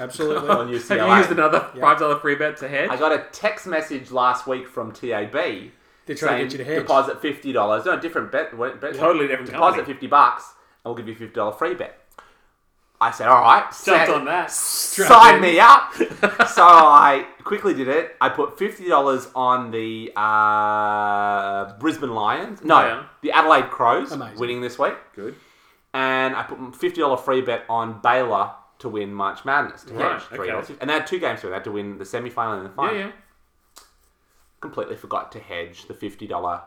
Speaker 1: <laughs>
Speaker 2: Absolutely.
Speaker 1: on
Speaker 3: Have
Speaker 1: UCLA.
Speaker 3: <laughs> you used another five dollar free bet to hedge?
Speaker 1: I got a text message last week from TAB.
Speaker 2: They're trying to
Speaker 1: saying
Speaker 2: get you to hedge.
Speaker 1: Deposit fifty dollars. No, different bet. what- bet
Speaker 3: Totally different
Speaker 1: Deposit
Speaker 3: company.
Speaker 1: fifty bucks, and we'll give you a fifty dollar free bet. I said, all right,
Speaker 3: Jumped
Speaker 1: set-
Speaker 3: on that.
Speaker 1: sign me
Speaker 3: <laughs>
Speaker 1: up. so I quickly did it. I put fifty dollars on the uh, Brisbane Lions. No,
Speaker 3: Yeah.
Speaker 1: the Adelaide Crows
Speaker 2: Amazing.
Speaker 1: winning this week,
Speaker 3: Good.
Speaker 1: and I put fifty dollar free bet on Baylor to win March Madness. To
Speaker 3: Right,
Speaker 1: hedge three dollars,
Speaker 3: okay.
Speaker 1: and they had two games to win. They had to win the semi final and the
Speaker 3: Yeah,
Speaker 1: final.
Speaker 3: yeah.
Speaker 1: Completely forgot to hedge the fifty dollar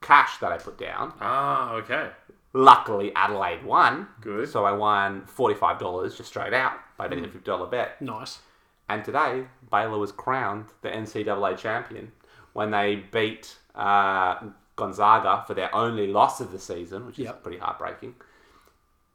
Speaker 1: cash that I put down.
Speaker 3: Ah, okay.
Speaker 1: Luckily, Adelaide won.
Speaker 3: Good.
Speaker 1: So I won forty-five dollars just straight out by betting a fifty-dollar bet.
Speaker 2: Nice. <laughs>
Speaker 1: And today, Baylor was crowned the NCAA champion when they beat uh, Gonzaga for their only loss of the season, which is
Speaker 2: Yep.
Speaker 1: pretty heartbreaking.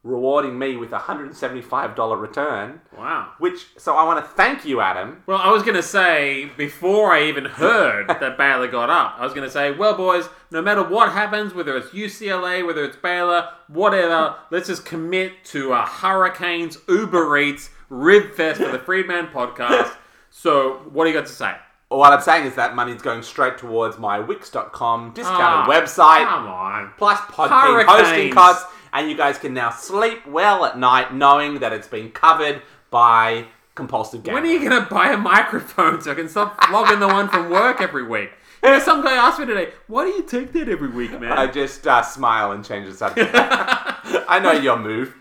Speaker 1: Rewarding me with a hundred seventy-five dollar return,
Speaker 3: Wow.
Speaker 1: which so I want to thank you, Adam.
Speaker 3: Well, I was going to say before I even heard that Baylor got up, I was going to say, well, boys, no matter what happens, whether it's UCLA, whether it's Baylor, whatever, let's just commit to uh, Hurricanes, Uber Eats, Rib Fest for the Freedman podcast. So, what do you got to say?
Speaker 1: What I'm saying is that money's going straight towards my Wix.com discounted
Speaker 3: Ah,
Speaker 1: website,
Speaker 3: Come on.
Speaker 1: plus Podbean
Speaker 3: Hurricanes.
Speaker 1: hosting costs, and you guys can now sleep well at night knowing that it's been covered by compulsive gaming.
Speaker 3: When are you going to buy a microphone so I can stop flogging the one from work every week? You know, some guy asked me today, why do you take that every week, man?
Speaker 1: I just uh, smile and change the
Speaker 3: <laughs>
Speaker 1: subject. I know your move.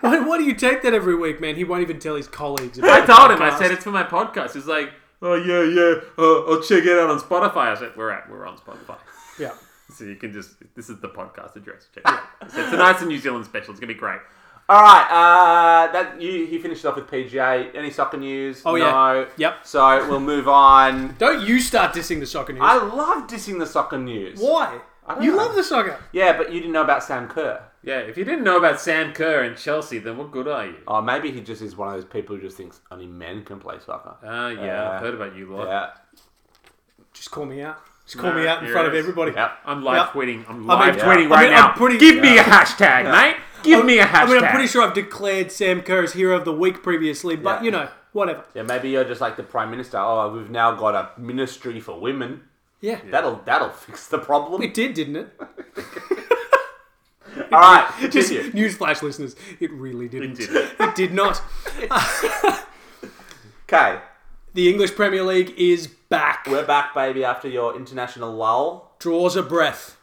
Speaker 2: Why, why do you take that every week, man? He won't even tell his colleagues. About
Speaker 3: I
Speaker 2: the
Speaker 3: told him, I
Speaker 2: podcast.
Speaker 3: said it's for my podcast. He's like, oh, yeah, yeah, uh, I'll check it out on Spotify. I said, we're at, we're on Spotify. <laughs>
Speaker 2: Yeah.
Speaker 3: So you can just, this is the podcast address. Check it out. I said, It's a nice and New Zealand special. It's going to be great.
Speaker 1: All right, uh, that you he finished off with PGA. Any soccer news? no.
Speaker 2: Oh, yeah. Yep.
Speaker 1: So we'll move on.
Speaker 2: Don't you start dissing the soccer news.
Speaker 1: I love dissing the soccer news.
Speaker 2: Why?
Speaker 1: I don't
Speaker 2: You
Speaker 1: know.
Speaker 2: love the soccer.
Speaker 1: Yeah, but you didn't know about Sam Kerr.
Speaker 3: Yeah, if you didn't know about Sam Kerr and Chelsea, then what good are you?
Speaker 1: Oh, maybe he just is one of those people who just thinks only men can play soccer.
Speaker 3: Uh, yeah, I've heard about you lot.
Speaker 1: Yeah.
Speaker 2: Just call me out. Just call
Speaker 3: No,
Speaker 2: me out in
Speaker 3: here
Speaker 2: front
Speaker 3: it
Speaker 2: of
Speaker 3: is.
Speaker 2: everybody.
Speaker 1: Yep.
Speaker 3: I'm live
Speaker 2: Yeah.
Speaker 3: tweeting. I'm
Speaker 2: I
Speaker 3: live
Speaker 2: mean, yeah.
Speaker 3: tweeting
Speaker 2: I
Speaker 3: right
Speaker 2: mean,
Speaker 3: now.
Speaker 2: I'm pretty-
Speaker 3: Give me a hashtag, mate. Give me a
Speaker 2: I
Speaker 3: hashtag.
Speaker 2: mean, I'm
Speaker 3: <laughs>
Speaker 2: pretty sure I've declared Sam Kerr as hero of the week previously, but
Speaker 1: Yeah.
Speaker 2: you know, whatever.
Speaker 1: Yeah, maybe you're just like the prime minister. Oh, we've now got a ministry for women.
Speaker 2: Yeah.
Speaker 1: That'll that'll <laughs> fix the problem.
Speaker 2: <laughs> It did, didn't it?
Speaker 1: All right,
Speaker 2: Just
Speaker 1: continue.
Speaker 2: <laughs> newsflash, listeners, it really didn't. It,
Speaker 3: didn't.
Speaker 2: did not.
Speaker 1: Okay,
Speaker 2: The English Premier League is back.
Speaker 1: we're back, baby, after your international lull.
Speaker 2: Draws a breath.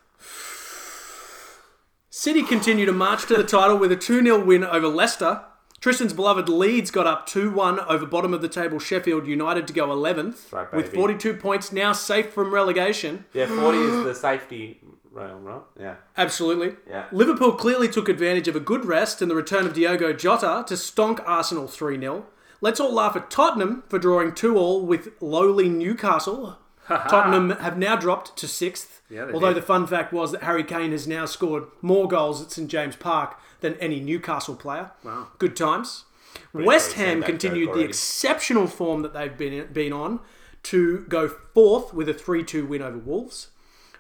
Speaker 2: City continue to march to the title with a 2 0 win over Leicester. Tristan's beloved Leeds got up 2 1 over bottom of the table Sheffield United to go 11th,
Speaker 1: right,
Speaker 2: with
Speaker 1: baby.
Speaker 2: 42 points now safe from relegation.
Speaker 1: Yeah, forty is
Speaker 2: <gasps>
Speaker 1: the safety rail, right? Yeah.
Speaker 2: Absolutely.
Speaker 1: Yeah.
Speaker 2: Liverpool clearly took advantage of a good rest and the return of Diogo Jota to stonk Arsenal 3 0. Let's all laugh at Tottenham for drawing 2 all with lowly Newcastle. Tottenham have now dropped to sixth.
Speaker 3: they
Speaker 2: although
Speaker 3: did.
Speaker 2: the fun fact was that Harry Kane has now scored more goals at St James Park than any Newcastle player. Wow. Good times. West
Speaker 1: seen
Speaker 2: Ham
Speaker 1: that
Speaker 2: continued
Speaker 1: joke
Speaker 2: the
Speaker 1: already.
Speaker 2: exceptional form that they've been, been on to go fourth with a 3 2 win over Wolves.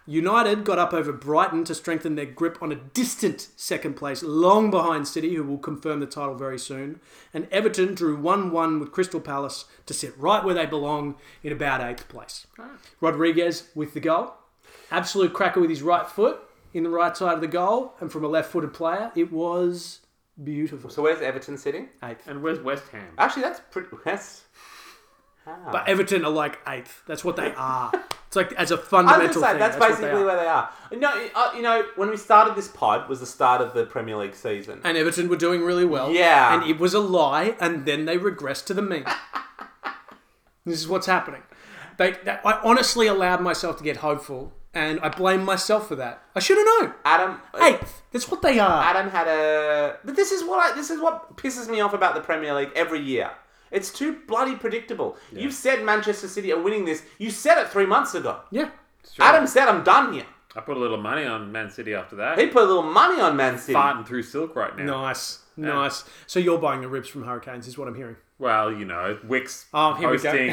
Speaker 2: United got up over Brighton to strengthen their grip on a distant second place, long behind City, who will confirm the title very soon. And Everton drew 1 1 with Crystal Palace to sit right where they belong in about eighth place.
Speaker 1: Ah.
Speaker 2: Rodriguez with the goal. Absolute cracker with his right foot in the right side of the goal. And from a left footed player, it was beautiful.
Speaker 1: So where's Everton sitting?
Speaker 3: And where's West Ham?
Speaker 1: Actually, that's pretty. That's
Speaker 2: But Everton are like eighth. That's
Speaker 1: <laughs>
Speaker 2: what they are. It's like as a
Speaker 1: I was
Speaker 2: fundamental
Speaker 1: gonna say
Speaker 2: thing.
Speaker 1: that's,
Speaker 2: what they
Speaker 1: basically
Speaker 2: are.
Speaker 1: where they are. No, uh, you know, when we started this pod was the start of the Premier League season.
Speaker 2: and Everton were doing really well.
Speaker 1: Yeah.
Speaker 2: And it was a lie, and then they regressed to
Speaker 1: <laughs>
Speaker 2: the mean. this is what's happening. They, that, I honestly allowed myself to get hopeful, and I blame myself for that. I should have known.
Speaker 1: Adam,
Speaker 2: Eighth. That's what they are.
Speaker 1: Adam had a. But this is what I, this is what pisses me off about the Premier League every year. It's too bloody predictable. You've said Manchester City are winning this. You said it three months ago.
Speaker 2: Yeah.
Speaker 1: Adam said I'm done here.
Speaker 3: I put a little money on Man City after that.
Speaker 1: He put a little money on Man City.
Speaker 3: farting through silk right now.
Speaker 2: Nice. Nice. So you're buying the ribs from Hurricanes, is what I'm hearing.
Speaker 3: Well, you know, Wix
Speaker 2: Oh, here we go.
Speaker 3: hosting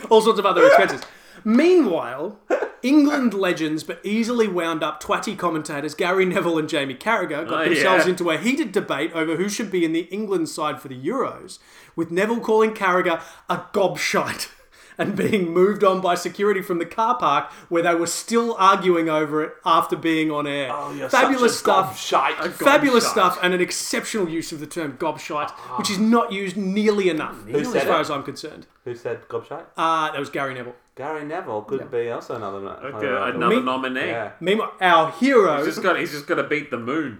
Speaker 2: <laughs>
Speaker 3: and
Speaker 2: all sorts of other expenses. Meanwhile, England legends but easily wound up twatty commentators Gary Neville and Jamie Carragher got
Speaker 3: Oh,
Speaker 2: themselves
Speaker 3: yeah.
Speaker 2: into a heated debate over who should be in the England side for the Euros, with Neville calling Carragher a gobshite <laughs> and being moved on by security from the car park where they were still arguing over it after being on air.
Speaker 1: Oh, you're
Speaker 2: Fabulous
Speaker 1: such a
Speaker 2: stuff.
Speaker 1: gobshite. Ah.
Speaker 2: Fabulous stuff and an exceptional use of the term gobshite, which is not used nearly enough, as
Speaker 1: said
Speaker 2: far
Speaker 1: it?
Speaker 2: as I'm concerned.
Speaker 1: Who said gobshite?
Speaker 2: Uh, that was Gary Neville.
Speaker 1: Gary Neville could be also another.
Speaker 3: okay, uh, another nominee.
Speaker 1: Yeah.
Speaker 2: Meanwhile, our hero,
Speaker 3: He's just got he's just got to beat the
Speaker 1: <laughs>
Speaker 3: moon.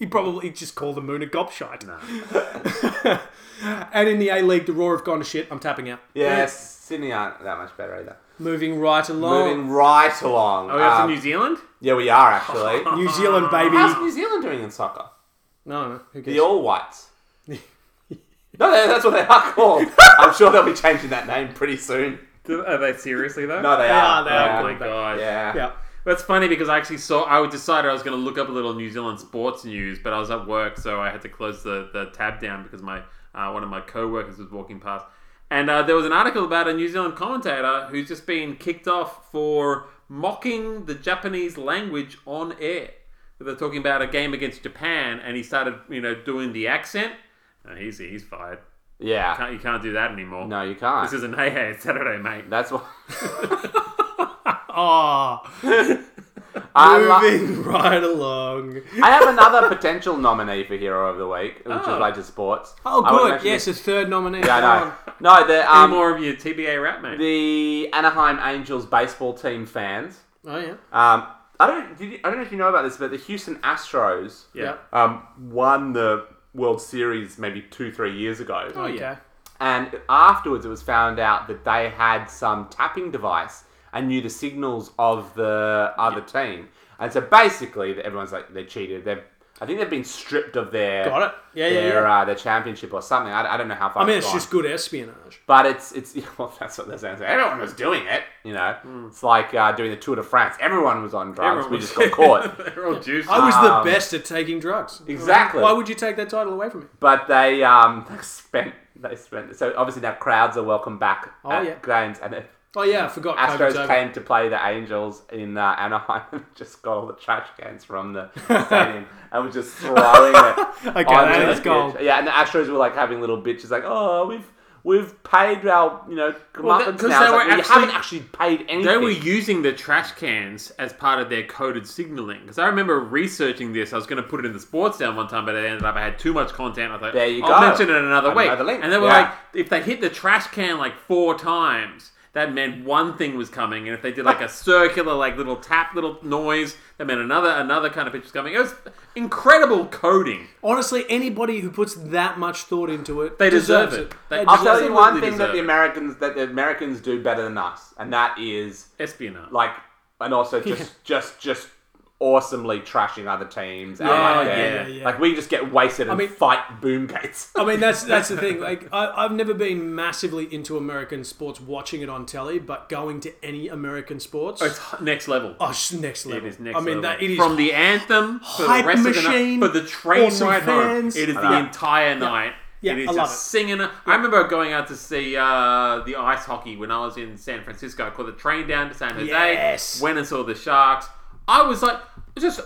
Speaker 2: he probably just called the moon a gobshite. <laughs> and in the A League, the roar have gone to shit. I'm tapping out.
Speaker 1: Yes, Sydney aren't that much better either.
Speaker 2: Moving right along.
Speaker 1: Moving right along.
Speaker 3: Oh, we have to
Speaker 1: Um,
Speaker 3: New Zealand.
Speaker 1: yeah, we are
Speaker 2: <laughs>
Speaker 1: actually.
Speaker 2: New Zealand, baby.
Speaker 1: How's New Zealand doing in soccer?
Speaker 2: No, no, who cares?
Speaker 1: Ah. The All Whites. no, that- that's what they are called. I'm sure they'll be changing that name pretty soon.
Speaker 3: Are they seriously though?
Speaker 1: No, they,
Speaker 2: are, they are
Speaker 3: Oh my god.
Speaker 1: Yeah.
Speaker 2: yeah.
Speaker 3: That's funny because I actually saw. I decided I was going to look up a little New Zealand sports news, but I was at work, so I had to close the, the tab down because my uh, one of my co-workers was walking past, and uh, there was an article about a New Zealand commentator who's just been kicked off for mocking the Japanese language on air. They're talking about a game against Japan, and he started, you know, doing the accent. Uh, he's he's fired.
Speaker 1: Yeah.
Speaker 3: Can't, you can't do that anymore.
Speaker 1: No, you can't.
Speaker 3: This isn't Hey Hey, it's Saturday, mate.
Speaker 1: That's what. <laughs>
Speaker 2: Ah,
Speaker 1: I, lo-
Speaker 2: moving <laughs> right along.
Speaker 1: I have another potential nominee for Hero of the Week, which is
Speaker 3: Oh.
Speaker 1: related to sports.
Speaker 2: Oh,
Speaker 1: I won't
Speaker 2: good.
Speaker 1: mention
Speaker 2: Yes,
Speaker 1: this-
Speaker 2: a third nominee.
Speaker 1: Yeah,
Speaker 2: Go
Speaker 1: I
Speaker 2: on.
Speaker 1: know. No, the
Speaker 3: Any
Speaker 1: um,
Speaker 3: more of your TBA rap, mate?
Speaker 1: the Anaheim Angels baseball team fans.
Speaker 2: Oh yeah.
Speaker 1: Um, I don't. Did you, I don't know if you know about this, but the Houston Astros
Speaker 3: yeah.
Speaker 1: um, won the World Series maybe two, three years ago.
Speaker 2: Oh yeah.
Speaker 1: And afterwards, it was found out that they had some tapping device and knew the signals of the other team. And so basically, everyone's like, they cheated. They've, I think they've been stripped of their
Speaker 2: Got it. Yeah, yeah,
Speaker 1: their,
Speaker 2: yeah.
Speaker 1: Uh, their championship or something. I, I don't know how far.
Speaker 2: I mean,
Speaker 1: it's
Speaker 2: it's
Speaker 1: gone.
Speaker 2: just good espionage.
Speaker 1: But it's it's <laughs> well, that's what they're saying. It's like, Everyone was doing it, you know.
Speaker 2: Hmm.
Speaker 1: It's like uh, doing the Tour de France. Everyone was on drugs.
Speaker 3: Everyone
Speaker 1: we
Speaker 3: was-
Speaker 1: just got
Speaker 2: <laughs>
Speaker 1: caught.
Speaker 3: <laughs> They're all juicy.
Speaker 2: I was
Speaker 1: Um,
Speaker 2: the best at taking drugs.
Speaker 1: Exactly.
Speaker 2: Why would you take that title away from me?
Speaker 1: But they um <laughs> they spent they spent so obviously now crowds are welcome back
Speaker 2: Oh,
Speaker 1: at
Speaker 2: yeah.
Speaker 1: games and it,
Speaker 2: Oh yeah, I forgot. COVID's
Speaker 1: Astros
Speaker 2: over.
Speaker 1: came to play the Angels in uh, Anaheim <laughs> and just got all the trash cans from
Speaker 3: <laughs>
Speaker 1: the stadium and was just throwing it. on
Speaker 2: Okay, that
Speaker 1: the
Speaker 2: is gold.
Speaker 1: pitch. Yeah, and the Astros were like having little bitches like, oh, we've we've paid our you know
Speaker 3: Well, that-
Speaker 1: comeuppance
Speaker 3: 'cause
Speaker 1: now.
Speaker 3: they
Speaker 1: It's
Speaker 3: were
Speaker 1: like, well,
Speaker 3: actually-
Speaker 1: you haven't actually paid anything.
Speaker 3: They were using the trash cans as part of their coded signaling. Because I remember researching this. I was going to put it in the sports down one time, but it ended up I had too much content. I was like,
Speaker 1: There you
Speaker 3: I'll
Speaker 1: go.
Speaker 3: mention it another week.
Speaker 1: Another link.
Speaker 3: And they were
Speaker 1: Yeah.
Speaker 3: like, if they hit the trash can like four times, that meant one thing was coming. And if they
Speaker 1: <laughs>
Speaker 3: did like a circular, like little tap, little noise, that meant another another kind of pitch was coming. It was incredible coding.
Speaker 2: Honestly, anybody who puts that much thought into it,
Speaker 3: They
Speaker 2: deserves
Speaker 3: deserve it. They-
Speaker 2: They
Speaker 1: I'll
Speaker 2: deserve
Speaker 1: tell
Speaker 2: it.
Speaker 1: you
Speaker 3: Absolutely
Speaker 1: one thing that
Speaker 3: deserve
Speaker 1: the
Speaker 3: it.
Speaker 1: Americans that the Americans do better than us, and that is
Speaker 3: Espionage.
Speaker 1: like, and
Speaker 3: <laughs>
Speaker 1: also just just just awesomely trashing other teams. and,
Speaker 3: Yeah,
Speaker 1: like,
Speaker 3: yeah,
Speaker 1: they're-
Speaker 2: yeah.
Speaker 1: Like we just get wasted and
Speaker 2: mean-
Speaker 1: fight boom gates.
Speaker 2: I mean, that's that's the thing. Like, I, I've never been massively into American sports, watching it on telly, but going to any American sports,
Speaker 3: it's h- next level.
Speaker 2: oh, it's next level.
Speaker 3: It is next
Speaker 2: I mean,
Speaker 3: level.
Speaker 2: that it is
Speaker 3: from the anthem to the
Speaker 2: Hype
Speaker 3: rest
Speaker 2: machine,
Speaker 3: of the night, for the train
Speaker 2: awesome
Speaker 3: ride
Speaker 2: fans.
Speaker 3: home. It is
Speaker 1: Yeah.
Speaker 3: the entire night.
Speaker 2: Yeah,
Speaker 3: it is
Speaker 2: I love
Speaker 3: just
Speaker 2: it.
Speaker 3: singing. I remember going out to see uh, the ice hockey when I was in San Francisco. I caught the train down to San Jose.
Speaker 2: Yes.
Speaker 3: Went and saw the Sharks. I was like, it's just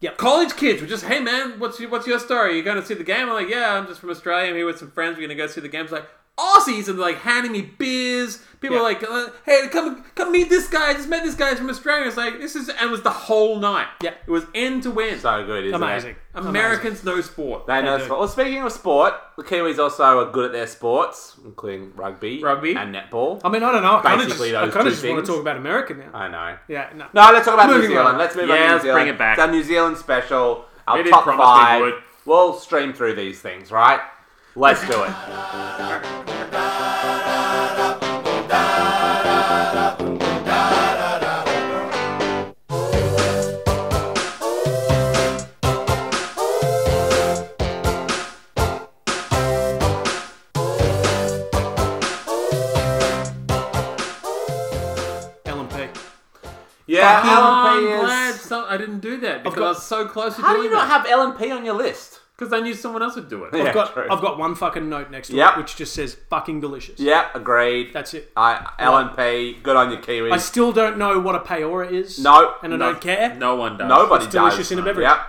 Speaker 2: Yep.
Speaker 3: college kids were just, hey man, what's your, what's your story? You going to see the game? I'm like, yeah, I'm just from Australia. I'm here with some friends. We're going to go see the game. It's like, Aussies and like handing me beers. People
Speaker 2: Yeah.
Speaker 3: are like, uh, hey, come come meet this guy. I just met this guy He's from Australia. It's like this is and it was the whole night.
Speaker 2: Yeah.
Speaker 3: it was end to end.
Speaker 1: so good, isn't
Speaker 2: amazing.
Speaker 1: it?
Speaker 3: Americans know sport.
Speaker 1: They know
Speaker 2: do.
Speaker 1: sport. Well, speaking of sport, the Kiwis also are good at their sports, including rugby,
Speaker 3: Rugby.
Speaker 1: and netball.
Speaker 2: I mean, I don't know. I kind of just,
Speaker 1: Basically
Speaker 2: I
Speaker 1: those two
Speaker 2: kinda just want
Speaker 1: things.
Speaker 2: to talk about America now.
Speaker 1: I know.
Speaker 2: yeah, no.
Speaker 1: No, let's talk about
Speaker 2: Moving
Speaker 1: New Zealand.
Speaker 2: on.
Speaker 1: Let's move
Speaker 3: Yeah,
Speaker 1: on to New
Speaker 3: let's
Speaker 1: Zealand.
Speaker 3: bring it back.
Speaker 1: It's our New Zealand special, our
Speaker 3: We did
Speaker 1: top
Speaker 3: promise we
Speaker 1: five.
Speaker 3: would.
Speaker 1: We'll stream through these things, right? Let's do
Speaker 2: <laughs>
Speaker 1: it.
Speaker 2: LMP.
Speaker 1: Yeah,
Speaker 3: I'm
Speaker 1: LMP is.
Speaker 3: glad so, I didn't do that because
Speaker 2: got-
Speaker 3: I was so close to
Speaker 1: How do you
Speaker 3: doing
Speaker 1: not
Speaker 3: that.
Speaker 1: have LMP on your list?
Speaker 3: Because I knew someone else would do it.
Speaker 1: Yeah,
Speaker 2: I've got
Speaker 1: true.
Speaker 2: I've got one fucking note next to
Speaker 1: Yep.
Speaker 2: it, which just says "fucking delicious."
Speaker 1: Yeah, Uh, agreed.
Speaker 2: That's it.
Speaker 1: I LMP. Good on your Kiwis.
Speaker 2: I still don't know what a payora is.
Speaker 1: No,
Speaker 2: and I
Speaker 1: no,
Speaker 2: don't care.
Speaker 3: No one does.
Speaker 1: Nobody
Speaker 2: It's
Speaker 1: does.
Speaker 2: delicious in a beverage.
Speaker 1: Yep.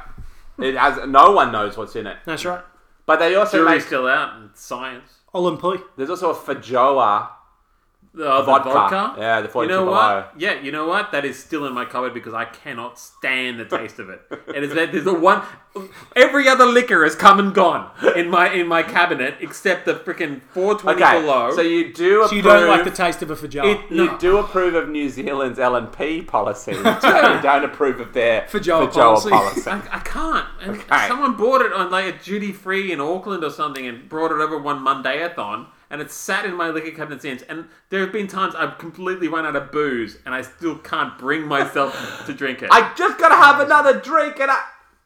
Speaker 1: It has. No one knows what's in it.
Speaker 2: that's right.
Speaker 1: But they also
Speaker 3: Jury's
Speaker 1: make.
Speaker 3: still out. in Science.
Speaker 2: LMP.
Speaker 1: There's also a Fajoa.
Speaker 3: Uh, the
Speaker 1: Vodka.
Speaker 3: vodka.
Speaker 1: Yeah, the 42
Speaker 3: You know
Speaker 1: below.
Speaker 3: what? Yeah, you know what? That is still in my cupboard because I cannot stand the taste of it. It is that there's the one. Every other liquor has come and gone in my in my cabinet except the freaking 420
Speaker 1: Okay,
Speaker 3: below.
Speaker 1: so you do approve.
Speaker 2: So you don't like the taste of a fajal.
Speaker 3: It-
Speaker 1: You
Speaker 3: No.
Speaker 1: do approve of New Zealand's LNP policy. you don't approve of their
Speaker 2: Fajoa
Speaker 1: Fajoa
Speaker 2: policy.
Speaker 1: policy.
Speaker 3: <laughs> I, I can't. And
Speaker 1: Okay.
Speaker 3: Someone bought it on like a duty free in Auckland or something and brought it over one Mondayathon, and it's sat in my liquor cabinet since. And there have been times I've completely run out of booze, and I still can't bring myself to drink it.
Speaker 1: I just gotta have another drink, and I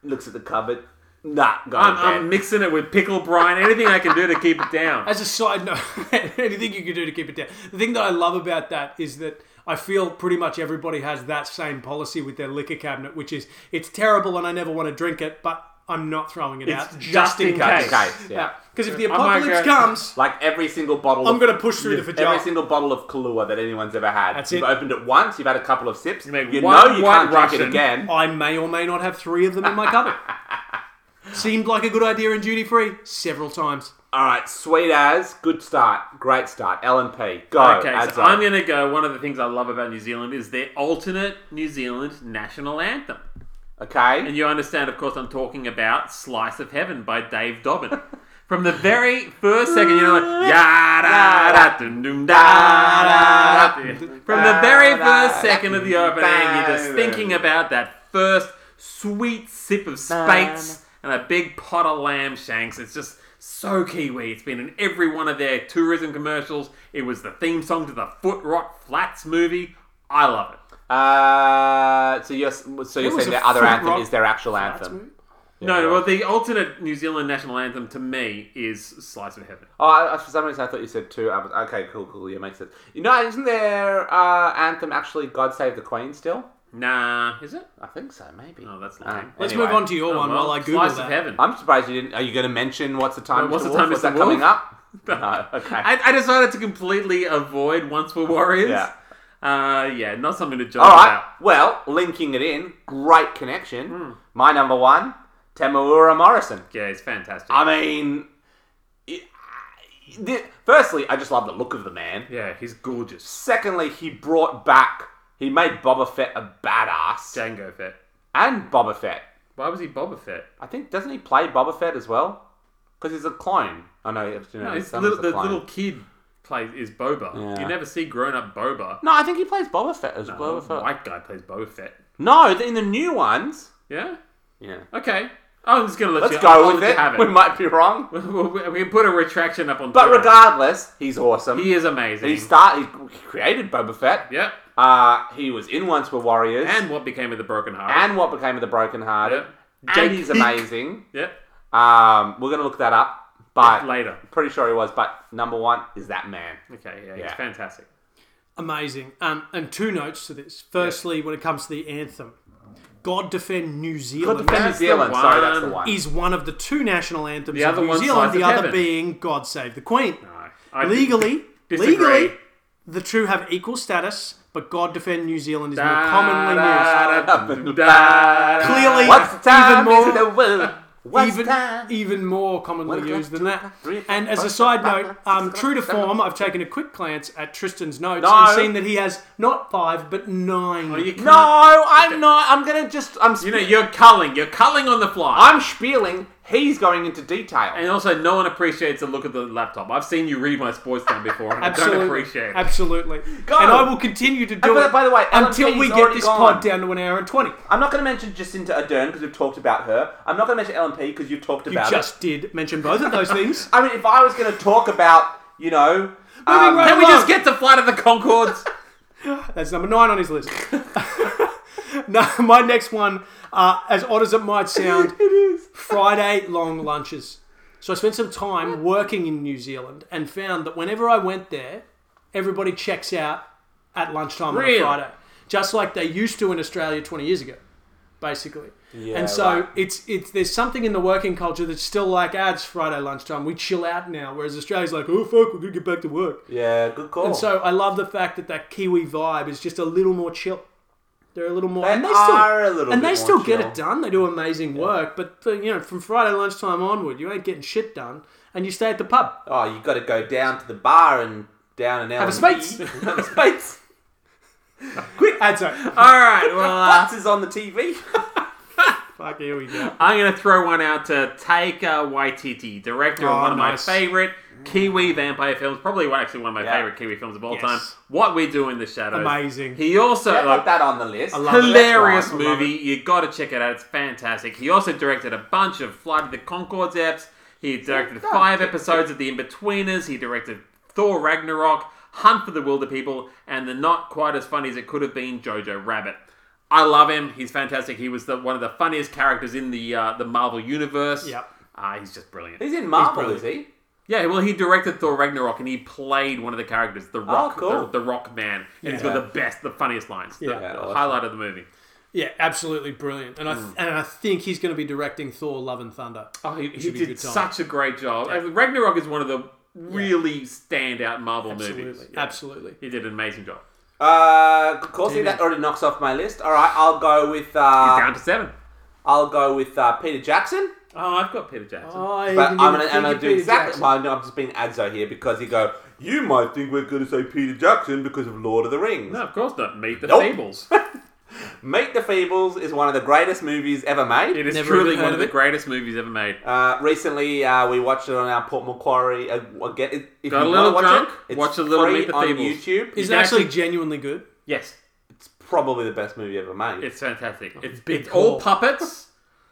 Speaker 1: looks at the cupboard. Nah, go
Speaker 3: I'm,
Speaker 1: on,
Speaker 3: I'm mixing it with pickle brine, anything I can do to keep it down. <laughs>
Speaker 2: As a side note, <laughs> anything you can do to keep it down. The thing that I love about that is that I feel pretty much everybody has that same policy with their liquor cabinet, which is it's terrible and I never want to drink it, but I'm not throwing it out
Speaker 3: It's just in case.
Speaker 1: Guys, yeah.
Speaker 2: Because if the
Speaker 3: I might
Speaker 2: apocalypse
Speaker 3: go-
Speaker 2: comes,
Speaker 1: Like every single bottle.
Speaker 2: I'm
Speaker 1: of-
Speaker 2: going to push through the
Speaker 1: Every
Speaker 2: fajal.
Speaker 1: single bottle of Kahlua that anyone's ever had.
Speaker 2: That's
Speaker 1: you've
Speaker 2: it.
Speaker 1: opened it once, you've had a couple of sips, you,
Speaker 3: make
Speaker 1: know
Speaker 3: one
Speaker 1: you
Speaker 3: white
Speaker 1: can't drink it
Speaker 3: Russian.
Speaker 1: again.
Speaker 2: I may or may not
Speaker 3: <laughs>
Speaker 2: have three of them in my cupboard. Seemed like a good idea in duty free several times.
Speaker 1: All right, sweet as. Good start. Great start. LNP. Go.
Speaker 3: Okay,
Speaker 1: Adzo.
Speaker 3: so I'm going to go. One of the things I love about New Zealand is their alternate New Zealand national anthem.
Speaker 1: Okay.
Speaker 3: And you understand, of course, I'm talking about Slice of Heaven by Dave Dobbin. From the very first second, you're like, ya da da dum dum da da. da." From the very first second of the opening, you're just thinking about that first sweet sip of spates and a big pot of lamb shanks. It's just so Kiwi. It's been in every one of their tourism commercials. It was the theme song to the Foot Rock Flats movie. I love it.
Speaker 1: Uh, so you're so you're
Speaker 2: It was
Speaker 1: saying
Speaker 2: a
Speaker 1: their other
Speaker 2: Fruit
Speaker 1: anthem
Speaker 2: Rock
Speaker 1: is their actual
Speaker 2: Flats
Speaker 1: anthem?
Speaker 2: movie?
Speaker 1: Yeah,
Speaker 3: No,
Speaker 1: right.
Speaker 3: well, the alternate New Zealand national anthem to me is "Slice of Heaven."
Speaker 1: Oh, I, I- for some reason I thought you said two. I was, okay, cool, cool. Yeah, makes sense. You know, isn't their uh, anthem actually "God Save the Queen" still?
Speaker 3: Nah, is it?
Speaker 1: I think so, maybe.
Speaker 3: No, Oh, that's
Speaker 1: Uh,
Speaker 3: lame.
Speaker 2: Let's
Speaker 1: anyway.
Speaker 2: move on to your
Speaker 3: Oh,
Speaker 2: one
Speaker 3: well,
Speaker 2: while I Google
Speaker 3: "Slice
Speaker 2: that.
Speaker 3: of Heaven."
Speaker 1: I'm surprised you didn't. Are you going to mention what's the time?
Speaker 3: No, What's
Speaker 1: Mr.
Speaker 3: the
Speaker 1: Wolf?
Speaker 3: Time,
Speaker 1: Was
Speaker 3: Mr.
Speaker 1: that
Speaker 3: Wolf?
Speaker 1: coming up?
Speaker 3: <laughs>
Speaker 1: no. Okay.
Speaker 3: I, I decided to completely avoid "Once Were Warriors."
Speaker 1: Yeah.
Speaker 3: Uh, yeah, not something to joke
Speaker 1: All right.
Speaker 3: about.
Speaker 1: Well, linking it in, great connection.
Speaker 3: Hmm.
Speaker 1: My number one, Temuera Morrison.
Speaker 3: Yeah, it's fantastic.
Speaker 1: I mean, it- I- the- firstly, I just love the look of the man.
Speaker 3: yeah, he's gorgeous.
Speaker 1: Secondly, he brought back, he made Boba Fett a badass,
Speaker 3: Django Fett.
Speaker 1: and Boba Fett.
Speaker 3: Why was he Boba Fett?
Speaker 1: I think doesn't he play Boba Fett as well? Because he's a clone. I know. You know
Speaker 3: No,
Speaker 1: his
Speaker 3: his
Speaker 1: son
Speaker 3: little,
Speaker 1: is a
Speaker 3: the
Speaker 1: clone.
Speaker 3: little kid plays is Boba.
Speaker 1: Yeah.
Speaker 3: You never see grown-up Boba. Um,
Speaker 1: No, I think he plays Boba Fett as Boba Fett.
Speaker 3: White guy plays Boba Fett.
Speaker 1: No, in the new ones.
Speaker 3: Yeah.
Speaker 1: Yeah.
Speaker 3: Okay. I'm just gonna let
Speaker 1: Let's
Speaker 3: you. I'll
Speaker 1: go
Speaker 3: let
Speaker 1: with
Speaker 3: you
Speaker 1: it.
Speaker 3: Have it.
Speaker 1: We might be wrong,
Speaker 3: We- we <laughs> we can put a retraction up on.
Speaker 1: but
Speaker 3: Twitter.
Speaker 1: regardless, he's awesome.
Speaker 3: he is amazing.
Speaker 1: He start. He created Boba Fett.
Speaker 3: Yep.
Speaker 1: Uh, he was in Once Were Warriors
Speaker 3: And what became of the broken heart?
Speaker 1: and What Became of the Broken Hearted.
Speaker 3: Yep.
Speaker 1: And
Speaker 3: Jake
Speaker 1: he's
Speaker 3: Peake.
Speaker 1: amazing.
Speaker 3: Yep.
Speaker 1: Um, we're gonna look that up, but
Speaker 3: Later.
Speaker 1: pretty sure he was. But number one is that man.
Speaker 3: Okay. Yeah,
Speaker 1: Yeah.
Speaker 3: It's fantastic.
Speaker 2: Amazing. Um, and two notes to this. Firstly, when it comes to the anthem, God Defend New
Speaker 1: Good
Speaker 2: Zealand
Speaker 1: defend New
Speaker 3: that's the
Speaker 1: Zealand. Sorry, that's the
Speaker 3: one.
Speaker 1: one.
Speaker 2: is one of the two national anthems
Speaker 3: The
Speaker 2: of
Speaker 3: other
Speaker 2: New
Speaker 3: one's
Speaker 2: Zealand,
Speaker 3: Slice
Speaker 2: the
Speaker 3: of
Speaker 2: other
Speaker 3: Heaven.
Speaker 2: being God Save the Queen.
Speaker 3: No, I
Speaker 2: Legally,
Speaker 3: disagree.
Speaker 2: legally, the two have equal status, but God Defend New Zealand is more
Speaker 3: Da,
Speaker 2: commonly used.
Speaker 3: da, da,
Speaker 1: <laughs>
Speaker 3: da, da.
Speaker 2: Clearly,
Speaker 1: What's the time
Speaker 2: even more,
Speaker 1: in the world? What's
Speaker 2: even,
Speaker 1: time?
Speaker 2: even more
Speaker 1: One
Speaker 2: commonly
Speaker 1: o'clock,
Speaker 2: used
Speaker 1: two
Speaker 2: than that.
Speaker 1: o'clock, three o'clock,
Speaker 2: And as
Speaker 1: four
Speaker 2: a side
Speaker 1: o'clock,
Speaker 2: note,
Speaker 1: five
Speaker 2: um,
Speaker 1: o'clock,
Speaker 2: true to
Speaker 1: seven
Speaker 2: form, I've taken a quick glance at Tristan's notes
Speaker 1: No.
Speaker 2: and seen that he has not five but nine.
Speaker 3: Oh, you can't-
Speaker 1: No, I'm not. I'm gonna just. I'm.
Speaker 3: You know, you're culling. You're culling on the fly.
Speaker 1: I'm spieling. He's going into detail.
Speaker 3: and also, no one appreciates a look at the laptop. I've seen you read my sports down before, and I
Speaker 2: Absolutely,
Speaker 3: don't appreciate it.
Speaker 2: absolutely. And I will continue to do
Speaker 1: by-
Speaker 2: it.
Speaker 1: by the way, LMP
Speaker 2: until we
Speaker 1: is
Speaker 2: get
Speaker 1: already
Speaker 2: this
Speaker 1: gone.
Speaker 2: pod down to an hour and twenty.
Speaker 1: I'm not going to mention Jacinta Ardern because we've talked about her. I'm not going to mention LMP because you've talked
Speaker 2: You
Speaker 1: about it.
Speaker 2: just did mention both of
Speaker 1: <laughs>
Speaker 2: those things.
Speaker 1: I mean, if I was going to talk about, you know, um,
Speaker 2: right
Speaker 3: Can we
Speaker 2: along.
Speaker 3: just get to Flight of the Concords?
Speaker 2: That's number nine on his list. <laughs> no, my next one, uh, as odd as it might sound, <laughs> it is Friday long lunches. So I spent some time working in New Zealand and found that whenever I went there, everybody checks out at lunchtime
Speaker 3: Really?
Speaker 2: on a Friday, just like they used to in Australia 20 years ago, basically. and so
Speaker 1: right.
Speaker 2: it's it's there's something in the working culture that's still like, ah, it's Friday lunchtime, we chill out now. Whereas Australia's like, oh fuck, we're gonna get back to work.
Speaker 1: yeah, good call.
Speaker 2: And so I love the fact that that Kiwi vibe is just a little more chill. They're a little more,
Speaker 1: They
Speaker 2: and they
Speaker 1: are a
Speaker 2: still,
Speaker 1: little
Speaker 2: and
Speaker 1: bit
Speaker 2: they
Speaker 1: more
Speaker 2: still get
Speaker 1: chill.
Speaker 2: it done. They do amazing work, but uh, you know, from Friday lunchtime onward, you ain't getting shit done, and you stay at the pub.
Speaker 1: oh, you got to go down to the bar and down an
Speaker 2: <laughs> Have a
Speaker 1: L&D.
Speaker 2: spates.
Speaker 1: <laughs> Have a spates. <laughs>
Speaker 2: Quick, Adzo.
Speaker 3: All right. Well, uh,
Speaker 1: Butts is on the TV.
Speaker 2: Fuck, here we go.
Speaker 3: I'm going to throw one out to Taika Waititi, director
Speaker 2: Oh,
Speaker 3: of one of
Speaker 2: nice.
Speaker 3: my favorite Kiwi vampire films. Probably one- actually one of my
Speaker 1: Yeah.
Speaker 3: favorite Kiwi films of all
Speaker 2: Yes.
Speaker 3: time. What We Do in the Shadows.
Speaker 2: Amazing.
Speaker 3: He also
Speaker 1: I <laughs>
Speaker 3: like,
Speaker 1: put that on the list.
Speaker 2: love it.
Speaker 3: hilarious
Speaker 1: That's one.
Speaker 3: movie. You got to check it out. It's fantastic. He also directed a bunch of Flight of the Concords eps. He directed
Speaker 1: done.
Speaker 3: five episodes of The Inbetweeners. He directed Thor Ragnarok, Hunt for the Wilder People, and the not quite as funny as it could have been Jojo Rabbit. I love him. He's fantastic. He was the, one of the funniest characters in the uh, the Marvel universe.
Speaker 2: Yep.
Speaker 3: Uh, he's just brilliant.
Speaker 1: He's in Marvel, is
Speaker 2: He's
Speaker 1: he?
Speaker 3: Yeah, well, he directed Thor Ragnarok, and he played one of the characters,
Speaker 2: Oh,
Speaker 3: the Rock,
Speaker 1: cool.
Speaker 3: the, the Rock Man, and he's got the best, the funniest lines, the,
Speaker 2: Yeah.
Speaker 3: the
Speaker 1: awesome.
Speaker 3: highlight of the movie.
Speaker 2: Yeah, absolutely brilliant. And I
Speaker 1: Mm.
Speaker 2: th- and I think he's going to be directing Thor: Love and Thunder.
Speaker 3: Oh, he, he
Speaker 2: should be a
Speaker 3: did
Speaker 2: good time.
Speaker 3: such a great job. Uh, Ragnarok is one of the really standout Marvel
Speaker 2: Absolutely,
Speaker 3: movies. Yeah.
Speaker 2: absolutely.
Speaker 3: He did an amazing job.
Speaker 1: Uh, good call. See, that already knocks off my list. All right, I'll go with.
Speaker 3: He's
Speaker 1: Uh,
Speaker 3: down to seven.
Speaker 1: I'll go with uh, Peter Jackson.
Speaker 3: Oh, I've got Peter Jackson.
Speaker 2: I
Speaker 1: But I'm gonna,
Speaker 2: didn't even
Speaker 1: I'm gonna
Speaker 2: think of
Speaker 1: do
Speaker 2: Peter
Speaker 1: exactly.
Speaker 2: Jackson.
Speaker 1: Well, no, I'm just being adzo here because you go. You might think we're going to say Peter Jackson because of Lord of the Rings.
Speaker 3: No, of course not. Meet the
Speaker 1: Nope.
Speaker 3: Fables.
Speaker 1: Make the Fables is one of the greatest movies ever made.
Speaker 3: <laughs> It is
Speaker 2: Never
Speaker 3: truly
Speaker 2: even
Speaker 3: one
Speaker 2: heard
Speaker 3: of
Speaker 2: of
Speaker 3: the
Speaker 2: it.
Speaker 3: greatest movies ever made.
Speaker 1: Uh, recently, uh, we watched it on our Port Macquarie. Uh, again, if you
Speaker 3: Got a
Speaker 1: wanna
Speaker 3: little
Speaker 1: watch
Speaker 3: drunk,
Speaker 1: it, it's
Speaker 3: watch a little
Speaker 1: free
Speaker 3: Meet the
Speaker 1: on
Speaker 3: Feebles.
Speaker 1: YouTube.
Speaker 2: Is
Speaker 1: It's
Speaker 2: it actually
Speaker 3: actually-
Speaker 2: genuinely good?
Speaker 3: Yes,
Speaker 1: probably the best movie ever made.
Speaker 3: it's fantastic. It's,
Speaker 2: Big
Speaker 3: it's all
Speaker 2: call.
Speaker 3: puppets.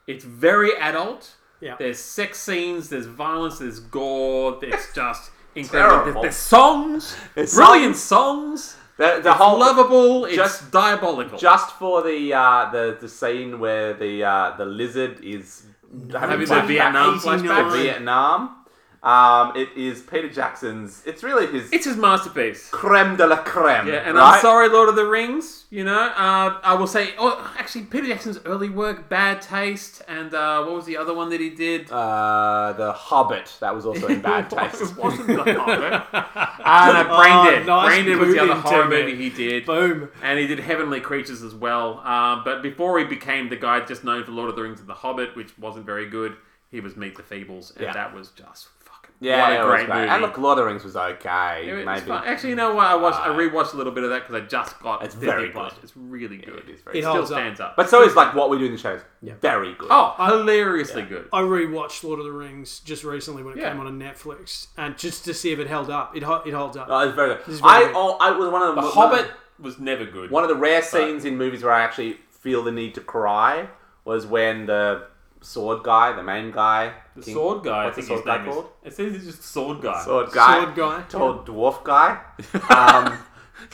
Speaker 3: It's very adult.
Speaker 2: Yeah.
Speaker 3: There's sex scenes. There's violence. There's gore. <laughs> It's just incredible.
Speaker 1: terrible.
Speaker 3: There's, there's songs.
Speaker 1: There's
Speaker 3: brilliant songs.
Speaker 1: the the whole
Speaker 3: Lovable. It's
Speaker 1: just-
Speaker 3: diabolical.
Speaker 1: just for the uh, the the scene where the uh, the lizard is having
Speaker 3: Having
Speaker 1: flashbacks
Speaker 3: the Vietnam
Speaker 2: 89.
Speaker 1: to
Speaker 3: flashback.
Speaker 1: Vietnam. Um, it is Peter Jackson's. It's really his
Speaker 3: It's his masterpiece.
Speaker 1: creme de la creme.
Speaker 3: Yeah, and
Speaker 1: right?
Speaker 3: I'm sorry, Lord of the Rings. You know, uh, I will say, oh, actually, Peter Jackson's early work, Bad Taste, and uh, what was the other one that he did?
Speaker 1: Uh, the Hobbit that was also in
Speaker 3: <laughs>
Speaker 1: bad taste. <laughs>
Speaker 3: it wasn't the Hobbit.
Speaker 2: <laughs>
Speaker 3: uh, no, Brain
Speaker 2: Oh,
Speaker 3: Dead.
Speaker 2: nice
Speaker 3: Brain Dead was the other
Speaker 2: moving,
Speaker 3: horror
Speaker 2: Tim.
Speaker 3: movie he did.
Speaker 2: Boom.
Speaker 3: And he did Heavenly Creatures as well. Uh, but before he became the guy just known for Lord of the Rings and The Hobbit, which wasn't very good, he was Meet the Feebles, and
Speaker 1: Yeah.
Speaker 3: that was just fucking
Speaker 1: yeah,
Speaker 3: what
Speaker 1: it
Speaker 3: a
Speaker 1: was
Speaker 3: great movie.
Speaker 1: And look, Lord of the Rings was okay.
Speaker 3: It was
Speaker 1: maybe Uh,
Speaker 3: fun. Actually, you know what? I watched, I rewatched a little bit of that because I just got
Speaker 1: It's
Speaker 3: Disney
Speaker 1: very
Speaker 3: Plus.
Speaker 1: good.
Speaker 3: It's really good.
Speaker 1: it is
Speaker 3: It
Speaker 1: very.
Speaker 2: It
Speaker 3: still
Speaker 2: holds up.
Speaker 3: stands up.
Speaker 1: But so is like what we do in the shows. Very good.
Speaker 3: Oh, hilariously good.
Speaker 2: I rewatched Lord of the Rings just recently when it
Speaker 3: Yeah.
Speaker 2: came on on Netflix, and just to see if it held up. It ho- it holds up.
Speaker 1: Oh, it's very good.
Speaker 2: very
Speaker 1: I,
Speaker 2: good.
Speaker 1: oh, I was one of
Speaker 3: The
Speaker 1: one of
Speaker 3: Hobbit was never good.
Speaker 1: One of the rare scenes in movies where I actually feel the need to cry was when the sword guy, the main guy,
Speaker 3: the
Speaker 1: King-
Speaker 3: sword guy.
Speaker 1: what's
Speaker 3: I think
Speaker 1: the
Speaker 3: his
Speaker 1: sword guy
Speaker 3: name is-
Speaker 1: called?
Speaker 3: It says he's just sword guy.
Speaker 1: sword guy,
Speaker 2: Sword guy.
Speaker 1: told dwarf guy.
Speaker 3: <laughs>
Speaker 1: Um,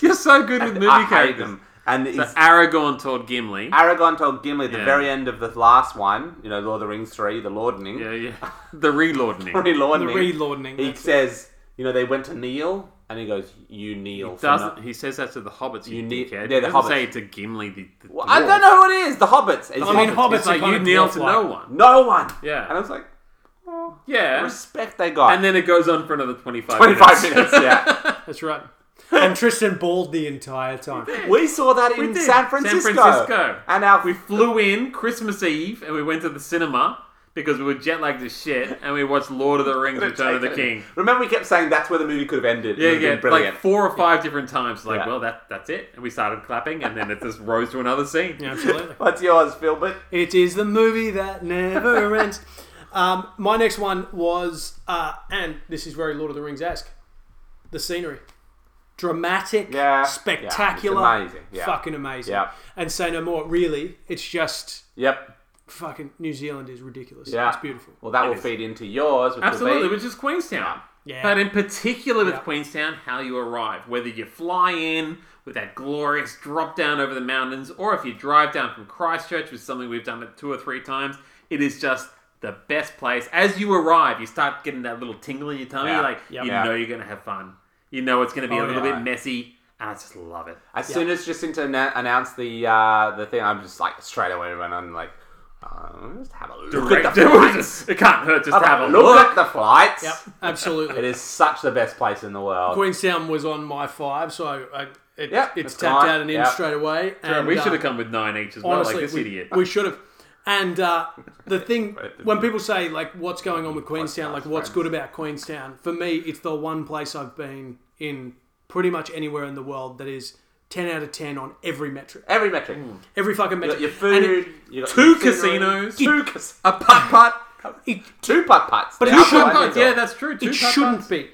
Speaker 3: You're so good with movie
Speaker 1: I hate
Speaker 3: characters.
Speaker 1: him. And
Speaker 3: So
Speaker 1: he's-
Speaker 3: Aragorn told Gimli.
Speaker 1: Aragorn told Gimli at the
Speaker 3: Yeah.
Speaker 1: very end of the last one, you know, Lord of the Rings three, the Lordening, <laughs>
Speaker 3: yeah, yeah. The relording.
Speaker 2: the
Speaker 1: Relordening,
Speaker 2: relordening.
Speaker 1: He
Speaker 2: that's it.
Speaker 1: says, you know, they went to kneel, and he goes, "You kneel." for no-"
Speaker 3: Doesn't he says that to the hobbits? You,
Speaker 1: You
Speaker 3: need.
Speaker 1: need-
Speaker 3: Dickhead.
Speaker 1: yeah,
Speaker 3: He
Speaker 1: the
Speaker 3: doesn't
Speaker 1: hobbits.
Speaker 3: say it to Gimli. The, the
Speaker 1: Well, I
Speaker 3: dwarf.
Speaker 1: don't know who it is. The Hobbits. It's
Speaker 2: I mean,
Speaker 1: Hobbits.
Speaker 2: hobbits
Speaker 3: It's
Speaker 2: are
Speaker 3: like
Speaker 2: kind
Speaker 3: you
Speaker 2: of
Speaker 3: kneel to
Speaker 2: dwarf-like.
Speaker 3: no one.
Speaker 1: No one.
Speaker 3: Yeah.
Speaker 1: And I was like,
Speaker 3: Yeah.
Speaker 1: respect they got. <laughs>
Speaker 3: and then it goes on for another twenty-five. <laughs>
Speaker 1: 25 minutes, yeah.
Speaker 2: That's right. And Tristan bawled the entire time.
Speaker 1: we saw that in
Speaker 3: did.
Speaker 1: San Francisco.
Speaker 3: San Francisco.
Speaker 1: And our,
Speaker 3: We flew in Christmas Eve and we went to the cinema because we were jet lagged as shit and we watched Lord of the Rings: Return of the King.
Speaker 1: Remember, we kept saying that's where the movie could have ended. It
Speaker 3: Yeah,
Speaker 1: would have
Speaker 3: yeah,
Speaker 1: been brilliant.
Speaker 3: like four or five different times. Like,
Speaker 1: Yeah.
Speaker 3: well, that that's it. And we started clapping, and then it just rose to another scene.
Speaker 2: Yeah, absolutely.
Speaker 1: What's yours, Philbert?
Speaker 2: It is the movie
Speaker 1: <laughs>
Speaker 2: that never ends. Um, my next one was, uh, and this is very Lord of the Rings esque, the scenery. Dramatic,
Speaker 1: Yeah,
Speaker 2: spectacular,
Speaker 1: yeah, it's amazing, yeah.
Speaker 2: fucking amazing.
Speaker 1: Yeah.
Speaker 2: And say no more, really, it's just
Speaker 1: Yep.
Speaker 2: fucking New Zealand is ridiculous.
Speaker 1: Yeah.
Speaker 2: It's beautiful.
Speaker 1: Well, that will
Speaker 3: is.
Speaker 1: feed into yours. Which
Speaker 3: Absolutely,
Speaker 1: Will be,
Speaker 3: which is Queenstown.
Speaker 2: Yeah.
Speaker 3: But in particular with
Speaker 2: Yeah.
Speaker 3: Queenstown, how you arrive, whether you fly in with that glorious drop down over the mountains, or if you drive down from Christchurch, which is something we've done it two or three times, it is just the best place. As you arrive, you start getting that little tingle in your tummy,
Speaker 1: Yeah.
Speaker 3: like
Speaker 2: Yep. Oh,
Speaker 3: you
Speaker 1: Yeah.
Speaker 3: know you're going to have fun. You know it's going to be a little
Speaker 2: yeah.
Speaker 3: bit messy, and I just love it.
Speaker 1: as soon as Jacinta anna- announced the uh, the thing, I'm just like straight away went on like, uh, just have a look at the
Speaker 3: <laughs> Director,
Speaker 1: flights.
Speaker 3: it can't hurt just to
Speaker 1: Have,
Speaker 3: have a
Speaker 1: look,
Speaker 3: look.
Speaker 1: at the flights.
Speaker 2: Yep,
Speaker 1: It
Speaker 2: absolutely.
Speaker 1: is such the best place in the world.
Speaker 2: Queenstown was on my five, so I, it,
Speaker 1: Yep,
Speaker 2: it's
Speaker 1: that's
Speaker 2: tapped
Speaker 1: fine.
Speaker 2: out and in
Speaker 1: Yep.
Speaker 2: straight away.
Speaker 3: And
Speaker 2: and,
Speaker 3: we
Speaker 2: uh,
Speaker 3: should have come with nine each as well,
Speaker 2: Honestly,
Speaker 3: like this
Speaker 2: we,
Speaker 3: idiot.
Speaker 2: we should have. And uh,
Speaker 1: <laughs>
Speaker 2: the thing,
Speaker 1: Right, the
Speaker 2: when
Speaker 1: new-
Speaker 2: people say like, "What's going on with Queenstown?" Like,
Speaker 1: Podcast
Speaker 2: what's
Speaker 1: friends.
Speaker 2: good about Queenstown? For me, it's the one place I've been in pretty much anywhere in the world that is ten out of ten on every metric,
Speaker 1: Every metric.
Speaker 2: every fucking
Speaker 1: You got
Speaker 2: metric.
Speaker 1: your
Speaker 2: And
Speaker 1: food.
Speaker 2: it-
Speaker 1: you got
Speaker 3: Two
Speaker 1: your
Speaker 3: casinos,
Speaker 1: Two casinos.
Speaker 3: a putt
Speaker 1: <laughs>
Speaker 3: putt.
Speaker 1: Two putt putts.
Speaker 2: But
Speaker 1: They're
Speaker 2: it
Speaker 1: outside
Speaker 2: shouldn't-
Speaker 1: the
Speaker 3: Putt-putts,
Speaker 1: door.
Speaker 3: yeah, that's true. Two
Speaker 2: it
Speaker 3: putt-putts.
Speaker 2: shouldn't be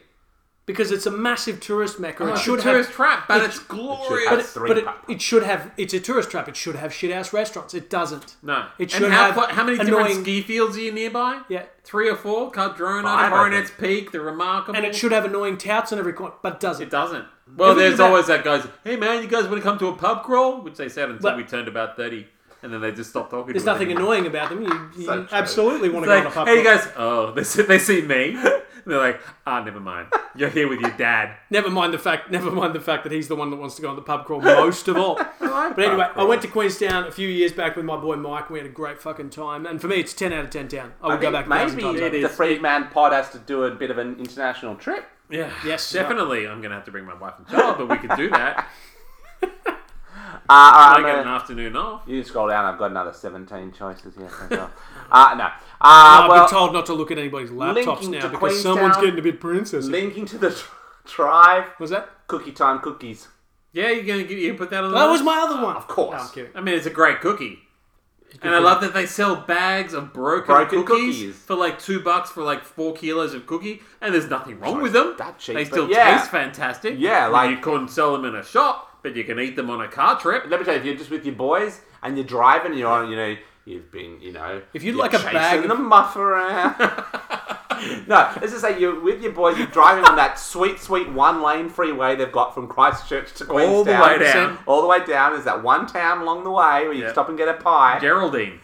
Speaker 2: because it's a massive tourist mecca. it
Speaker 3: It's
Speaker 2: should
Speaker 3: a tourist
Speaker 2: have.
Speaker 3: trap, but
Speaker 2: it-
Speaker 3: it's
Speaker 2: it should
Speaker 3: glorious.
Speaker 1: have-
Speaker 2: But, it,
Speaker 1: That's three
Speaker 2: but it,
Speaker 1: putt-putts.
Speaker 2: it should have. It's a tourist trap. It should have shithouse restaurants. It doesn't.
Speaker 3: no.
Speaker 2: It should
Speaker 3: and how,
Speaker 2: have
Speaker 3: clo- how many
Speaker 2: annoying-
Speaker 3: different ski fields are you nearby?
Speaker 2: Yeah.
Speaker 3: Three or four? Cardrona,
Speaker 1: Five, I
Speaker 3: Coronet's
Speaker 1: think.
Speaker 3: Peak, the Remarkable.
Speaker 2: And it should have annoying touts on every corner, but it doesn't.
Speaker 3: It doesn't. Well,
Speaker 2: If we
Speaker 3: there's
Speaker 2: do that-
Speaker 3: always that guys, hey man, you guys want to come to a pub crawl? Which they said until
Speaker 2: But-
Speaker 3: we turned about 30, and then they just stopped talking
Speaker 2: There's
Speaker 3: to us
Speaker 2: nothing
Speaker 3: anymore.
Speaker 2: annoying about them. You, you
Speaker 1: So true.
Speaker 2: absolutely want to go on a
Speaker 3: It's
Speaker 2: pub
Speaker 3: like, hey you
Speaker 2: crawl.
Speaker 3: guys, oh, <laughs> they see, they see me. And they're like, ah, never mind. You're here with your dad.
Speaker 2: Never mind the fact. Never mind the fact that he's the one that wants to go on the pub crawl most of
Speaker 3: <laughs>
Speaker 2: all. but anyway, I went to Queenstown a few years back with my boy Mike. We had a great fucking time, and for me, it's ten out of ten town. I would
Speaker 1: I
Speaker 2: go
Speaker 1: think
Speaker 2: back. a thousand times
Speaker 1: maybe
Speaker 2: over.
Speaker 1: the Freedman Pod has to do a bit of an international trip.
Speaker 3: <laughs> Yeah.
Speaker 2: Yes.
Speaker 3: <laughs> Definitely, I'm going to have to bring my wife and child, but we could do that.
Speaker 1: all
Speaker 3: I
Speaker 1: right,
Speaker 3: get
Speaker 1: Uh, I'm
Speaker 3: an
Speaker 1: gonna-
Speaker 3: afternoon off.
Speaker 1: you scroll down. I've got another seventeen choices here. thank God. <laughs> uh, no. Uh,
Speaker 2: I've
Speaker 1: well,
Speaker 2: been told not to look at anybody's laptops
Speaker 1: linking
Speaker 2: now
Speaker 1: to
Speaker 2: because
Speaker 1: Queenstown-
Speaker 2: someone's getting a bit princessy.
Speaker 1: linking to the <laughs> tr- tribe.
Speaker 2: was that?
Speaker 1: Cookie time cookies.
Speaker 3: Yeah, you're gonna get, you can put that on. The
Speaker 2: That was
Speaker 3: list?
Speaker 2: my other one. Of
Speaker 1: course.
Speaker 2: I'm kidding.
Speaker 3: I mean, it's a great cookie. And I love that they sell bags of broken,
Speaker 1: Broken
Speaker 3: cookies,
Speaker 1: cookies.
Speaker 3: for like two bucks for like four kilos of cookie, and there's nothing wrong with them.
Speaker 1: that cheap,
Speaker 3: they
Speaker 1: but
Speaker 3: still
Speaker 1: yeah.
Speaker 3: taste fantastic.
Speaker 1: Yeah,
Speaker 3: And
Speaker 1: like-
Speaker 3: you couldn't sell them in a shop, but you can eat them on a car trip. <laughs>
Speaker 1: Let me tell you, if you're just with your boys and you're driving, you're on, you know, you've been, you know,
Speaker 2: If you'd
Speaker 1: you're
Speaker 2: like a
Speaker 1: chasing
Speaker 2: bag of-
Speaker 1: the muff
Speaker 3: <laughs>
Speaker 1: around. no, let's just say you're with your boys, you're driving on that sweet, sweet one-lane freeway they've got from Christchurch to Queenstown.
Speaker 3: All the way down.
Speaker 1: All the way down is that one town along the way where you
Speaker 3: Yeah.
Speaker 1: stop and get a pie. <laughs>
Speaker 3: Geraldine,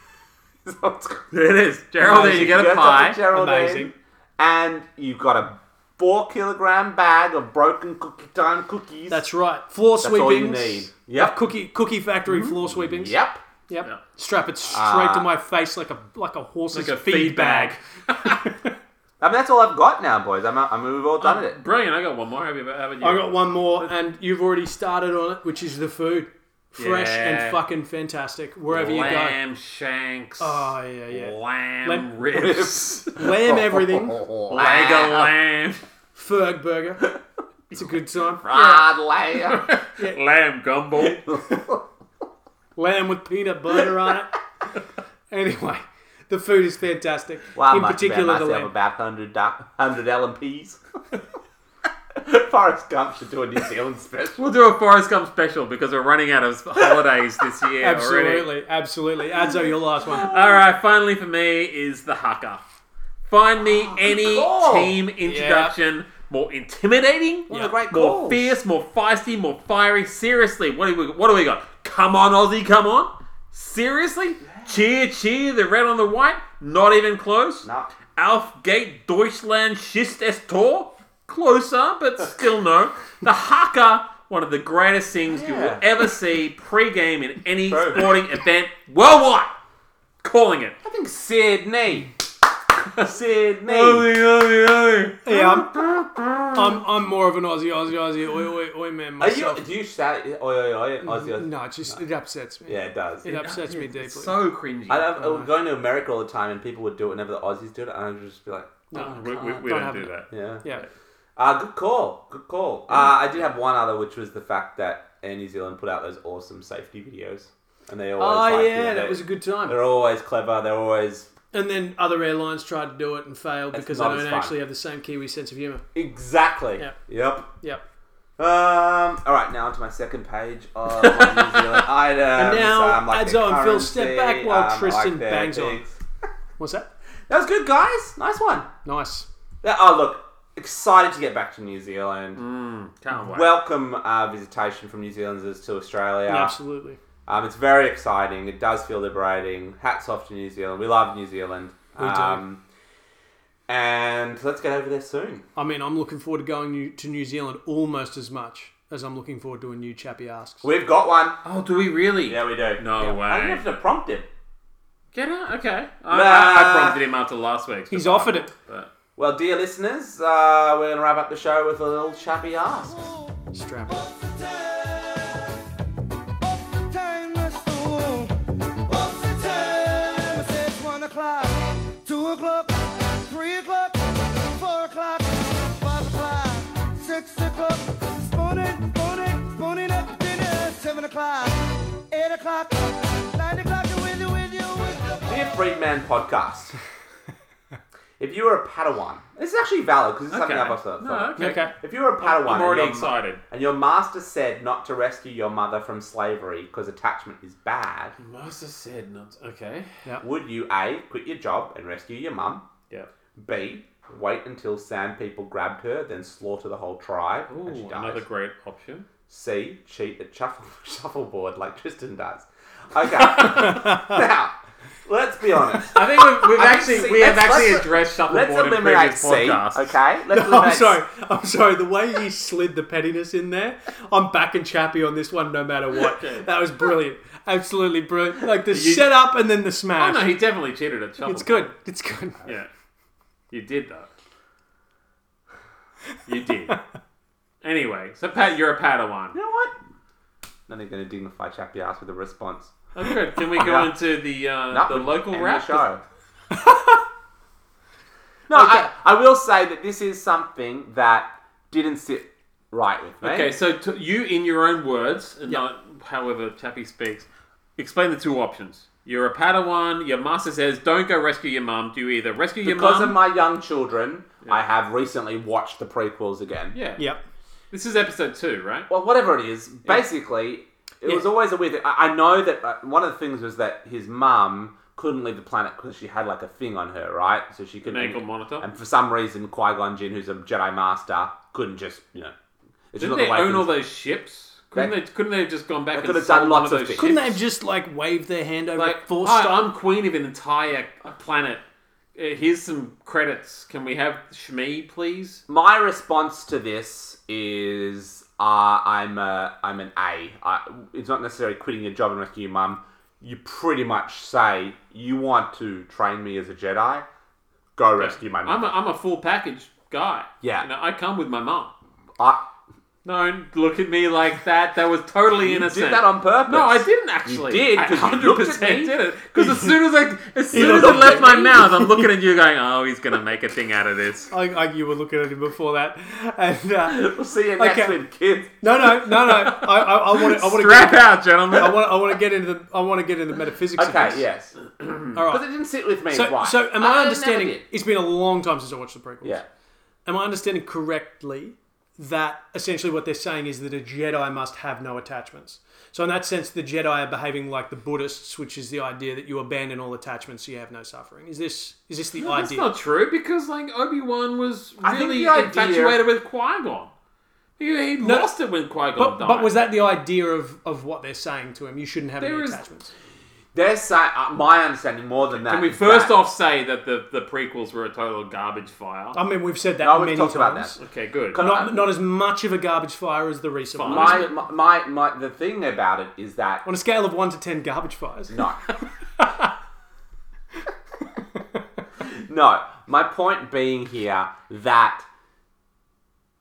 Speaker 1: Is that what it's called?
Speaker 3: it is Geraldine. You get a
Speaker 1: go
Speaker 3: pie.
Speaker 1: to Geraldine,
Speaker 2: Amazing.
Speaker 1: and you've got a four-kilogram bag of broken cookie time cookies.
Speaker 2: That's right. Floor
Speaker 1: That's
Speaker 2: sweepings. Uh,
Speaker 1: all you need. Yep.
Speaker 2: Cookie cookie factory floor sweepings.
Speaker 1: Yep. Uh,
Speaker 2: Yep.
Speaker 3: Yeah.
Speaker 2: Strap it straight to my face like a like a horse's
Speaker 3: Like a
Speaker 2: feed,
Speaker 3: feed
Speaker 2: bag.
Speaker 1: I mean, that's all I've got now, boys. I'm, I'm we've all done
Speaker 2: Um,
Speaker 1: it.
Speaker 3: <laughs> Brilliant. I got one more. Have you? Haven't you?
Speaker 2: I got one more, and you've already started on it, which is the food. Fresh
Speaker 3: Yeah.
Speaker 2: and fucking fantastic wherever you go.
Speaker 3: Lamb shanks.
Speaker 2: Oh yeah, yeah.
Speaker 3: Lamb,
Speaker 2: Lamb-
Speaker 3: ribs.
Speaker 2: Lamb
Speaker 1: <laughs>
Speaker 2: everything.
Speaker 3: Leg of lamb.
Speaker 2: Ferg burger. It's a good time.
Speaker 1: Hard layer.
Speaker 3: Lamb gumbo.
Speaker 2: Lamb with peanut butter on it. Anyway, the food is fantastic.
Speaker 1: <laughs> Well, I
Speaker 2: In
Speaker 1: must
Speaker 2: particular,
Speaker 1: have
Speaker 2: the
Speaker 1: myself
Speaker 2: lamb.
Speaker 1: about 100, du- 100 LMPs. <laughs> Forrest Gump should do a New Zealand special.
Speaker 3: We'll do a Forrest Gump special because we're running out of holidays
Speaker 1: <laughs>
Speaker 3: this year already.
Speaker 2: Absolutely, absolutely. Adzo, your last one.
Speaker 3: All right, finally for me is the haka.
Speaker 1: <gasps>
Speaker 3: Find me any
Speaker 1: call.
Speaker 3: team introduction more intimidating,
Speaker 1: What a great
Speaker 3: more
Speaker 1: call.
Speaker 3: fierce, more feisty, more fiery. Seriously, what do we what do we got? Come on, Aussie, come on! Seriously, cheer, cheer! The red on the white, not even close.
Speaker 1: No.
Speaker 3: Alf Gate Deutschland Schist es Tor? Closer, but still no. The Haka, one of the greatest things you will
Speaker 1: Yeah.
Speaker 3: ever see pre-game in any
Speaker 1: True.
Speaker 3: sporting event worldwide. Calling it.
Speaker 1: I think Sydney. <laughs> Sydney.
Speaker 2: Yeah, I'm, I'm, I'm more of an Aussie, Aussie, Aussie, oi, oi, oi man
Speaker 1: Are you,
Speaker 2: myself.
Speaker 1: do you shout oi oi oi? Aussie, Aussie?
Speaker 2: No, it just it upsets me.
Speaker 1: Yeah, it does.
Speaker 2: It upsets me deeply.
Speaker 3: It's so cringy.
Speaker 1: I love, I was going to America all the time and people would do it whenever the Aussies do it and I'd just be like,
Speaker 2: no,
Speaker 3: we we, we
Speaker 2: Don't
Speaker 3: don't
Speaker 2: have
Speaker 3: do
Speaker 2: it.
Speaker 3: that.
Speaker 1: yeah.
Speaker 2: yeah.
Speaker 1: Uh, good call. Good call.
Speaker 2: Mm.
Speaker 1: Uh, I did have one other, which was the fact that Air New Zealand put out those awesome safety videos. And they always.
Speaker 2: Oh
Speaker 1: like,
Speaker 2: yeah,
Speaker 1: they-
Speaker 2: that was a good time.
Speaker 1: They're always clever. They're always
Speaker 2: And then other airlines tried to do it and failed because they
Speaker 1: not as
Speaker 2: don't
Speaker 1: fun.
Speaker 2: actually have the same Kiwi sense of humor.
Speaker 1: exactly.
Speaker 2: Yep.
Speaker 1: Yep.
Speaker 2: Yep.
Speaker 1: Um. All right, now onto my second page of New
Speaker 2: <laughs>
Speaker 1: Zealand items.
Speaker 2: And now,
Speaker 1: um, like
Speaker 2: Adzo
Speaker 1: their
Speaker 2: and Phil
Speaker 1: currency,
Speaker 2: step back while
Speaker 1: um,
Speaker 2: Tristan
Speaker 1: like their
Speaker 2: bangs on.
Speaker 1: things. <laughs>
Speaker 2: What's that?
Speaker 1: That was good, guys. Nice one.
Speaker 2: Nice.
Speaker 1: Yeah, Oh, look, excited to get back to New Zealand.
Speaker 2: Mm.
Speaker 3: Can't wait.
Speaker 1: Welcome uh, visitation from New Zealanders to Australia.
Speaker 2: Absolutely.
Speaker 1: Um, it's very exciting. It does feel liberating. Hats off to New Zealand. We love New Zealand. We
Speaker 2: do.
Speaker 1: um, And let's get over there soon.
Speaker 2: I mean, I'm looking forward to going new, to New Zealand almost as much as I'm looking forward to a new Chappie asks.
Speaker 1: We've got one.
Speaker 3: oh, do we really?
Speaker 1: Yeah, we do.
Speaker 3: No
Speaker 1: I didn't
Speaker 3: way.
Speaker 1: have to prompt him.
Speaker 3: Get out. Okay. I,
Speaker 1: Nah.
Speaker 3: I, I prompted him after last week's.
Speaker 2: He's
Speaker 3: but-
Speaker 2: offered it.
Speaker 3: but-
Speaker 1: Well, dear listeners, uh, we're going to wrap up the show with a little chappy ask.
Speaker 2: Strap. it.
Speaker 1: Dear Freedman
Speaker 3: <laughs>
Speaker 1: Podcast, if you were a Padawan, this is actually valid because it's
Speaker 3: Okay.
Speaker 1: something I've also thought.
Speaker 3: No, okay.
Speaker 2: Okay.
Speaker 1: If you were a Padawan,
Speaker 3: I'm already
Speaker 1: and, your, ma-
Speaker 3: excited.
Speaker 1: and your master said not to rescue your mother from slavery because attachment is bad,
Speaker 3: Master said not. Okay.
Speaker 1: would you A, quit your job and rescue your mum?
Speaker 3: Yeah.
Speaker 1: B, wait until sand people grabbed her, then slaughter the whole tribe? and she
Speaker 3: Ooh,
Speaker 1: dies?
Speaker 3: another great option.
Speaker 1: C, cheat at shuffle, <laughs> shuffleboard like Tristan does.
Speaker 3: <laughs>
Speaker 1: Okay. now, let's be honest.
Speaker 3: I think we've, we've
Speaker 1: I think
Speaker 3: actually
Speaker 1: C-
Speaker 3: we have
Speaker 1: let's-
Speaker 3: actually
Speaker 1: let's-
Speaker 3: addressed
Speaker 1: Let's
Speaker 3: shuffleboard in
Speaker 1: eliminate
Speaker 3: previous
Speaker 1: C,
Speaker 3: podcasts. <laughs>
Speaker 1: okay? Let's
Speaker 2: <laughs> I'm
Speaker 1: eliminate
Speaker 2: sorry. I'm sorry. The way you slid the pettiness in there, I'm backing Chappie on this one no matter what. That was brilliant. Absolutely brilliant. Like the setup and then the
Speaker 3: Oh
Speaker 2: smash.
Speaker 3: no, he definitely cheated at shuffleboard.
Speaker 2: it's good. It's good.
Speaker 3: Yeah. You did though.
Speaker 1: <laughs>
Speaker 3: You did. anyway, so Pat, you're a Padawan.
Speaker 1: You know what? Now they're going to dignify Chappy Ass with a response.
Speaker 3: Oh, good. Can we go
Speaker 1: Yeah.
Speaker 3: into the uh,
Speaker 1: That
Speaker 3: the
Speaker 1: would
Speaker 3: local
Speaker 1: end
Speaker 3: rap?
Speaker 1: The
Speaker 3: <laughs>
Speaker 1: show. no, I, I will say that this is something that didn't sit right with me.
Speaker 3: Okay, so to, you, in your own words, and not however Chappie speaks, explain the two options. You're a Padawan. Your master says, "Don't go rescue your mum." Do you either rescue your
Speaker 1: because of
Speaker 3: mum?
Speaker 1: my young children, I have recently watched the prequels again.
Speaker 3: yeah.
Speaker 2: Yep.
Speaker 3: This is episode two, right?
Speaker 1: Well, whatever it is, basically, it was
Speaker 2: Yeah.
Speaker 1: always a weird thing. I, I know that uh, one of the things was that his mum couldn't leave the planet because she had like a thing on her, right? So she couldn't.
Speaker 3: ankle monitor?
Speaker 1: And for some reason, Qui Gon Jinn, who's a Jedi Master, couldn't just, you know. It's
Speaker 3: Didn't
Speaker 1: not
Speaker 3: they
Speaker 1: the way
Speaker 3: own all
Speaker 1: things-
Speaker 3: those ships? Couldn't
Speaker 1: They-
Speaker 3: they? Couldn't they have just gone back
Speaker 1: could
Speaker 3: and
Speaker 1: have done
Speaker 3: sold
Speaker 1: lots
Speaker 3: one of
Speaker 1: of
Speaker 3: those
Speaker 1: things.
Speaker 2: Couldn't they
Speaker 3: ships?
Speaker 2: have just like waved their hand over
Speaker 3: like,
Speaker 2: four
Speaker 3: "Hi,
Speaker 2: star?
Speaker 3: I'm queen of an entire planet. Uh, Here's some credits. Can we have Shmi, please?
Speaker 1: My response to this is uh, I'm a, I'm an A. I, it's not necessarily quitting your job and rescuing your mum. You pretty much say you want to train me as a Jedi. Go rescue my
Speaker 3: I'm a,
Speaker 1: mum.
Speaker 3: I'm a full package guy.
Speaker 1: Hmm. Yeah.
Speaker 3: You know, I come with my mum.
Speaker 1: I
Speaker 3: Don't look at me like that. That was totally
Speaker 1: you
Speaker 3: innocent.
Speaker 1: did that on purpose.
Speaker 3: No, I didn't actually.
Speaker 1: You did,
Speaker 3: I
Speaker 1: 'cause you looked at
Speaker 3: 100%
Speaker 1: me.
Speaker 3: did it. Because as soon as I,
Speaker 1: <laughs>
Speaker 3: as soon as it
Speaker 1: looked
Speaker 3: left
Speaker 1: at
Speaker 3: my
Speaker 1: me.
Speaker 3: mouth, I'm looking at you, going, "Oh, he's gonna make a thing out of this."
Speaker 2: I, I, you were looking at him before that, and uh,
Speaker 1: <laughs> We'll see you next
Speaker 2: Okay.
Speaker 1: week, kids.
Speaker 2: no, no, no, no. I, I, I want to, I want to
Speaker 3: Strap out, gentlemen.
Speaker 2: I want, I want to get into the, I want to get into the metaphysics. of
Speaker 1: Okay,
Speaker 2: this.
Speaker 1: yes.
Speaker 2: All right.
Speaker 1: Because it didn't sit with me.
Speaker 2: So,
Speaker 1: right.
Speaker 2: so am
Speaker 1: I
Speaker 2: I,
Speaker 1: never
Speaker 2: understanding?
Speaker 1: did.
Speaker 2: It's been a long time since I watched the prequels.
Speaker 1: Yeah.
Speaker 2: Am I understanding correctly that essentially what they're saying is that a Jedi must have no attachments? So, in that sense, the Jedi are behaving like the Buddhists, which is the idea that you abandon all attachments, so you have no suffering. Is this is this the
Speaker 3: That's
Speaker 2: idea?
Speaker 3: not true because like Obi Wan was
Speaker 1: I think
Speaker 3: really
Speaker 1: the idea-
Speaker 3: infatuated with Qui Gon. He, he lost it when Qui Gon
Speaker 2: but,
Speaker 3: died.
Speaker 2: but was that the idea of, of what they're saying to him? You shouldn't have
Speaker 3: There
Speaker 2: any
Speaker 3: is-
Speaker 2: attachments.
Speaker 1: They're saying, uh, my understanding more than that.
Speaker 3: Can we
Speaker 1: is
Speaker 3: first
Speaker 1: that-
Speaker 3: off say that the, the prequels were a total garbage fire?
Speaker 2: I mean, we've said that
Speaker 1: No, we've
Speaker 2: many
Speaker 1: talked
Speaker 2: times.
Speaker 1: about that. uh,
Speaker 3: Okay, good.
Speaker 1: Oh. Can
Speaker 2: Not, not as much of a garbage fire as the recent
Speaker 3: Fine.
Speaker 2: one.
Speaker 1: My, my, my, my, the thing about it is that
Speaker 2: On a scale of one to ten garbage fires.
Speaker 1: No. no. My point being here that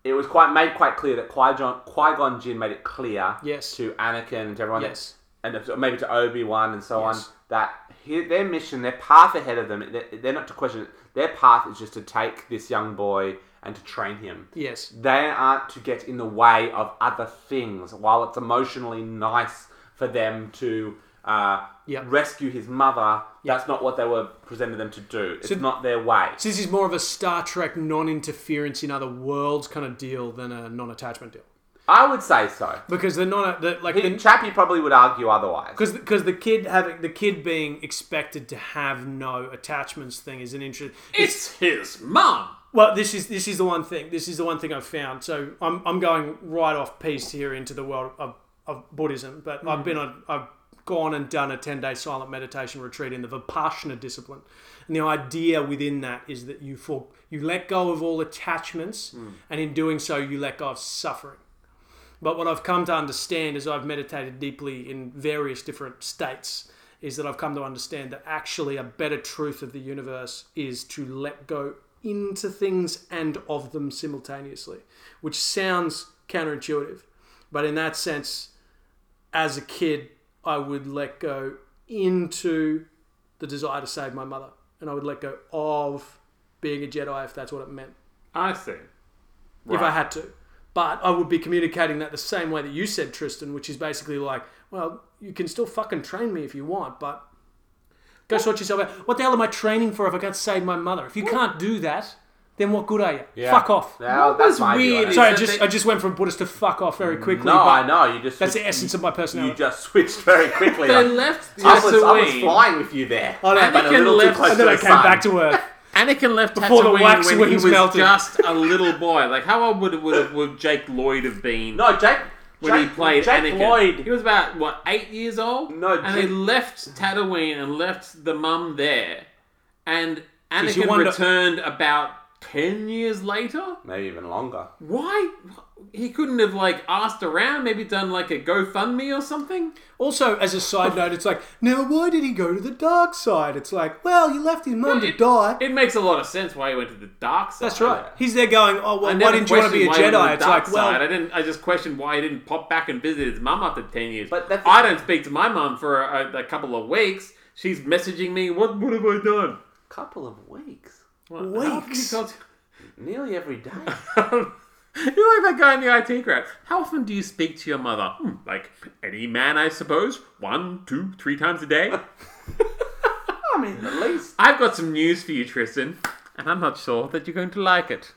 Speaker 1: it was quite made quite clear that Qui Gon Qui Gon Jinn made it clear
Speaker 2: Yes.
Speaker 1: to Anakin and to everyone that-
Speaker 2: Yes.
Speaker 1: and maybe to Obi Wan and so
Speaker 2: Yes.
Speaker 1: on that he, their mission, their path ahead of them, they're, they're not to question it. Their path is just to take this young boy and to train him.
Speaker 2: Yes.
Speaker 1: They aren't to get in the way of other things. While it's emotionally nice for them to uh,
Speaker 2: Yep.
Speaker 1: rescue his mother, that's not what they were presented them to do. It's not their way.
Speaker 2: So this is more of a Star Trek non-interference in other worlds kind of deal than a non-attachment deal.
Speaker 1: I would say so.
Speaker 2: Because they're not the, like
Speaker 1: He,
Speaker 2: the,
Speaker 1: Chappie probably would argue otherwise.
Speaker 2: because because the kid having the kid being expected to have no attachments thing is an interest.
Speaker 3: It's his mum.
Speaker 2: Well, this is this is the one thing. This is the one thing I've found. So I'm, I'm going right off piece here into the world of, of Buddhism, but I've been on I've gone and done a ten day silent meditation retreat in the Vipassana discipline, and the idea within that is that you for you let go of all attachments, and in doing so, you let go of suffering. But what I've come to understand as I've meditated deeply in various different states is that I've come to understand that actually a better truth of the universe is to let go into things and of them simultaneously, which sounds counterintuitive. But in that sense, as a kid, I would let go into the desire to save my mother, and I would let go of being a Jedi if that's what it meant
Speaker 3: I see.
Speaker 2: if I had to. But I would be communicating that the same way that you said, Tristan, which is basically like, well, you can still fucking train me if you want, but go sort yourself out. What the hell am I training for if I can't save my mother? If you can't do that, then what good are you? Fuck off.
Speaker 1: Now, that's
Speaker 3: was
Speaker 1: my view on it.
Speaker 3: weird is-
Speaker 2: Sorry, I
Speaker 3: that
Speaker 2: just
Speaker 3: they-
Speaker 2: I just went from Buddhist to fuck off very quickly.
Speaker 1: no,
Speaker 2: but
Speaker 1: I know. You just
Speaker 2: That's the
Speaker 1: switched-
Speaker 2: essence of my personality.
Speaker 1: You just switched very quickly.
Speaker 3: They
Speaker 1: on-
Speaker 3: left
Speaker 1: I was, I was
Speaker 3: Tatooine.
Speaker 1: flying with you there.
Speaker 2: I know,
Speaker 1: but a
Speaker 3: Anakin
Speaker 1: little too
Speaker 3: left-
Speaker 1: close
Speaker 2: and then
Speaker 1: to
Speaker 2: I
Speaker 1: the
Speaker 2: came
Speaker 1: sun.
Speaker 2: back
Speaker 3: <laughs>
Speaker 2: to Earth.
Speaker 3: Anakin left
Speaker 2: Before the
Speaker 3: Tatooine
Speaker 2: wax
Speaker 3: when he
Speaker 2: wings
Speaker 3: was
Speaker 2: melted.
Speaker 3: just a little boy. Like how old would would, would Jake Lloyd have been?
Speaker 1: No, Jake.
Speaker 3: when
Speaker 1: Jake,
Speaker 3: he played
Speaker 1: Jake
Speaker 3: Anakin.
Speaker 1: Lloyd.
Speaker 3: He was about what eight years old.
Speaker 1: No,
Speaker 3: and
Speaker 1: Jake-
Speaker 3: they left Tatooine and left the mum there, and
Speaker 2: Geez, you
Speaker 3: Anakin
Speaker 2: wonder-
Speaker 3: returned about ten years later.
Speaker 1: Maybe even longer.
Speaker 3: Why he couldn't have like asked around? Maybe done like a GoFundMe or something.
Speaker 2: Also, as a side note, it's like, now why did he go to the dark side? It's like, well, you left his mum to
Speaker 3: It-
Speaker 2: die.
Speaker 3: It makes a lot of sense why he went to the dark side.
Speaker 2: That's right. He's there going, oh,
Speaker 3: I
Speaker 2: well, why
Speaker 3: never
Speaker 2: didn't you want to be a
Speaker 3: questioned why
Speaker 2: Jedi?
Speaker 3: he went
Speaker 2: It's
Speaker 3: to the dark
Speaker 2: like, well,
Speaker 3: side. I didn't. I just questioned why he didn't pop back and visit his mum after ten years.
Speaker 1: But that's-
Speaker 3: I don't speak to my mum for a, a couple of weeks. She's messaging me. What? What have I done?
Speaker 1: Couple of weeks.
Speaker 3: What, how often
Speaker 2: Weeks.
Speaker 3: do you talk
Speaker 1: Nearly every day.
Speaker 3: to- <laughs> You're like that guy in the IT crowd. How often do you speak to your mother? Hmm, like any man, I suppose. One, two, three times a day.
Speaker 1: <laughs> I mean, at least.
Speaker 3: I've got some news for you, Tristan, and I'm not sure that you're going to like it.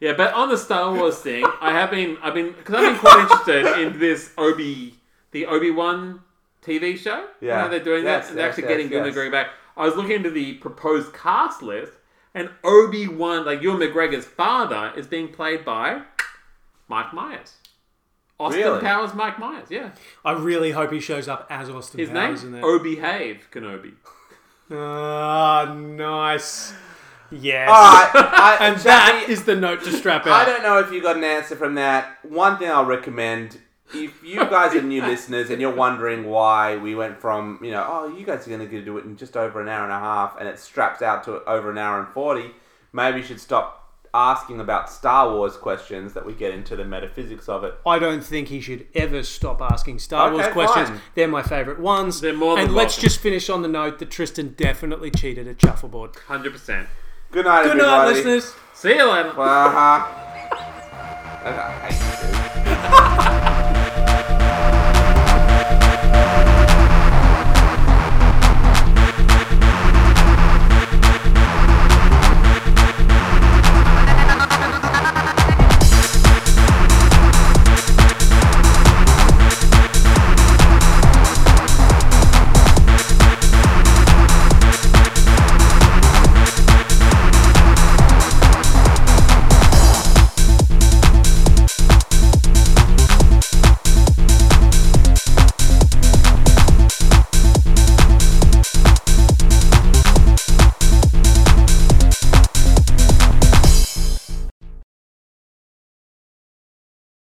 Speaker 3: yeah, but on the Star Wars thing, I have been, I've been, because I've been quite interested in this Obi, the Obi Wan TV show.
Speaker 1: Yeah.
Speaker 3: you know, they're doing
Speaker 1: Yes,
Speaker 3: that and
Speaker 1: yes,
Speaker 3: actually
Speaker 1: yes,
Speaker 3: getting Ewan
Speaker 1: yes.
Speaker 3: McGregor back. I was looking into the proposed cast list, and Obi Wan, like Ewan McGregor's father, is being played by Mike Myers. Austin
Speaker 1: Really?
Speaker 3: Powers, Mike Myers. Yeah,
Speaker 2: I really hope he shows up as Austin
Speaker 3: his
Speaker 2: Powers in
Speaker 3: name
Speaker 2: there.
Speaker 3: Obi Have Kenobi.
Speaker 2: Ah, nice. Yes.
Speaker 1: Alright, I-
Speaker 2: <laughs> and
Speaker 1: Jackie,
Speaker 2: that is the note to strap out.
Speaker 1: I don't know if you got an answer from that. One thing I'll recommend if
Speaker 2: <laughs>
Speaker 1: you guys are new listeners and you're wondering why we went from, you know, oh, you guys are going to do it in just over an hour and a half and it straps out to over an hour and 40, maybe you should stop asking about Star Wars questions that we get into the metaphysics of it.
Speaker 2: I don't think he should ever stop asking Star
Speaker 1: Okay,
Speaker 2: Wars questions.
Speaker 1: fine.
Speaker 2: They're my favourite ones.
Speaker 3: They're more than
Speaker 2: and let's
Speaker 3: welcome.
Speaker 2: just finish on the note that Tristan definitely cheated at shuffleboard.
Speaker 3: Hundred percent.
Speaker 1: Good night,
Speaker 2: Good
Speaker 1: everybody.
Speaker 2: <laughs> night, listeners.
Speaker 3: See you later.
Speaker 1: Uh-huh. Okay.